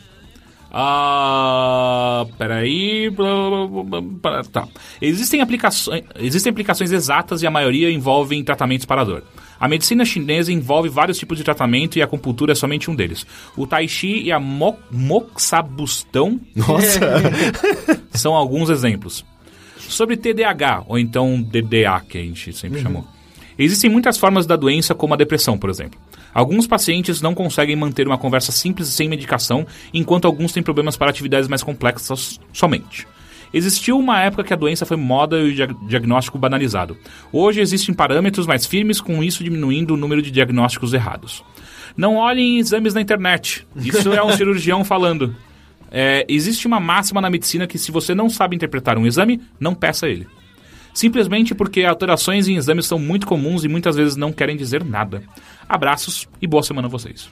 Speaker 1: Ah, peraí. blá, blá, blá, blá, blá, Tá. Existem aplicações, existem aplicações exatas e a maioria envolvem tratamentos para a dor. A medicina chinesa envolve vários tipos de tratamento e a acupuntura é somente um deles. O tai chi e a mo moxabustão
Speaker 3: Nossa,
Speaker 1: são alguns exemplos. Sobre TDAH, ou então DDA, que a gente sempre chamou. Existem muitas formas da doença, como a depressão, por exemplo. Alguns pacientes não conseguem manter uma conversa simples e sem medicação, enquanto alguns têm problemas para atividades mais complexas somente. Existiu uma época que a doença foi moda e o dia- diagnóstico banalizado. Hoje existem parâmetros mais firmes, com isso diminuindo o número de diagnósticos errados. Não olhem exames na internet. Isso é um cirurgião falando. É, existe uma máxima na medicina que se você não sabe interpretar um exame, não peça ele. Simplesmente porque alterações em exames são muito comuns e muitas vezes não querem dizer nada. Abraços e boa semana a vocês.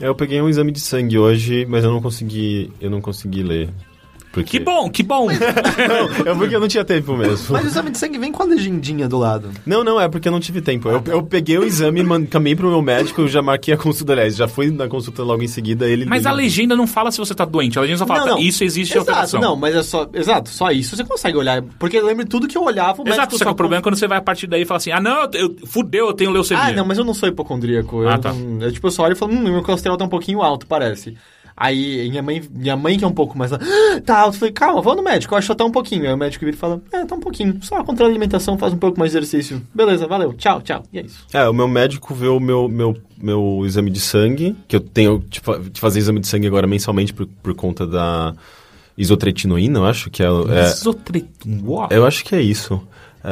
Speaker 3: É, eu peguei um exame de sangue hoje, mas eu não consegui, eu não consegui ler. Porque...
Speaker 1: Que bom, que bom.
Speaker 3: É porque eu não tinha tempo mesmo.
Speaker 6: Mas o exame de sangue vem com a legendinha do lado.
Speaker 3: Não, não, é porque eu não tive tempo. Eu, eu peguei o exame, man- caminhei pro meu médico, eu já marquei a consulta, aliás, já fui na consulta logo em seguida. Ele
Speaker 1: Mas
Speaker 3: ele-
Speaker 1: a legenda não fala se você tá doente, a legenda só fala
Speaker 2: Não,
Speaker 1: "Tá,
Speaker 2: não.
Speaker 1: isso existe
Speaker 2: exato,
Speaker 1: alteração.
Speaker 2: Não, mas é só. Exato, só isso você consegue olhar. Porque eu lembro tudo que eu olhava, o
Speaker 1: Exato,
Speaker 2: médico
Speaker 1: só que
Speaker 2: só
Speaker 1: o problema é quando você vai a partir daí e fala assim, ah não, eu, eu- fudeu, eu tenho leucemia.
Speaker 2: Ah, não, mas eu não sou hipocondríaco.
Speaker 1: Ah,
Speaker 2: eu,
Speaker 1: tá.
Speaker 2: não- eu, tipo, eu só olho e falo, hum, meu colesterol tá um pouquinho alto, parece. Aí minha mãe, minha mãe que é um pouco mais. "Ah, tá alto. Eu falei, calma, vou no médico, eu acho que só tá um pouquinho. Aí o médico vira e fala, é, tá um pouquinho. Só controla a alimentação, faz um pouco mais de exercício. Beleza, valeu, tchau, tchau. E é isso.
Speaker 3: É, o meu médico vê o meu, meu, meu exame de sangue, que eu tenho de fa- de fazer exame de sangue agora mensalmente por, por conta da isotretinoína, eu acho que é. é
Speaker 1: Isotretin- uau.
Speaker 3: eu acho que é isso.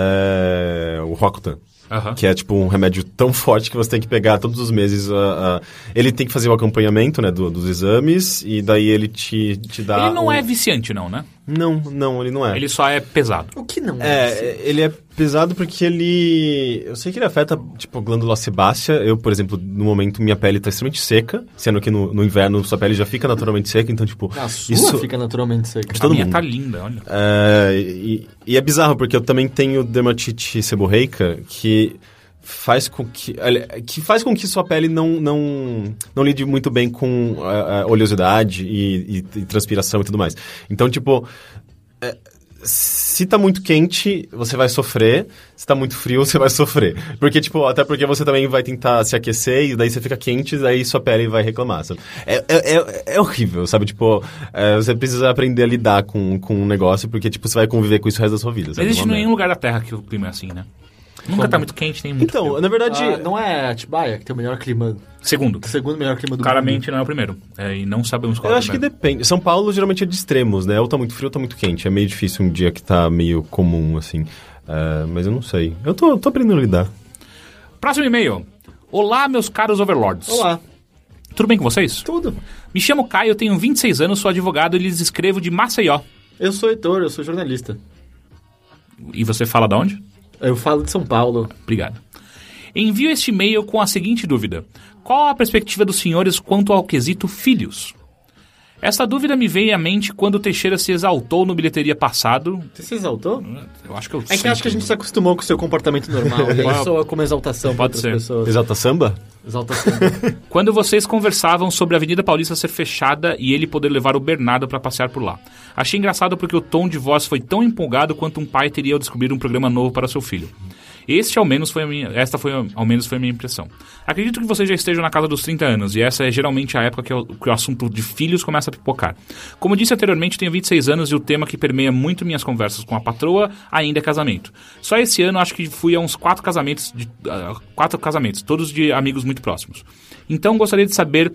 Speaker 3: É, o Rocutan.
Speaker 1: Aham.
Speaker 3: Que é tipo um remédio tão forte que você tem que pegar todos os meses. a- a- ele tem que fazer o acompanhamento né, do- dos exames e daí ele te, te dá.
Speaker 1: Ele não
Speaker 3: um-
Speaker 1: é viciante não, né?
Speaker 3: Não, não, ele não é.
Speaker 1: Ele só é pesado.
Speaker 6: O que não assim?
Speaker 3: É, ele é pesado porque ele. Eu sei que ele afeta, tipo, a glândula sebácea. Eu, por exemplo, no momento minha pele tá extremamente seca, sendo que no, no inverno sua pele já fica naturalmente seca, então, tipo.
Speaker 2: A sua fica naturalmente seca.
Speaker 3: De todo
Speaker 1: a minha
Speaker 3: mundo.
Speaker 1: tá linda, olha.
Speaker 3: É, e, e é bizarro, porque eu também tenho dermatite seborreica que faz com que ali- que faz com que sua pele não não não lide muito bem com a, a oleosidade e, e- e transpiração e tudo mais então tipo é, se tá muito quente você vai sofrer se tá muito frio você vai sofrer porque tipo até porque você também vai tentar se aquecer e daí você fica quente e daí sua pele vai reclamar sabe? É, é, é, é horrível sabe tipo é, você precisa aprender a lidar com com um negócio porque tipo você vai conviver com isso o resto da sua vida
Speaker 1: Não é
Speaker 3: sabe?
Speaker 1: existe
Speaker 3: Uma
Speaker 2: é.
Speaker 1: nenhum
Speaker 3: merda.
Speaker 1: lugar da Terra que o clima é assim, né? Nunca tá muito quente, nem muito
Speaker 3: então
Speaker 1: frio.
Speaker 3: na verdade
Speaker 2: Ah, não é Atibaia que tem o melhor clima,
Speaker 1: Segundo,
Speaker 2: o segundo melhor clima do mundo.
Speaker 1: claramente não é o primeiro. É, e não sabemos qual é
Speaker 3: Eu
Speaker 1: o
Speaker 3: acho que
Speaker 1: primeiro.
Speaker 3: depende. São Paulo geralmente é de extremos, né? Ou tá muito frio ou tá muito quente. É meio difícil um dia que tá meio comum, assim. É, mas eu não sei. Eu tô, tô aprendendo a lidar.
Speaker 1: Próximo e-mail. Olá, meus caros overlords.
Speaker 2: Olá,
Speaker 1: Tudo bem com vocês?
Speaker 2: tudo.
Speaker 1: Me chamo Caio, tenho 26 anos, sou advogado e lhes escrevo de Maceió.
Speaker 2: Eu sou Heitor, eu sou jornalista.
Speaker 1: E você fala de onde?
Speaker 2: Eu falo de São Paulo.
Speaker 1: Obrigado. Envio este e-mail com a seguinte dúvida: Qual a perspectiva dos senhores quanto ao quesito filhos? Esta dúvida me veio à mente quando o Teixeira se exaltou no bilheteria passado.
Speaker 2: Você se exaltou?
Speaker 1: Eu acho que eu
Speaker 2: É que eu acho que a gente se acostumou com o seu comportamento normal. e aí soa como exaltação para
Speaker 1: Pode
Speaker 2: outras
Speaker 1: ser.
Speaker 2: pessoas.
Speaker 3: Exalta samba?
Speaker 2: Exaltação.
Speaker 1: Quando vocês conversavam sobre a Avenida Paulista ser fechada e ele poder levar o Bernardo para passear por lá. Achei engraçado porque o tom de voz foi tão empolgado quanto um pai teria ao descobrir um programa novo para seu filho. Este ao menos foi a minha, esta foi a- ao menos foi a minha impressão. Acredito que vocês já estejam na casa dos 30 anos e essa é geralmente a época que o, que o assunto de filhos começa a pipocar. Como disse anteriormente, tenho 26 anos e o tema que permeia muito minhas conversas com a patroa ainda é casamento. Só esse ano acho que fui a uns quatro casamentos, de, ah, quatro casamentos, todos de amigos muito próximos. Então gostaria de saber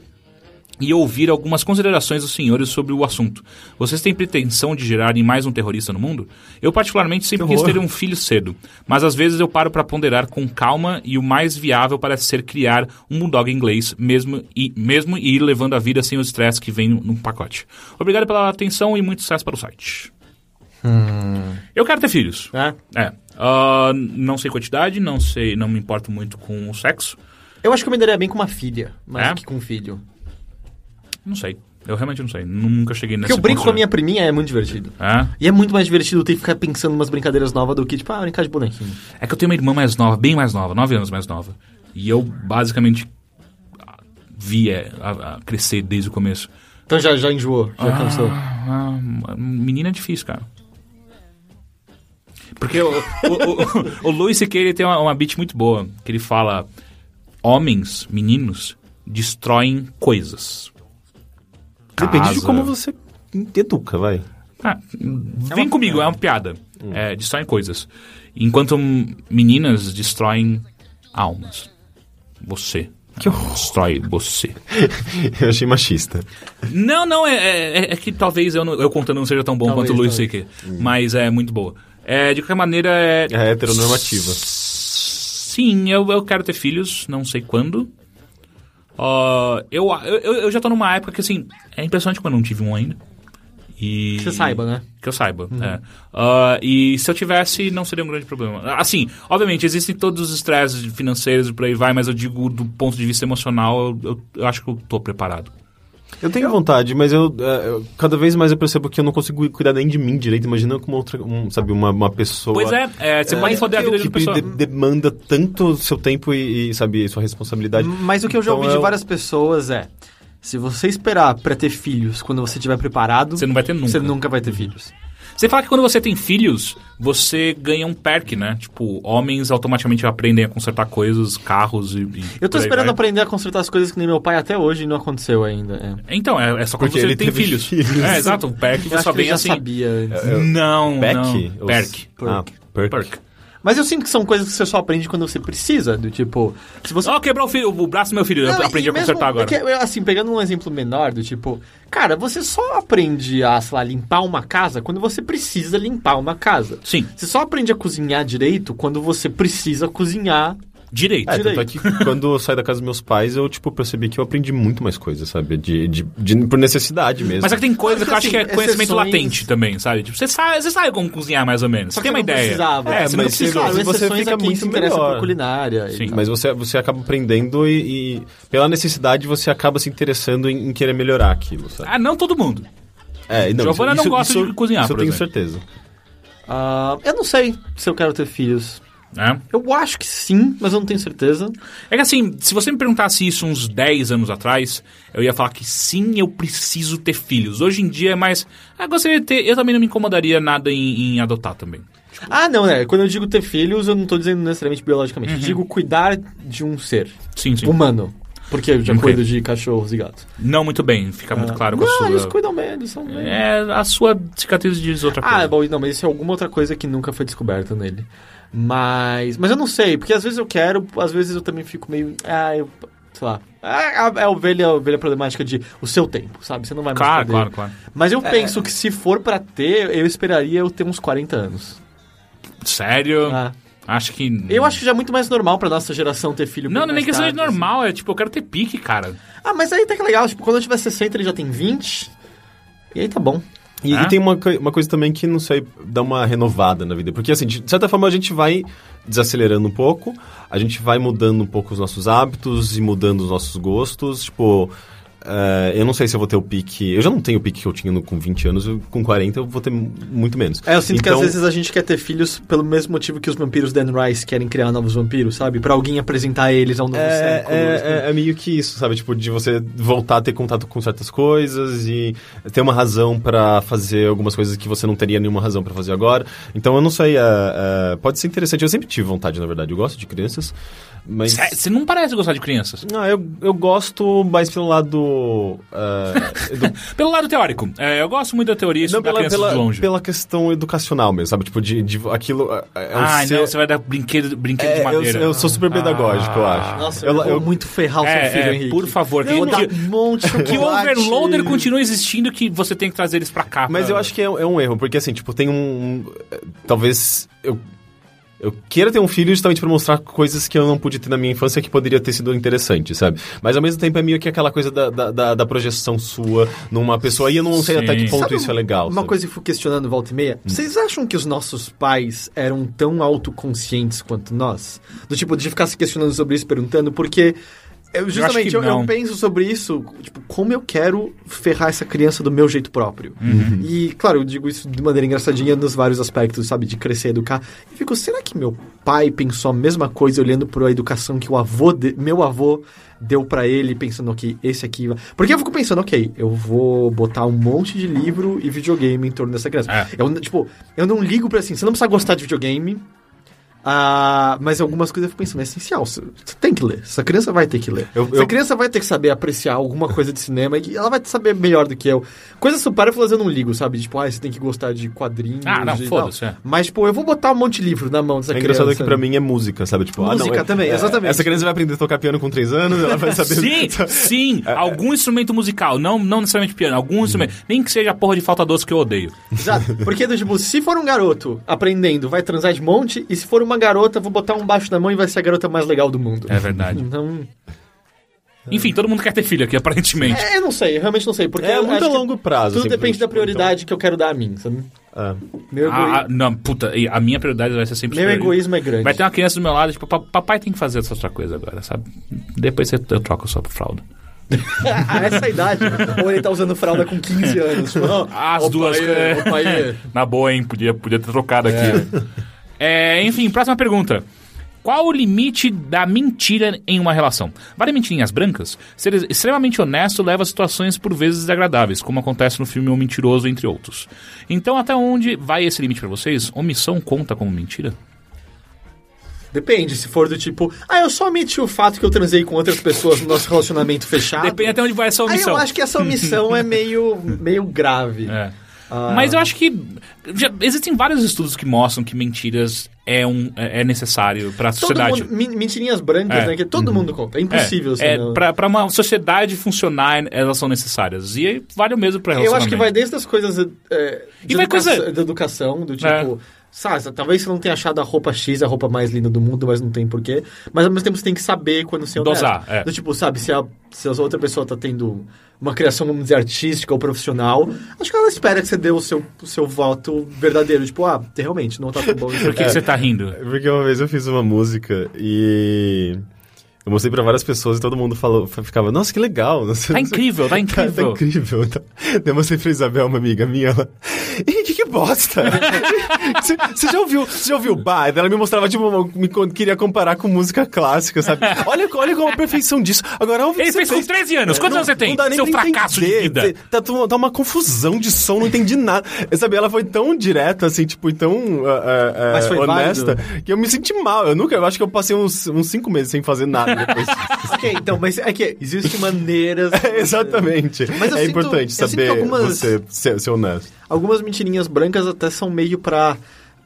Speaker 1: e ouvir algumas considerações dos senhores sobre o assunto. Vocês têm pretensão de gerarem mais um terrorista no mundo? Eu, particularmente, sempre quis ter um filho cedo, mas às vezes eu paro para ponderar com calma e o mais viável parece ser criar um bulldog inglês, mesmo e, mesmo e ir levando a vida sem o estresse que vem num pacote. Obrigado pela atenção e muito sucesso para o site.
Speaker 2: Hum.
Speaker 1: Eu quero ter filhos.
Speaker 2: né?
Speaker 1: É. Ah, não sei quantidade, não sei, não me importo muito com o sexo.
Speaker 2: Eu acho que eu me daria bem com uma filha, mais
Speaker 1: É?
Speaker 2: do que com um filho.
Speaker 1: Não sei. Eu realmente não sei. Nunca cheguei nesse
Speaker 2: Porque eu brinco
Speaker 1: ponto,
Speaker 2: com a
Speaker 1: né?
Speaker 2: minha priminha é muito divertido.
Speaker 1: É?
Speaker 2: E é muito mais divertido ter que ficar pensando umas brincadeiras novas do que, tipo, ah, brincar de bonequinho.
Speaker 1: É que eu tenho uma irmã mais nova, bem mais nova, nove anos mais nova. E eu basicamente ah, vi é, a, a crescer desde o começo.
Speaker 2: Então já, já enjoou, já cansou.
Speaker 1: Ah, ah, menina é difícil, cara. Porque o, o, o, o Louis C.K. ele tem uma, uma beat muito boa, que ele fala homens, meninos, destroem coisas.
Speaker 3: Depende de
Speaker 1: Casa.
Speaker 3: como você educa, vai.
Speaker 1: Ah, vem comigo, é uma piada. É, destroem coisas. Enquanto hum, meninas destroem almas. Você. Que Destrói você.
Speaker 3: Eu achei machista.
Speaker 1: Não, não, é, é- é- é que talvez eu, não- eu contando não seja tão bom
Speaker 2: Talvez, Hum.
Speaker 1: quanto o Luiz C.K. Mas é muito boa. É, de qualquer maneira, é...
Speaker 3: É heteronormativa.
Speaker 1: Sim, eu, eu quero ter filhos, não sei quando. Ah, eu, eu, eu já tô numa época que, assim, é impressionante quando eu não tive um ainda. E...
Speaker 2: Que você saiba, né?
Speaker 1: Que eu saiba, é. Ah, e se eu tivesse, não seria um grande problema. Assim, obviamente, existem todos os estresses financeiros e por aí vai, mas eu digo do ponto de vista emocional, eu, eu- eu acho que eu tô preparado.
Speaker 3: Eu tenho vontade, mas eu, eh, eu- cada vez mais eu percebo que eu não consigo cuidar nem de mim direito. Imagina como outra, um, sabe, uma, uma pessoa.
Speaker 1: Pois é, é, você pode foder a vida de
Speaker 2: Tipo
Speaker 3: que
Speaker 1: outra pessoa.
Speaker 3: de- demanda tanto seu tempo e, e, sabe, sua responsabilidade.
Speaker 2: Mas o que eu já
Speaker 3: Então
Speaker 2: ouvi de
Speaker 3: eu-
Speaker 2: várias pessoas é: se você esperar pra ter filhos quando você estiver preparado,
Speaker 1: Você não vai ter nunca.
Speaker 2: Você nunca vai ter filhos.
Speaker 1: Você fala que quando você tem filhos, você ganha um perk, né? Tipo, homens automaticamente aprendem a consertar coisas, carros e. e
Speaker 2: Eu tô
Speaker 1: por aí
Speaker 2: esperando
Speaker 1: vai.
Speaker 2: aprender a consertar as coisas que nem meu pai até hoje e não aconteceu ainda. é.
Speaker 1: Então, é, é só quando
Speaker 3: Porque
Speaker 1: você
Speaker 3: ele
Speaker 1: tem
Speaker 3: teve
Speaker 1: filhos.
Speaker 3: filhos.
Speaker 1: É, exato. O perk
Speaker 2: Eu acho
Speaker 1: só
Speaker 2: que ele
Speaker 1: vem
Speaker 2: já
Speaker 1: assim.
Speaker 2: sabia antes.
Speaker 1: Não,
Speaker 3: Pack?
Speaker 1: não.
Speaker 3: Os-
Speaker 1: Perk.
Speaker 3: Ah, perk.
Speaker 1: Perk.
Speaker 2: Mas eu sinto que são coisas que você só aprende quando você precisa. Do tipo, se você.
Speaker 1: Ó, quebrou o, filho, o braço do meu filho.
Speaker 2: Não,
Speaker 1: eu
Speaker 2: e
Speaker 1: aprendi a
Speaker 2: mesmo-
Speaker 1: consertar agora.
Speaker 2: porque, assim, pegando um exemplo menor, do tipo, cara, você só aprende a, sei lá, limpar uma casa quando você precisa limpar uma casa.
Speaker 1: Sim,
Speaker 2: Você só aprende a cozinhar direito quando você precisa cozinhar.
Speaker 1: direito.
Speaker 3: É, tanto é
Speaker 2: Direito.
Speaker 3: que quando eu saí da casa dos meus pais, eu, tipo, percebi que eu aprendi muito mais coisas, sabe? De, de, de- por necessidade mesmo.
Speaker 1: Mas é que tem coisa
Speaker 2: Mas,
Speaker 1: que eu acho que
Speaker 2: assim,
Speaker 1: é conhecimento
Speaker 2: exceções-
Speaker 1: latente também, sabe? Tipo, você sabe, você sabe como cozinhar mais ou menos. Você
Speaker 2: que
Speaker 1: tem uma
Speaker 2: não
Speaker 1: ideia.
Speaker 2: precisava. assim,
Speaker 1: É,
Speaker 2: Você
Speaker 1: você
Speaker 2: não
Speaker 1: não
Speaker 3: mas-
Speaker 1: precisa.
Speaker 2: precisava.
Speaker 3: você
Speaker 2: exceções
Speaker 3: fica
Speaker 2: a quem
Speaker 3: muito
Speaker 2: se interessa
Speaker 3: melhor.
Speaker 2: por culinária.
Speaker 1: Sim.
Speaker 3: Mas você, você acaba aprendendo e, e pela necessidade, você acaba se interessando em, em querer melhorar aquilo, sabe?
Speaker 1: Ah, não todo mundo.
Speaker 3: É, não,
Speaker 1: Giovana não gosta de cozinhar,
Speaker 3: Isso eu
Speaker 1: por
Speaker 3: tenho
Speaker 1: exemplo.
Speaker 3: certeza.
Speaker 2: Ah, eu não sei se eu quero ter filhos.
Speaker 1: né?
Speaker 2: Eu acho que sim, mas eu não tenho certeza.
Speaker 1: É que assim, se você me perguntasse isso uns 10 anos atrás, eu ia falar que sim, eu preciso ter filhos. Hoje em dia é mais. Ah, gostaria de ter. Eu também não me incomodaria nada em, em adotar também.
Speaker 2: Ah, não, né? Quando eu digo ter filhos, eu não tô dizendo necessariamente biologicamente. Eu digo cuidar de um ser
Speaker 1: Uhum. Sim, sim.
Speaker 2: humano. Porque eu já
Speaker 1: Ok.
Speaker 2: cuido de cachorros e gatos.
Speaker 1: Não muito bem, fica muito claro com
Speaker 2: não,
Speaker 1: a
Speaker 2: eles
Speaker 1: sua.
Speaker 2: cuidam bem, eles são bem.
Speaker 1: É, a sua cicatriz diz outra coisa.
Speaker 2: Ah, é bom, não, mas isso é alguma outra coisa que nunca foi descoberta nele. Mas. Mas eu não sei, porque às vezes eu quero, às vezes eu também fico meio. Ah, eu. Sei lá. Ah, É a ovelha, a ovelha problemática de o seu tempo, sabe? Você não vai mais
Speaker 1: Claro,
Speaker 2: poder.
Speaker 1: claro, claro.
Speaker 2: Mas eu penso que se for pra ter, eu esperaria eu ter uns 40 anos.
Speaker 1: Sério?
Speaker 2: Ah.
Speaker 1: Acho que.
Speaker 2: Eu acho que já é muito mais normal pra nossa geração ter filho.
Speaker 1: Não,
Speaker 2: bem
Speaker 1: não é nem
Speaker 2: mais
Speaker 1: questão de
Speaker 2: tarde, assim.
Speaker 1: normal, é tipo, eu quero ter pique, cara.
Speaker 2: Ah, mas aí tá que legal. Tipo, quando eu tiver 60, ele já tem 20. E aí tá bom.
Speaker 3: E,
Speaker 1: Ah.
Speaker 3: e tem uma, coi- uma coisa também que, não sei, dá uma renovada na vida. Porque, assim, de certa forma a gente vai desacelerando um pouco, a gente vai mudando um pouco os nossos hábitos e mudando os nossos gostos. Tipo, eh, eu não sei se eu vou ter o pique. Eu já não tenho o pique que eu tinha no- com 20 anos, eu- com 40 eu vou ter mu- muito menos.
Speaker 2: É, eu sinto
Speaker 3: Então-
Speaker 2: que às vezes a gente quer ter filhos pelo mesmo motivo que os vampiros Dan Rice querem criar novos vampiros, sabe? Pra alguém apresentar eles ao novo
Speaker 1: um
Speaker 3: É,
Speaker 2: século.
Speaker 3: é, é, é meio que isso, sabe? Tipo, de você voltar a ter contato com certas coisas e ter uma razão pra fazer algumas coisas que você não teria nenhuma razão pra fazer agora. Então, eu não sei, é, é, pode ser interessante. Eu sempre tive vontade, na verdade. Eu gosto de crianças, mas...
Speaker 1: Cê- É, Você não parece gostar de crianças.
Speaker 3: Não, eu, eu gosto mais pelo lado. é, edu-
Speaker 1: Pelo lado teórico, é, eu gosto muito da teoria
Speaker 3: não,
Speaker 1: sobre
Speaker 3: pela,
Speaker 1: crianças de
Speaker 3: pela,
Speaker 1: longe.
Speaker 3: pela questão educacional mesmo, sabe? Tipo, de, de aquilo. é, É, é um
Speaker 1: Ah,
Speaker 3: ser-
Speaker 1: não, você vai dar brinquedo, brinquedo
Speaker 3: é,
Speaker 1: de
Speaker 3: eu,
Speaker 1: madeira. Ah.
Speaker 3: eu sou super pedagógico, eu acho.
Speaker 2: Nossa,
Speaker 3: eu,
Speaker 2: eu, vou
Speaker 3: eu-
Speaker 2: muito ferrar o
Speaker 1: É,
Speaker 2: seu filho,
Speaker 1: é,
Speaker 2: Henrique.
Speaker 1: por favor, que,
Speaker 2: Não,
Speaker 1: que-
Speaker 2: dá um monte de
Speaker 1: que o
Speaker 2: chocolate.
Speaker 1: overloader continue existindo que você tem que trazer eles pra cá.
Speaker 3: Mas
Speaker 1: pra-
Speaker 3: eu acho que é, é um erro, porque assim, tipo, tem um. eh, Talvez eu. Eu queira ter um filho justamente pra mostrar coisas que eu não pude ter na minha infância que poderia ter sido interessante, sabe? Mas ao mesmo tempo é meio que aquela coisa da, da, da- da projeção sua numa pessoa. E eu não sei
Speaker 1: Sim.
Speaker 3: até que ponto
Speaker 2: Sabe
Speaker 3: isso é legal.
Speaker 2: Uma
Speaker 3: sabe?
Speaker 2: coisa que eu fui questionando volta e meia.
Speaker 1: Hum.
Speaker 2: Vocês acham que os nossos pais eram tão autoconscientes quanto nós? Do tipo, de ficar se questionando sobre isso, perguntando, porque. Eu, justamente,
Speaker 1: que
Speaker 2: eu, eu
Speaker 1: não.
Speaker 2: penso sobre isso, tipo, como eu quero ferrar essa criança do meu jeito próprio. E, claro, eu digo isso de maneira engraçadinha nos vários aspectos, sabe, de crescer, educar. E fico, será que meu pai pensou a mesma coisa olhando para a educação que o avô, de- meu avô deu pra ele, pensando que esse aqui vai... Porque eu fico pensando, ok, eu vou botar um monte de livro e videogame em torno dessa criança.
Speaker 1: É.
Speaker 2: Eu, n- tipo, eu não ligo pra assim, você não precisa gostar de videogame, ah, mas algumas coisas eu fico pensando, é essencial. Você você tem que ler. Essa criança vai ter que ler.
Speaker 3: Eu-
Speaker 2: Essa
Speaker 3: eu-
Speaker 2: criança vai ter que saber apreciar alguma coisa de cinema e ela vai saber melhor do que eu. Coisas supérfluas eu não ligo, sabe? Tipo, ah, você tem que gostar de quadrinhos.
Speaker 1: Ah, não,
Speaker 2: de-
Speaker 1: foda-se, é.
Speaker 2: Mas, tipo, eu vou botar um monte de livro na mão dessa
Speaker 3: É
Speaker 2: criança. né?
Speaker 3: engraçado que pra mim é música, sabe? Tipo, ah, não,
Speaker 2: Música
Speaker 3: é-
Speaker 2: também,
Speaker 3: é-
Speaker 2: exatamente.
Speaker 3: Essa criança vai aprender a tocar piano com 3 anos, ela vai saber.
Speaker 1: Sim, sim, algum instrumento musical, não, não necessariamente piano, algum instrumento, nem que seja a porra de falta doce que eu odeio.
Speaker 2: Exato. Porque, do tipo, se for um garoto aprendendo, vai transar de monte. E se for uma garota, vou botar um baixo na mão e vai ser a garota mais legal do mundo.
Speaker 1: É verdade.
Speaker 2: Então,
Speaker 1: Enfim, todo mundo quer ter filho aqui, aparentemente.
Speaker 2: é, eu não sei, eu realmente não sei. Porque
Speaker 3: É
Speaker 2: eu
Speaker 3: muito
Speaker 2: acho
Speaker 3: a
Speaker 2: que
Speaker 3: longo prazo.
Speaker 2: Tudo
Speaker 3: assim,
Speaker 2: depende
Speaker 3: porque,
Speaker 2: da
Speaker 3: tipo,
Speaker 2: prioridade que eu quero dar a mim, sabe?
Speaker 3: então,
Speaker 2: Meu egoísmo.
Speaker 1: Ah, ah, não, puta, e a minha prioridade vai ser sempre
Speaker 2: Meu
Speaker 1: superior.
Speaker 2: egoísmo é grande.
Speaker 1: Vai ter uma criança do meu lado, tipo, pa- papai tem que fazer essa outra coisa agora, sabe? Depois você- eu troco só pro fralda.
Speaker 3: é.
Speaker 2: a essa idade, ou ele tá usando fralda com 15 anos. Tipo, ó,
Speaker 1: As
Speaker 2: opa,
Speaker 1: duas.
Speaker 2: aí,
Speaker 1: é.
Speaker 2: opa, aí.
Speaker 1: Na boa, hein? Podia, podia ter trocado aqui. É, enfim, próxima pergunta. Qual o limite da mentira em uma relação? Vale mentirinhas brancas? Ser ex- extremamente honesto leva a situações por vezes desagradáveis, como acontece no filme O Mentiroso, entre outros. Então, até onde vai esse limite pra vocês? Omissão conta como mentira?
Speaker 2: Depende, se for do tipo, ah, eu só omiti o fato que eu transei com outras pessoas no nosso relacionamento fechado.
Speaker 1: Depende até onde vai essa
Speaker 2: Aí eu
Speaker 1: omissão.
Speaker 2: acho que essa omissão é meio, meio grave.
Speaker 1: É.
Speaker 2: Ah.
Speaker 1: Mas eu acho que já existem vários estudos que mostram que mentiras é, um, é é necessário pra
Speaker 2: Todo
Speaker 1: sociedade.
Speaker 2: mundo, men- mentirinhas brancas,
Speaker 1: É.
Speaker 2: né? Que todo mundo conta. É impossível. assim,
Speaker 1: É,
Speaker 2: não-
Speaker 1: pra, pra uma sociedade funcionar, elas são necessárias. E aí vale o mesmo pra
Speaker 2: Eu acho que vai
Speaker 1: relacionamento.
Speaker 2: desde as coisas é, de,
Speaker 1: E vai
Speaker 2: educação,
Speaker 1: coisa-
Speaker 2: da educação, do tipo.
Speaker 1: É.
Speaker 2: Sabe, talvez você não tenha achado a roupa X a roupa mais linda do mundo, mas não tem porquê. Mas ao mesmo tempo você tem que saber quando você
Speaker 1: Dosar, é.
Speaker 2: Do tipo, sabe, se a, se a outra pessoa tá tendo uma criação, vamos dizer, artística ou profissional, acho que ela espera que você dê o seu, o seu voto verdadeiro. Tipo, ah, realmente, não tá tão bom isso
Speaker 1: Por que, que você tá rindo?
Speaker 3: Porque uma vez eu fiz uma música e eu mostrei pra várias pessoas e todo mundo falou, ficava, nossa, que legal. Nossa,
Speaker 1: Tá
Speaker 3: não sei-
Speaker 1: incrível, tá
Speaker 3: Tá, tá
Speaker 1: incrível.
Speaker 3: incrível. Tá. Daí Eu mostrei pra Isabel, uma amiga minha, ela. Ih, que, que bosta! Você você já ouviu, você já ouviu Bach? Ela me mostrava, tipo, uma- me con- queria comparar com música clássica, sabe? Olha, olha como a perfeição disso. Agora, ouve o que
Speaker 1: Ele
Speaker 3: você É,
Speaker 1: fez com 13 anos. Quantos
Speaker 3: não-
Speaker 1: anos você tem?
Speaker 3: Não dá nem
Speaker 1: Seu
Speaker 3: pra
Speaker 1: fracasso de
Speaker 3: entender.
Speaker 1: vida.
Speaker 3: Cê- Tá, tu- tá uma confusão de som, não entendi nada. Eu, sabe, ela foi tão direta, assim, tipo, e tão ah, ah, ah,
Speaker 2: Mas foi
Speaker 3: honesta, que eu me senti mal. Eu nunca, eu acho que eu passei uns, uns cinco meses sem fazer nada depois.
Speaker 2: Ok, então, mas é que existem maneiras.
Speaker 3: É, Exatamente.
Speaker 2: Mas eu
Speaker 3: é
Speaker 2: sinto-
Speaker 3: importante
Speaker 2: eu sinto
Speaker 3: saber
Speaker 2: algumas-
Speaker 3: você ser, ser honesto.
Speaker 2: Algumas mentirinhas brancas até são meio pra.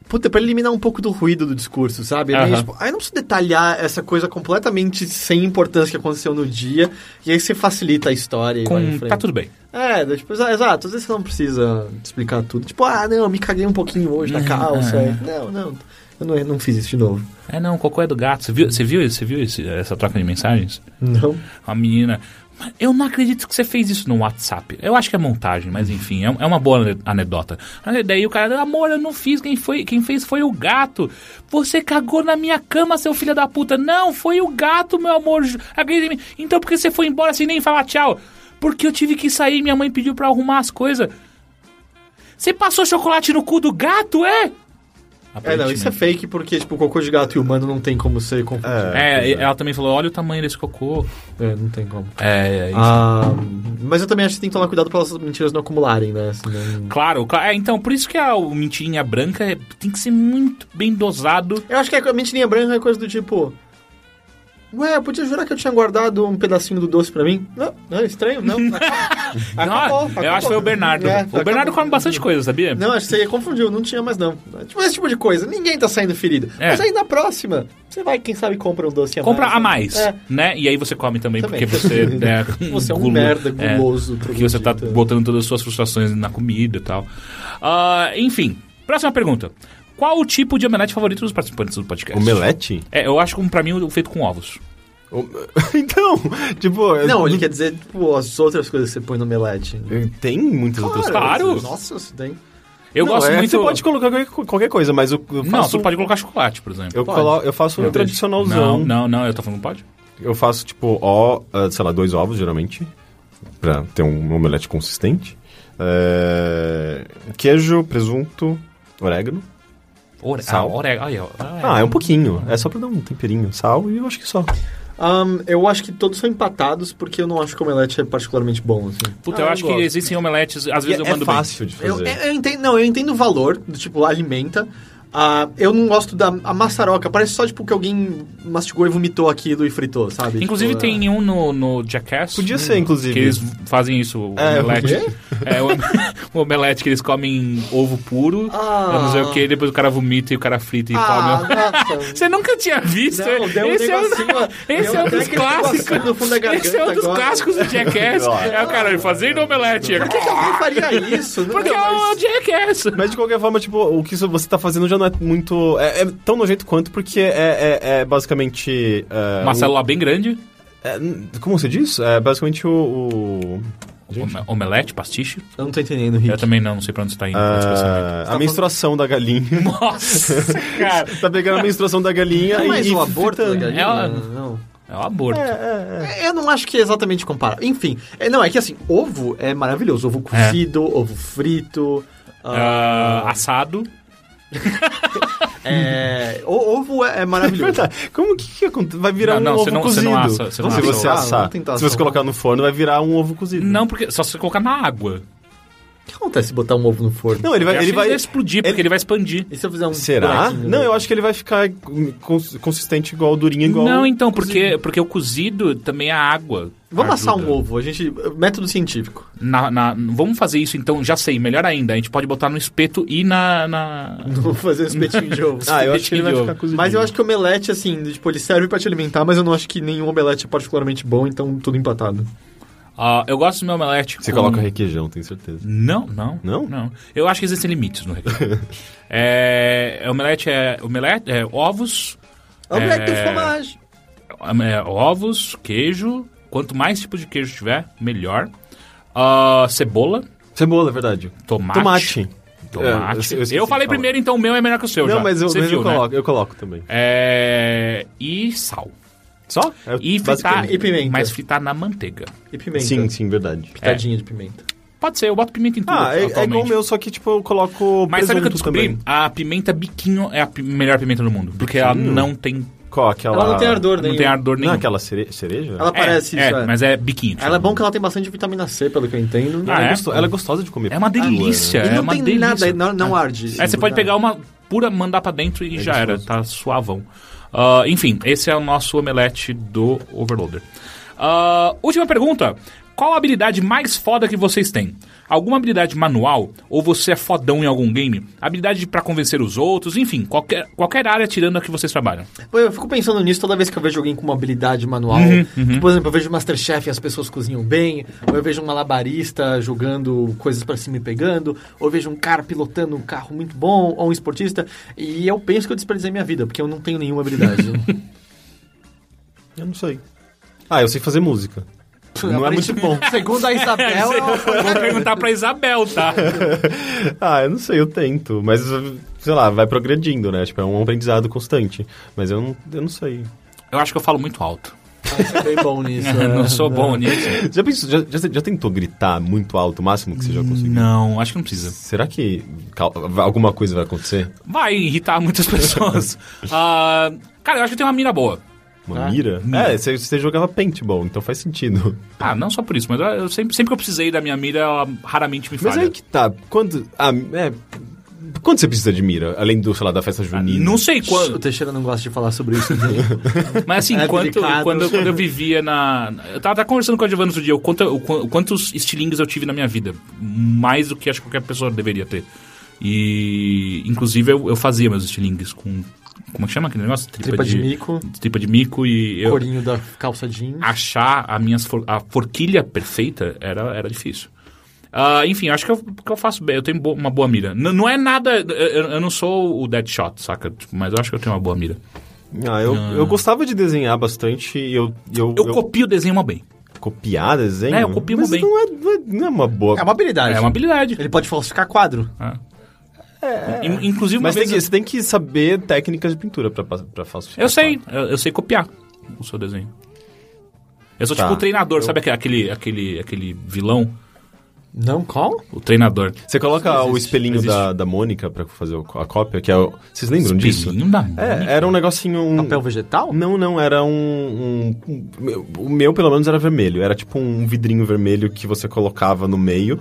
Speaker 2: Puta, pra eliminar um pouco do ruído do discurso, sabe? É meio,
Speaker 1: Aham.
Speaker 2: tipo, aí não precisa detalhar essa coisa completamente sem importância que aconteceu no dia, e aí você facilita a história e vai em
Speaker 1: Com...
Speaker 2: frente.
Speaker 1: Tá tudo bem.
Speaker 2: É, daí, tipo, exa- exato, às vezes você não precisa explicar tudo. Tipo, ah, não, me caguei um pouquinho hoje
Speaker 1: Hum,
Speaker 2: na calça. é. Não, não, eu não, eu não fiz isso de novo.
Speaker 1: É, não, cocô é do gato. Você viu, você viu, você viu esse- essa troca de mensagens?
Speaker 2: Não.
Speaker 1: A menina... "Mas Eu não acredito que você fez isso no WhatsApp. Eu acho que é montagem, mas enfim, é, é uma boa ane- anedota. Aí Daí o cara, amor, eu não fiz, quem, foi, quem fez foi o gato. Você cagou na minha cama, seu filho da puta. Não, foi o gato, meu amor. ju- Acredita em mim. Então por que você foi embora sem nem falar tchau? Porque eu tive que sair, minha mãe pediu pra eu arrumar as coisas. Você passou chocolate no cu do gato, é?
Speaker 2: É, não, isso é fake porque, tipo, cocô de gato e humano não tem como ser confundido.
Speaker 1: É, e- ela também falou, olha o tamanho desse cocô.
Speaker 2: É, não tem como.
Speaker 1: É,
Speaker 2: Ah, mas eu também acho que tem que tomar cuidado para essas mentiras não acumularem, né? Senão-
Speaker 1: Claro, cla- é, então, por isso que a o mentirinha branca é- tem que ser muito bem dosado.
Speaker 2: Eu acho que a mentirinha branca é coisa do tipo. Ué, eu podia jurar que eu tinha guardado um pedacinho do doce pra mim? Não, não é estranho, não. Acabou,
Speaker 1: Não,
Speaker 2: acabou.
Speaker 1: Ah, eu acho que foi o Bernardo.
Speaker 2: É,
Speaker 1: o Bernardo
Speaker 2: acabou.
Speaker 1: come bastante coisa, sabia?
Speaker 2: Não, acho que você confundiu, não tinha mais não. Tipo esse tipo de coisa, ninguém tá saindo ferido.
Speaker 1: É.
Speaker 2: Mas aí na próxima, você vai, quem sabe, compra um doce a
Speaker 1: Compra a
Speaker 2: mais.
Speaker 1: mais,
Speaker 2: né?
Speaker 1: né? E aí você come também, porque
Speaker 2: Também.
Speaker 1: você... né,
Speaker 2: Você é um
Speaker 1: gulo-
Speaker 2: merda, guloso,
Speaker 1: porque você tá
Speaker 2: troglodita.
Speaker 1: botando todas as suas frustrações na comida e tal. Ah, enfim, próxima pergunta. Qual o tipo de omelete favorito dos participantes do podcast?
Speaker 3: Omelete?
Speaker 1: É, eu acho que pra mim o feito com ovos.
Speaker 3: O- Então, tipo.
Speaker 2: É. Não,
Speaker 3: eu-
Speaker 2: ele quer dizer, tipo, as outras coisas que você põe no omelete.
Speaker 3: Tem muitas outras coisas.
Speaker 1: Claro.
Speaker 2: Nossa, você tem.
Speaker 1: Eu
Speaker 3: Não,
Speaker 1: gosto
Speaker 3: é,
Speaker 1: muito...
Speaker 3: Você pode colocar qualquer- qualquer coisa, mas eu, eu
Speaker 1: Não,
Speaker 3: faço.
Speaker 1: você pode colocar chocolate, por exemplo.
Speaker 3: eu, colo, eu faço um
Speaker 1: Eu-
Speaker 3: tradicionalzão.
Speaker 1: Não, não, não, eu tô falando pode.
Speaker 3: Eu faço, tipo, ó, ah, sei lá, dois ovos, geralmente. Pra ter um omelete consistente. É, Queijo, presunto, orégano.
Speaker 1: Ore...
Speaker 3: Sal.
Speaker 1: Ah, orégano. Aí, ó.
Speaker 3: Ah, é um pouquinho. É só pra dar um temperinho. Sal e eu acho que só.
Speaker 2: Ahn, eu acho que todos são empatados porque eu não acho que o omelete é particularmente bom, assim.
Speaker 1: Puta,
Speaker 3: Ah,
Speaker 1: eu
Speaker 3: eu
Speaker 1: acho que
Speaker 3: gosto.
Speaker 1: existem omeletes, às vezes eu
Speaker 3: é
Speaker 1: mando
Speaker 3: fácil de
Speaker 2: Eu, é
Speaker 3: fazer.
Speaker 2: eu- eu entendo, não, eu entendo o valor, do tipo, alimenta. Ah, eu não gosto da a maçaroca, parece só tipo que alguém mastigou e vomitou aquilo e fritou, sabe?
Speaker 1: bem. Inclusive
Speaker 2: Tipo,
Speaker 1: tem um no, no Jackass. um,
Speaker 3: Podia ser, inclusive.
Speaker 1: Que eles fazem isso, o
Speaker 3: É,
Speaker 1: omelete. É, o, o omelete que eles comem ovo puro,
Speaker 2: Ah.
Speaker 1: eu não sei o que, depois o cara vomita e o cara frita e
Speaker 2: Ah,
Speaker 1: come.
Speaker 2: nossa.
Speaker 1: Você nunca tinha visto?
Speaker 2: Não, deu um
Speaker 1: esse é um,
Speaker 2: negocinho, ó,
Speaker 1: esse
Speaker 2: deu
Speaker 1: é um
Speaker 2: até
Speaker 1: dos
Speaker 2: aquele negocinho
Speaker 1: clássicos.
Speaker 2: no fundo da garganta
Speaker 1: Esse é um dos
Speaker 2: agora.
Speaker 1: clássicos do Jackass. é o cara fazendo omelete.
Speaker 2: Quem faria isso? Não, É
Speaker 1: Porque é o Jackass.
Speaker 3: Mas de qualquer forma, tipo, o que isso- você tá fazendo já não é muito. É, é tão nojento quanto, porque é, é- é basicamente. é,
Speaker 1: Uma célula bem grande.
Speaker 3: o- é, n- como você diz? É basicamente o. o-
Speaker 1: Ome- Omelete, pastiche.
Speaker 2: Eu não tô entendendo, Rick.
Speaker 1: Eu também não, não sei pra onde você tá indo. com esse pensamento.
Speaker 3: ah, a menstruação da galinha.
Speaker 1: Nossa, cara.
Speaker 3: tá pegando a menstruação da galinha
Speaker 2: Não é
Speaker 3: e.
Speaker 2: mais
Speaker 3: e
Speaker 2: o aborto da
Speaker 3: fritando.
Speaker 2: galinha?
Speaker 1: Ela-
Speaker 2: Não.
Speaker 1: É o aborto.
Speaker 2: É, Eu não acho que é exatamente comparar. Enfim, é, não, é que assim, ovo é maravilhoso. Ovo cozido, ovo frito.
Speaker 1: Ah,
Speaker 2: ah,
Speaker 1: assado.
Speaker 2: é, o- ovo é, é maravilhoso.
Speaker 3: Verdade. Como que, que aconte- vai virar
Speaker 1: Não, não,
Speaker 3: um
Speaker 1: você
Speaker 3: ovo
Speaker 1: não- você
Speaker 3: cozido?
Speaker 1: não assa, você não
Speaker 3: se
Speaker 1: assa.
Speaker 3: você
Speaker 2: Ah,
Speaker 3: assar,
Speaker 2: vamos tentar
Speaker 3: se você
Speaker 2: assar.
Speaker 3: colocar no forno, vai virar um ovo cozido.
Speaker 1: Não, porque só se você colocar na água.
Speaker 2: o que acontece se botar um ovo no forno?
Speaker 3: Não, ele
Speaker 1: Eu
Speaker 3: vai,
Speaker 1: acho
Speaker 3: ele
Speaker 1: que
Speaker 3: vai
Speaker 1: explodir, porque ele vai expandir.
Speaker 2: E se eu fizer um.
Speaker 3: Será?
Speaker 2: buraquinho?
Speaker 3: Não, eu acho que ele vai ficar cons- consistente igual, durinho igual.
Speaker 1: Não, então, porque, porque o cozido também é a água.
Speaker 2: Vamos assar um
Speaker 1: Ajuda.
Speaker 2: ovo, a gente. Método científico.
Speaker 1: Na- na- vamos fazer isso então, já sei, melhor ainda. A gente pode botar no espeto e na. na-
Speaker 2: Vou fazer um espetinho de ovo.
Speaker 3: Ah, eu acho que ele vai
Speaker 1: Ovo.
Speaker 3: ficar cozido.
Speaker 2: Mas eu acho que omelete, assim, tipo, ele serve pra te alimentar, mas eu não acho que nenhum omelete é particularmente bom, então tudo empatado.
Speaker 1: Ah, eu gosto do meu omelete.
Speaker 3: Você
Speaker 1: com-
Speaker 3: coloca requeijão, tenho certeza.
Speaker 1: Não, não.
Speaker 3: Não?
Speaker 1: Eu acho que existem limites no requeijão. é, omelete é. Omelete é ovos.
Speaker 2: Omelete
Speaker 1: é,
Speaker 2: de fromage.
Speaker 1: é, ovos, queijo. Quanto mais tipo de queijo tiver, melhor. Ah, cebola,
Speaker 3: Cebola, é verdade.
Speaker 1: tomate.
Speaker 3: Tomate. É, eu
Speaker 1: tomate.
Speaker 3: esqueci
Speaker 1: eu,
Speaker 3: de
Speaker 1: falei
Speaker 3: falar.
Speaker 1: primeiro, então o meu é melhor que o seu.
Speaker 3: Não,
Speaker 1: já.
Speaker 3: mas eu,
Speaker 1: Você
Speaker 3: mas
Speaker 1: viu,
Speaker 3: eu,
Speaker 1: né?
Speaker 3: coloco, eu coloco também.
Speaker 1: É, e sal.
Speaker 3: Só? É
Speaker 1: E fritar,
Speaker 3: basicamente.
Speaker 2: e pimenta.
Speaker 1: mas fritar na manteiga.
Speaker 2: E pimenta.
Speaker 3: Sim, sim, verdade.
Speaker 1: É.
Speaker 2: Pitadinha de pimenta.
Speaker 1: Pode ser, eu boto pimenta em tudo
Speaker 3: Ah, é, é
Speaker 1: atualmente.
Speaker 3: igual o meu, só que tipo, eu coloco
Speaker 1: Mas sabe o que eu
Speaker 3: presunto
Speaker 1: descobri?
Speaker 3: também.
Speaker 1: A pimenta biquinho é a pi- melhor pimenta do mundo. Porque ela não tem,
Speaker 3: Qual aquela...
Speaker 2: Ela não tem ardor,
Speaker 1: não
Speaker 2: nenhum.
Speaker 1: tem ardor
Speaker 3: Não, é
Speaker 1: nenhum.
Speaker 3: aquela cere- cereja?
Speaker 2: Ela
Speaker 1: É,
Speaker 2: parece
Speaker 1: é,
Speaker 2: isso, é.
Speaker 1: mas é biquinho. tipo.
Speaker 2: Ela é bom que ela tem bastante vitamina C, pelo que eu entendo.
Speaker 1: Ah,
Speaker 3: Ela,
Speaker 1: é?
Speaker 3: é gosto- ela é gostosa de comer.
Speaker 1: É uma delícia.
Speaker 2: E
Speaker 1: é
Speaker 2: não
Speaker 1: uma
Speaker 2: tem
Speaker 1: delícia.
Speaker 2: nada, não, não arde.
Speaker 1: Aí você pode pegar uma pura, mandar pra dentro e já era. Tá suavão. Ah, enfim, esse é o nosso omelete do Overloader. Ah, última pergunta. Qual a habilidade mais foda que vocês têm? Alguma habilidade manual? Ou você é fodão em algum game? Habilidade pra convencer os outros? Enfim, qualquer, qualquer área tirando a que vocês trabalham.
Speaker 2: Pô, Eu fico pensando nisso toda vez que eu vejo alguém com uma habilidade manual.
Speaker 1: Uhum,
Speaker 2: Tipo, por exemplo, eu vejo Masterchef e as pessoas cozinham bem. Ou eu vejo um malabarista jogando coisas pra cima e pegando. Ou eu vejo um cara pilotando um carro muito bom. Ou um esportista. E eu penso que eu desperdicei minha vida, porque eu não tenho nenhuma habilidade.
Speaker 1: é
Speaker 3: Eu não sei. Ah, eu sei fazer música. Não é muito bom.
Speaker 2: Segundo a Isabel, é uma coisa-
Speaker 1: Vou perguntar pra Isabel, tá?
Speaker 3: Ah, eu não sei, eu tento. Mas, sei lá, vai progredindo, né? Tipo, é um aprendizado constante. Mas eu não, eu não sei.
Speaker 1: Eu acho que eu falo muito alto.
Speaker 2: você é bem bom nisso. é.
Speaker 1: Uhum. não sou bom nisso.
Speaker 3: Já, pensou, já, já, já tentou gritar muito alto, o máximo que você já conseguiu?
Speaker 1: Não, acho que não precisa.
Speaker 3: Será que cal- alguma coisa vai acontecer?
Speaker 1: Vai irritar muitas pessoas. Ah, cara, eu acho que tem uma mira boa.
Speaker 3: Uma mira? É, você, você jogava paintball, então faz sentido.
Speaker 1: Ah, não só por isso, mas eu- eu sempre, sempre que eu precisei da minha mira, ela raramente me
Speaker 3: Mas
Speaker 1: falha.
Speaker 3: aí que tá. Quando. Ah, é. Quando você precisa de mira? Além do, sei lá, da
Speaker 1: Ah,
Speaker 3: festa junina?
Speaker 1: Não sei
Speaker 2: O
Speaker 1: quando.
Speaker 2: Teixeira não gosta de falar sobre isso.
Speaker 1: Mas assim,
Speaker 2: É
Speaker 1: quanto,
Speaker 2: delicado.
Speaker 1: quando, quando eu vivia na. Eu tava até conversando com a Giovanna outro dia, o quanto, o quan- quantos estilingues eu tive na minha vida. Mais do que acho que qualquer pessoa deveria ter. E. Inclusive eu, eu fazia meus estilingues com. Como é que chama aquele negócio?
Speaker 2: Tripa de mico.
Speaker 1: Tripa de mico e. Eu,
Speaker 2: Corinho da calça jeans.
Speaker 1: achar a, minhas for- a forquilha perfeita era, era difícil. Ah, enfim, eu acho que eu, que eu faço bem, eu tenho bo- uma boa mira. N- não é nada. Eu, eu- eu não sou o Deadshot, saca? Tipo, Mas eu acho que eu tenho uma boa mira.
Speaker 3: Ah, eu, eu gostava de desenhar bastante e eu. Eu,
Speaker 1: Eu,
Speaker 3: eu
Speaker 1: copio o desenho é uma bem.
Speaker 3: copiar desenho?
Speaker 1: É, eu copio
Speaker 3: Mas
Speaker 1: bem.
Speaker 3: Não é, não, é, não é uma boa.
Speaker 2: É uma habilidade.
Speaker 1: É uma habilidade.
Speaker 2: Ele pode falsificar quadro.
Speaker 1: In- Inclusive, uma
Speaker 3: É. Mas tem
Speaker 1: vez
Speaker 3: que- você tem que saber técnicas de pintura pra, pa- pra falsificar.
Speaker 1: eu, eu sei, eu, eu sei copiar o seu desenho. Eu sou
Speaker 3: Tá.
Speaker 1: tipo o treinador, sabe aque- aquele, aquele, aquele vilão?
Speaker 2: Não, qual?
Speaker 1: O treinador.
Speaker 3: Você coloca o espelhinho
Speaker 1: existe.
Speaker 3: da, da Mônica pra fazer o- a cópia, que é o... Vocês lembram disso?
Speaker 1: Espelhinho da
Speaker 3: É,
Speaker 1: Mônica.
Speaker 3: era um negocinho... Um...
Speaker 1: Hum.
Speaker 2: Papel vegetal?
Speaker 3: Não, não, era um, um- um- meu- O meu, pelo menos, era vermelho. Era tipo um vidrinho vermelho que você colocava no meio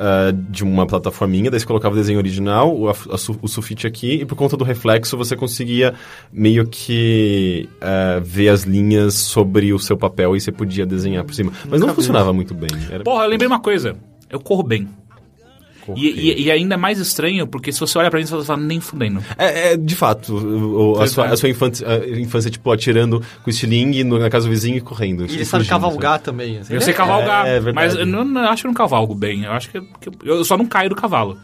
Speaker 3: ah, de uma plataforminha, daí você colocava o desenho original, o, a- a su- o sulfite aqui, e por conta do reflexo você conseguia meio que ah, ver as linhas sobre o seu papel e você podia desenhar por cima. Mas não funcionava muito bem. Era
Speaker 1: Porra, eu lembrei uma coisa. Eu corro bem.
Speaker 3: corrido.
Speaker 1: E, e- e ainda é mais estranho, porque se você olha pra mim, você fala, nem fudendo.
Speaker 3: É, é, de fato, o- o- a
Speaker 1: Pois
Speaker 3: sua,
Speaker 1: é.
Speaker 3: a sua infância, a infância, tipo, atirando com o estilingue no- na casa do vizinho e correndo. tipo
Speaker 2: E ele sabe cavalgar também. assim.
Speaker 1: Eu sei cavalgar,
Speaker 3: é verdade.
Speaker 1: mas eu não, não- acho que eu não cavalgo bem. Eu acho que, que eu eu só não caio do cavalo.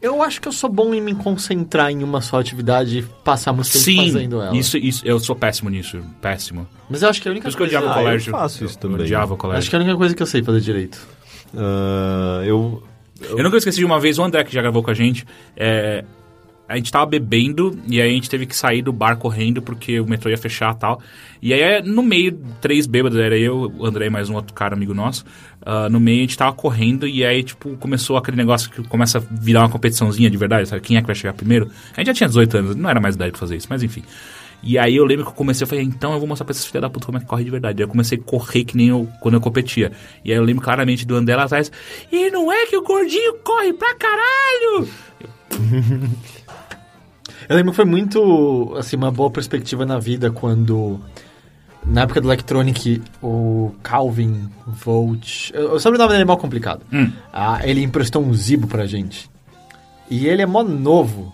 Speaker 2: Eu acho que eu sou bom em me concentrar em uma só atividade e passar muito tempo
Speaker 1: Sim,
Speaker 2: fazendo ela.
Speaker 1: isso, isso, eu sou péssimo nisso, péssimo.
Speaker 2: Mas eu acho que a única
Speaker 1: Por isso que eu
Speaker 2: coisa.
Speaker 1: odiava o
Speaker 3: Ah, eu
Speaker 1: colégio.
Speaker 3: faço isso
Speaker 1: Eu
Speaker 3: também.
Speaker 1: odiava o
Speaker 2: acho
Speaker 1: colégio.
Speaker 2: que é a única coisa que eu sei fazer direito.
Speaker 3: Ah, eu.
Speaker 1: Eu nunca esqueci de uma vez, o André que já gravou com a gente, é, A gente tava bebendo e aí a gente teve que sair do bar correndo porque o metrô ia fechar e tal. E aí, é, no meio, três bêbados, era eu, o André e mais um outro cara, amigo nosso. ah, no meio, a gente tava correndo e aí, tipo, começou aquele negócio que começa a virar uma competiçãozinha de verdade, sabe? Quem é que vai chegar primeiro? A gente já tinha 18 anos, não era mais idade pra fazer isso, mas enfim. E aí eu lembro que eu comecei, eu falei, então eu vou mostrar pra esses filha da puta como é que corre de verdade. Aí eu comecei a correr que nem eu quando eu competia. E aí eu lembro claramente do André lá atrás, e não é que o gordinho corre pra caralho!
Speaker 2: Eu lembro que foi muito, assim, uma boa perspectiva na vida quando... Na época do Electronic, o Calvin Volt... Eu, eu sobre o nome dele é mal complicado.
Speaker 1: Hum.
Speaker 2: Ah, ele emprestou um Zibo pra gente. E ele é mó novo.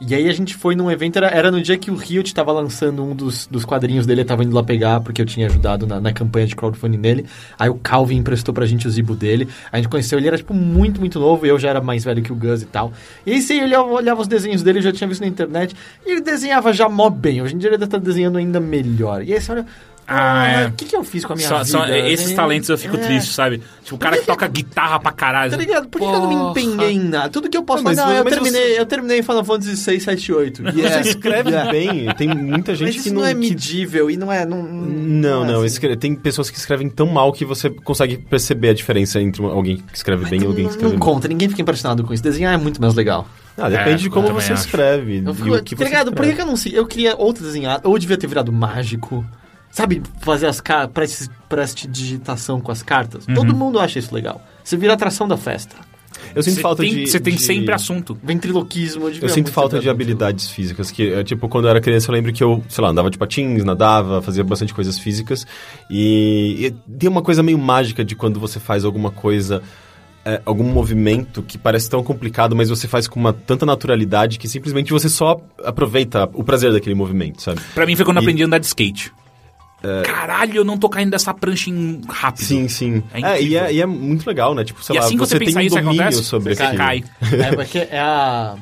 Speaker 2: E aí a gente foi num evento, era, era no dia que o Riot tava lançando um dos, dos quadrinhos dele, eu tava indo lá pegar, porque eu tinha ajudado na, na campanha de crowdfunding dele. Aí o Calvin emprestou pra gente o Zibo dele. A gente conheceu, ele era, tipo, muito, muito novo, eu já era mais velho que o Gus e tal. E aí sim, eu olhava, olhava os desenhos dele, eu já tinha visto na internet, e ele desenhava já mó bem. Hoje em dia ele deve estar desenhando ainda melhor. E aí você olha...
Speaker 1: Ah,
Speaker 2: Ah,
Speaker 1: é.
Speaker 2: O que, que eu fiz com a minha
Speaker 1: Só-
Speaker 2: vida?
Speaker 1: só esses
Speaker 2: né?
Speaker 1: talentos eu fico
Speaker 2: É.
Speaker 1: triste, sabe? Tipo, o cara que toca guitarra pra caralho.
Speaker 2: Tá ligado? Por que eu não me empenhei em nada? Tudo que eu posso
Speaker 3: Não, mas
Speaker 2: fazer. Não, eu
Speaker 3: você-
Speaker 2: terminei, eu terminei Final Fantasy 6, 7, 8.
Speaker 3: Você escreve bem, tem muita gente
Speaker 2: É. Mas
Speaker 3: que
Speaker 2: isso
Speaker 3: não.
Speaker 2: não é
Speaker 3: que-
Speaker 2: medível e não é. Não,
Speaker 3: Não, não.
Speaker 2: assim.
Speaker 3: escre- Tem pessoas que escrevem tão mal que você consegue perceber a diferença entre um- alguém que escreve bem e alguém que
Speaker 2: Não,
Speaker 3: escreve
Speaker 2: não conta, ninguém fica impressionado com isso. Desenhar é muito mais legal.
Speaker 3: mal. Ah, depende
Speaker 1: É,
Speaker 3: de
Speaker 1: eu
Speaker 3: como
Speaker 1: também
Speaker 3: você
Speaker 1: acho.
Speaker 3: escreve.
Speaker 2: Eu
Speaker 3: e
Speaker 2: fico,
Speaker 3: o que
Speaker 2: tá
Speaker 3: você
Speaker 2: ligado? Por que,
Speaker 3: escreve.
Speaker 2: que eu não sei? Eu queria outro desenhado, ou eu devia ter virado mágico. Sabe, fazer as cartas, tipo digitação com as cartas.
Speaker 3: Uhum.
Speaker 2: Todo mundo acha isso legal. Você vira atração da festa.
Speaker 3: Eu sinto falta de.
Speaker 1: Você tem
Speaker 3: de-
Speaker 1: sempre assunto.
Speaker 2: Ventriloquismo.
Speaker 3: Eu
Speaker 1: É
Speaker 3: sinto falta de habilidades físicas, que, é, tipo, quando eu era criança eu lembro que eu, sei lá, andava de patins, nadava, fazia bastante coisas físicas, e, e tem uma coisa meio mágica de quando você faz alguma coisa, é, algum movimento que parece tão complicado, mas você faz com uma tanta naturalidade que simplesmente você só aproveita o prazer daquele movimento, sabe?
Speaker 1: Pra mim foi quando eu
Speaker 3: E- É.
Speaker 1: aprendi a andar de skate. Caralho, eu não tô caindo dessa prancha em rápido.
Speaker 3: Sim, sim.
Speaker 1: É
Speaker 3: É, e,
Speaker 1: incrível.
Speaker 3: é, e é muito legal, né? Tipo, sei
Speaker 1: E
Speaker 3: lá,
Speaker 1: assim que
Speaker 3: você,
Speaker 1: você pensar
Speaker 3: tem um
Speaker 1: isso
Speaker 3: domínio
Speaker 1: acontece,
Speaker 3: sobre
Speaker 1: você
Speaker 3: aquilo.
Speaker 1: cai.
Speaker 2: É, porque é a.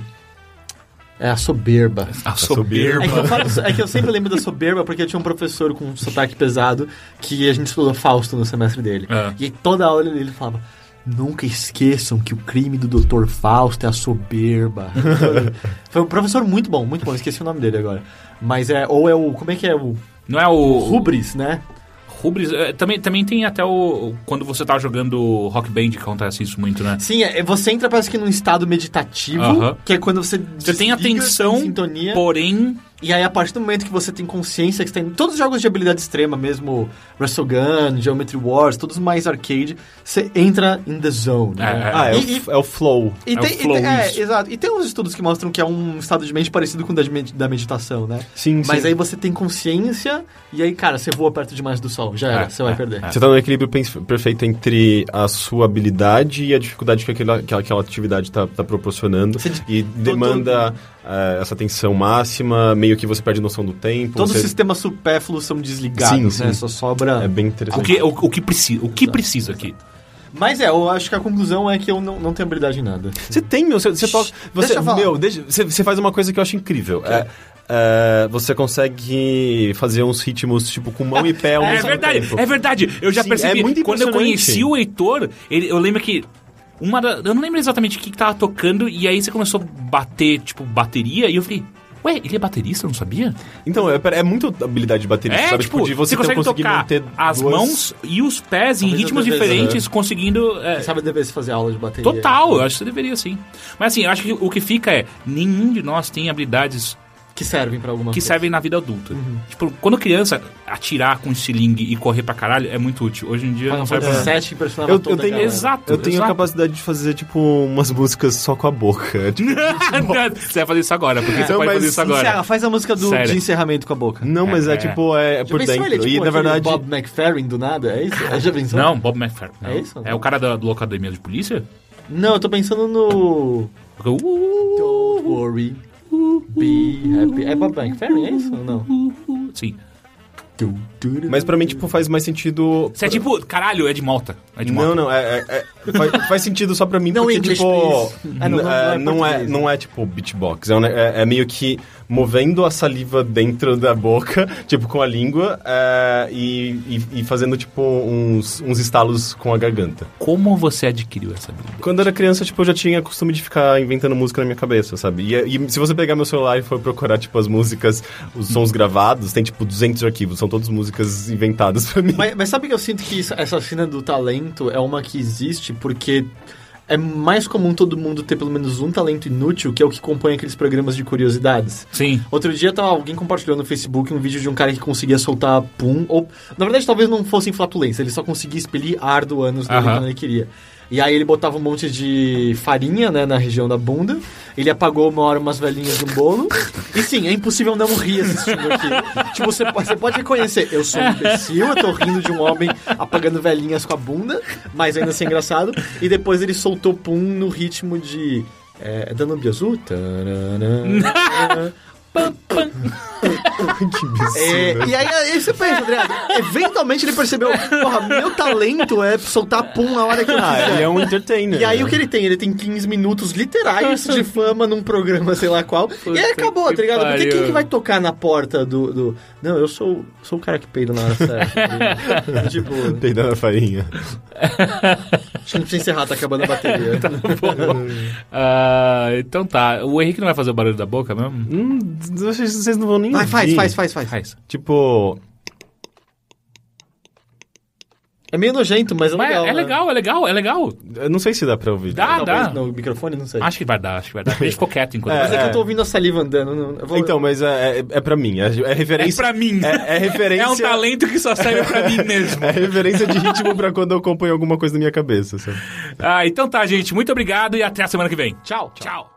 Speaker 2: É a soberba.
Speaker 3: Ah,
Speaker 1: A soberba.
Speaker 2: É que, eu falo- é que eu sempre lembro da soberba porque eu tinha um professor com um sotaque pesado que a gente estudou Fausto no semestre dele.
Speaker 1: É.
Speaker 2: E toda aula ele ele falava. Nunca esqueçam que o crime do Dr. Fausto é a soberba. Foi um professor muito bom, muito bom, esqueci o nome dele agora. Mas é, ou é o. Como é que é? O
Speaker 1: Não é o.
Speaker 2: Rubris, né?
Speaker 1: Rubris. é, também, também tem até o. Quando você tá jogando Rock Band, que acontece isso muito, né?
Speaker 2: Sim, é, você entra parece que num estado meditativo,
Speaker 1: Aham.
Speaker 2: que é quando você.
Speaker 1: Você tem
Speaker 2: desliga,
Speaker 1: atenção,
Speaker 2: tem sintonia.
Speaker 1: porém.
Speaker 2: E aí, a partir do momento que você tem consciência que você tem todos os jogos de habilidade extrema, mesmo Gun, Geometry Wars, todos mais arcade, você entra in the zone. né?
Speaker 1: É,
Speaker 3: Ah, é,
Speaker 2: E-
Speaker 3: o, é o flow.
Speaker 2: E,
Speaker 1: é o
Speaker 2: tem, e
Speaker 1: flow,
Speaker 2: tem- é,
Speaker 1: isso.
Speaker 2: exato. E tem uns estudos que mostram que é um estado de mente parecido com o da de med- da meditação, né?
Speaker 3: Sim,
Speaker 2: Mas
Speaker 3: sim.
Speaker 2: aí você tem consciência e aí, cara, você voa perto demais do sol. Já era,
Speaker 1: É,
Speaker 2: você vai
Speaker 1: é,
Speaker 2: perder.
Speaker 3: Você tá no equilíbrio pen- perfeito entre a sua habilidade e a dificuldade que aquela, que aquela atividade tá, tá proporcionando.
Speaker 2: Você de-
Speaker 3: E demanda eh, essa tensão máxima, meio que você perde noção do tempo.
Speaker 2: Todos
Speaker 3: você-
Speaker 2: os sistemas supérfluos são desligados,
Speaker 3: Sim,
Speaker 2: né?
Speaker 3: sim.
Speaker 2: Só sobra...
Speaker 3: É bem
Speaker 1: O
Speaker 3: interessante.
Speaker 1: que, o, o que precisa, o que precisa aqui?
Speaker 2: Mas é, eu acho que a conclusão é que eu não, não tenho habilidade em nada.
Speaker 3: Você tem, meu, você, você toca. Você,
Speaker 2: deixa eu falar.
Speaker 3: meu, deixa- você, você faz uma coisa que eu acho incrível. É, é, você consegue fazer uns ritmos, tipo, com mão e pé ao
Speaker 1: É
Speaker 3: mesmo
Speaker 1: verdade,
Speaker 3: tempo.
Speaker 1: é verdade. Eu já
Speaker 3: Sim,
Speaker 1: percebi.
Speaker 3: é muito
Speaker 1: quando eu
Speaker 3: impressionante.
Speaker 1: conheci o Heitor, ele- eu lembro que. Uma da- eu não lembro exatamente o que, que tava tocando, e aí você começou a bater, tipo, bateria, e eu falei, ué, ele é baterista, eu não sabia?
Speaker 3: Então, é, é muito habilidade de bateria,
Speaker 1: é,
Speaker 3: sabe?
Speaker 1: tipo,
Speaker 3: de
Speaker 1: você,
Speaker 3: ter-
Speaker 1: consegue
Speaker 3: conseguir
Speaker 1: tocar
Speaker 3: manter
Speaker 1: as
Speaker 3: duas-
Speaker 1: mãos e os pés em
Speaker 2: Talvez eu
Speaker 1: ritmos
Speaker 2: devesse,
Speaker 1: diferentes, conseguindo. é,
Speaker 2: Você sabe, deveria se fazer aula de bateria.
Speaker 1: total, eu acho que você deveria sim. Mas assim, eu acho que o que fica é, nenhum de nós tem habilidades
Speaker 2: Que servem pra alguma
Speaker 1: que
Speaker 2: coisa.
Speaker 1: servem na vida adulta.
Speaker 2: Uhum.
Speaker 1: Tipo, quando criança, atirar com estilingue e correr pra caralho é muito útil. Hoje em dia é. não
Speaker 2: Final
Speaker 1: serve pra
Speaker 2: Fantasy
Speaker 1: nada.
Speaker 2: VII impressionava
Speaker 3: Eu, eu
Speaker 2: toda a
Speaker 3: tenho,
Speaker 2: galera.
Speaker 1: Exato,
Speaker 3: eu tenho
Speaker 1: exato.
Speaker 3: a capacidade de fazer, tipo, umas músicas só com a boca. Tipo,
Speaker 1: você vai fazer isso agora, porque você
Speaker 3: Não,
Speaker 1: pode
Speaker 3: mas é
Speaker 1: fazer isso agora.
Speaker 2: Encerra, faz a música do,
Speaker 1: Sério.
Speaker 2: de encerramento com a boca.
Speaker 3: Não, mas é,
Speaker 1: É.
Speaker 3: tipo, é, por
Speaker 2: pensou
Speaker 3: dentro.
Speaker 2: ele, tipo,
Speaker 3: e, na
Speaker 2: aquele
Speaker 3: verdade,
Speaker 2: Bob McFerrin do nada, é isso? Já pensou?
Speaker 1: Não, Bob McFerrin. não.
Speaker 2: É isso?
Speaker 1: É o cara da, do Locademia de Polícia?
Speaker 2: Não, eu tô pensando no.
Speaker 1: Porque, uh,
Speaker 2: Don't worry. Be happy. É Bob McFerrin, é isso? ou Não.
Speaker 1: sim.
Speaker 3: Mas pra mim, tipo, faz mais sentido...
Speaker 1: Você é tipo, caralho, é de Malta. É de Malta.
Speaker 3: Não, não, é, é- é- faz, faz sentido só pra mim,
Speaker 6: Não,
Speaker 3: porque,
Speaker 6: English,
Speaker 3: tipo,
Speaker 6: please.
Speaker 2: É, não, não é
Speaker 3: é, não, é,
Speaker 2: português.
Speaker 3: não é, tipo, beatbox. É, um ne- é- é meio que movendo a saliva dentro da boca, tipo, com a língua, é, e, e- e fazendo, tipo, uns, uns estalos com a garganta.
Speaker 1: Como você adquiriu essa habilidade?
Speaker 3: Quando eu era criança, tipo, eu já tinha costume de ficar inventando música na minha cabeça, sabe? E, e se você pegar meu celular e for procurar, tipo, as músicas, os sons gravados, tem, tipo, 200 arquivos. São todas músicas inventadas pra mim.
Speaker 2: Mas, mas sabe que eu sinto que isso- essa cena do talento é uma que existe porque é mais comum todo mundo ter pelo menos um talento inútil, que é o que compõe aqueles programas de curiosidades.
Speaker 1: Sim.
Speaker 2: Outro dia tava, alguém compartilhou no Facebook um vídeo de um cara que conseguia soltar pum, ou na verdade talvez não fossem flatulência, ele só conseguia expelir ar do ânus dele
Speaker 1: Aham.
Speaker 2: quando ele queria. E aí ele botava um monte de farinha, né, na região da bunda, ele apagou uma hora umas velhinhas de um bolo, e sim, é impossível não rir assistindo aqui. tipo, você pode, você pode reconhecer, eu sou um imbecil, eu tô rindo de um homem apagando velhinhas com a bunda, mas ainda assim é engraçado, e depois ele soltou pum no ritmo de... É, Danube Azul? Tarará.
Speaker 1: Pam, pam.
Speaker 2: É, e aí, aí você pensa, André, eventualmente ele percebeu, porra, meu talento é soltar pum na hora que eu
Speaker 3: Ah,
Speaker 2: quiser.
Speaker 3: ele é um entertainer.
Speaker 2: E aí o que ele tem? Ele tem 15 minutos literais de fama num programa, sei lá qual. e aí acabou,
Speaker 1: que
Speaker 2: tá ligado? Porque
Speaker 1: pariu.
Speaker 2: quem que vai tocar na porta do... do- Não, eu sou, sou o cara que peida na hora certa. tipo,
Speaker 3: Peidando a farinha.
Speaker 2: acho que não precisa encerrar, tá acabando a bateria.
Speaker 1: Ah, então tá. O Henrique não vai fazer o barulho da boca mesmo?
Speaker 3: Hum, vocês vocês não vão nem
Speaker 2: Vai, faz,
Speaker 3: ouvir.
Speaker 2: faz, faz, faz.
Speaker 1: Faz.
Speaker 3: Tipo...
Speaker 2: É meio nojento, mas é
Speaker 1: Mas
Speaker 2: legal.
Speaker 1: é, é
Speaker 2: né?
Speaker 1: legal, é legal, é legal.
Speaker 3: Eu não sei se dá pra ouvir.
Speaker 1: Dá,
Speaker 2: Talvez
Speaker 1: dá.
Speaker 2: no microfone, não sei.
Speaker 1: Acho que vai dar, acho que vai dar. Porque Ele ficou quieto enquanto.
Speaker 2: Mas é, que
Speaker 3: É.
Speaker 2: eu tô ouvindo a saliva andando. não- eu vou-
Speaker 3: Então, mas é, é, é pra mim. É, é
Speaker 1: É
Speaker 3: referência...
Speaker 1: pra mim.
Speaker 3: É, é referência...
Speaker 1: É um talento que só serve pra mim mesmo.
Speaker 3: É referência de ritmo pra quando eu componho alguma coisa na minha cabeça, sabe?
Speaker 1: Ah, então tá, gente. Muito obrigado e até a semana que vem.
Speaker 2: Tchau.
Speaker 1: Tchau.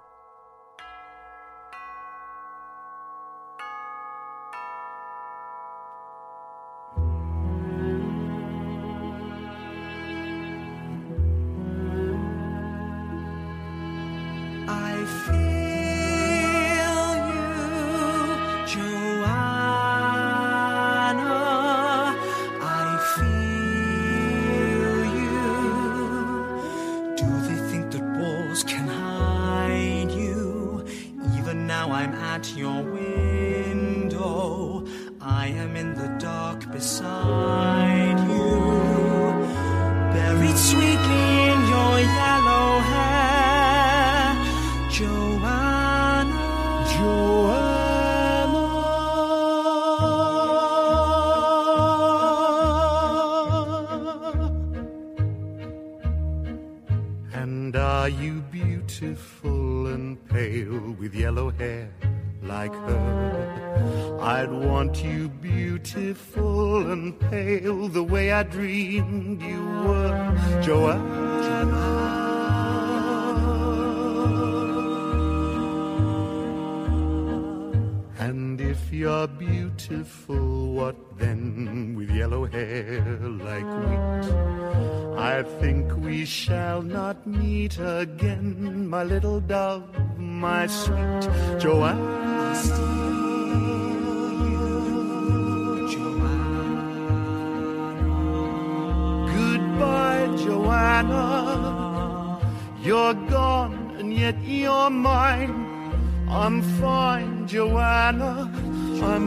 Speaker 4: I feel you, Joanna. I feel you. Do they think that walls can hide you? Even now I'm at your window. I am in the dark beside you buried sweetly in your yellow hair, Joanna. Joanna.
Speaker 8: And are you beautiful and pale with yellow hair like her? I'd want you beautiful and pale the way I dreamed you were, Joanna. And if you're beautiful, what then with yellow hair like wheat? I think we shall not meet again, my little dove, my sweet Joanna. Goodbye, Joanna. You're gone, and yet you're mine. I'm fine, Joanna. I'm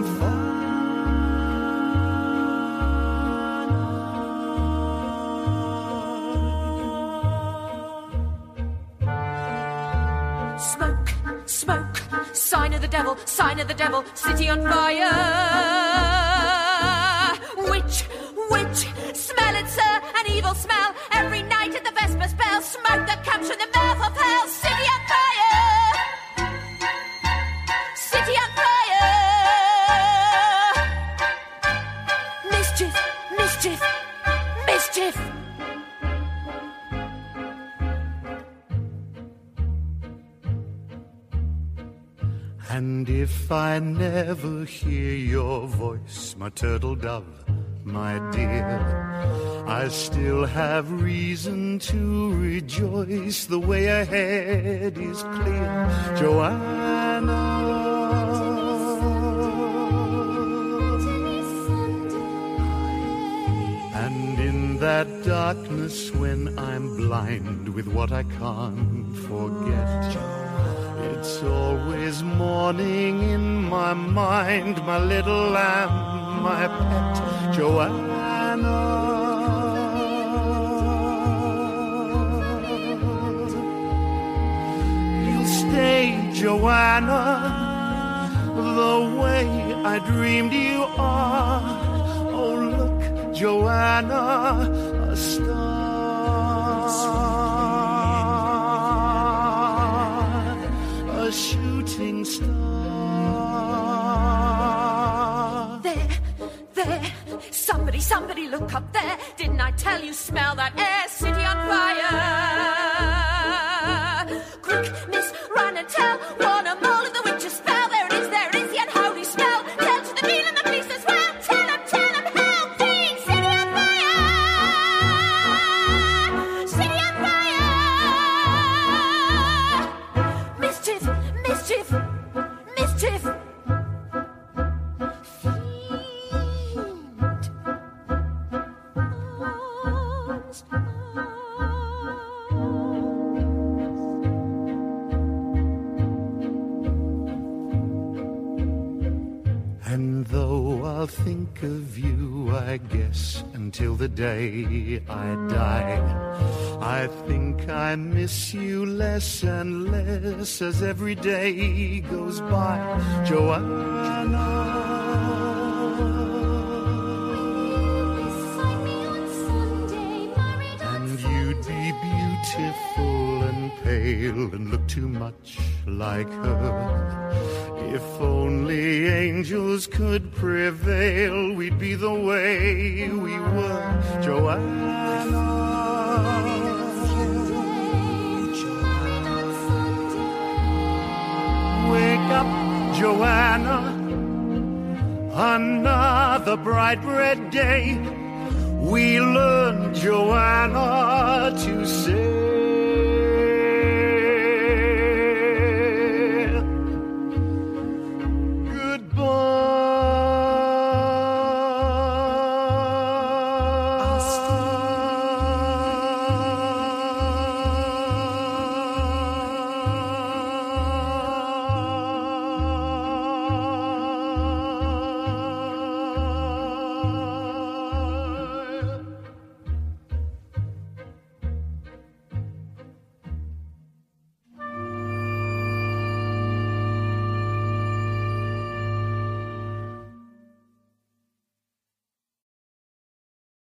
Speaker 8: fine.
Speaker 9: Smoke, smoke, sign of the devil, sign of the devil, city on fire. Witch, witch, smell it, sir, an evil smell. Every night at the Vesper spell, smoke that comes from the mouth of hell, city on fire. City on fire. Mischief, mischief, mischief.
Speaker 8: And if I never hear your voice, my turtle dove, my dear, I still have reason to rejoice. The way ahead is clear, Joanna. that darkness when I'm blind with what I can't forget. It's always morning in my mind, my little lamb, my pet, Joanna. You'll stay, Joanna, the way I dreamed you are. Oh, look, Joanna, a star, a shooting star.
Speaker 9: There, there, somebody, somebody look up there. Didn't I tell you smell that air? City on fire. Quick, miss, run and tell. Warn 'em all of the witch's spell. There it is, there it is, the unholy spell. Tell to the meal and the police as well. Tell 'em, tell 'em how. Please, city on fire. City on fire. Mischief, mischief, mischief. Fiend. Arms, arms.
Speaker 8: And though I'll think of you, I guess, until the day I die, I think I miss you less and less as every day goes by. Joanna.
Speaker 9: Sign me on Sunday, married on
Speaker 8: And you'd be beautiful and pale and look too much like her. If only angels could prevail, we'd be the way we were, Joanna.
Speaker 9: Sunday, married on Sunday.
Speaker 8: Wake up, Joanna. Another bright red day. We learn, Joanna, to say.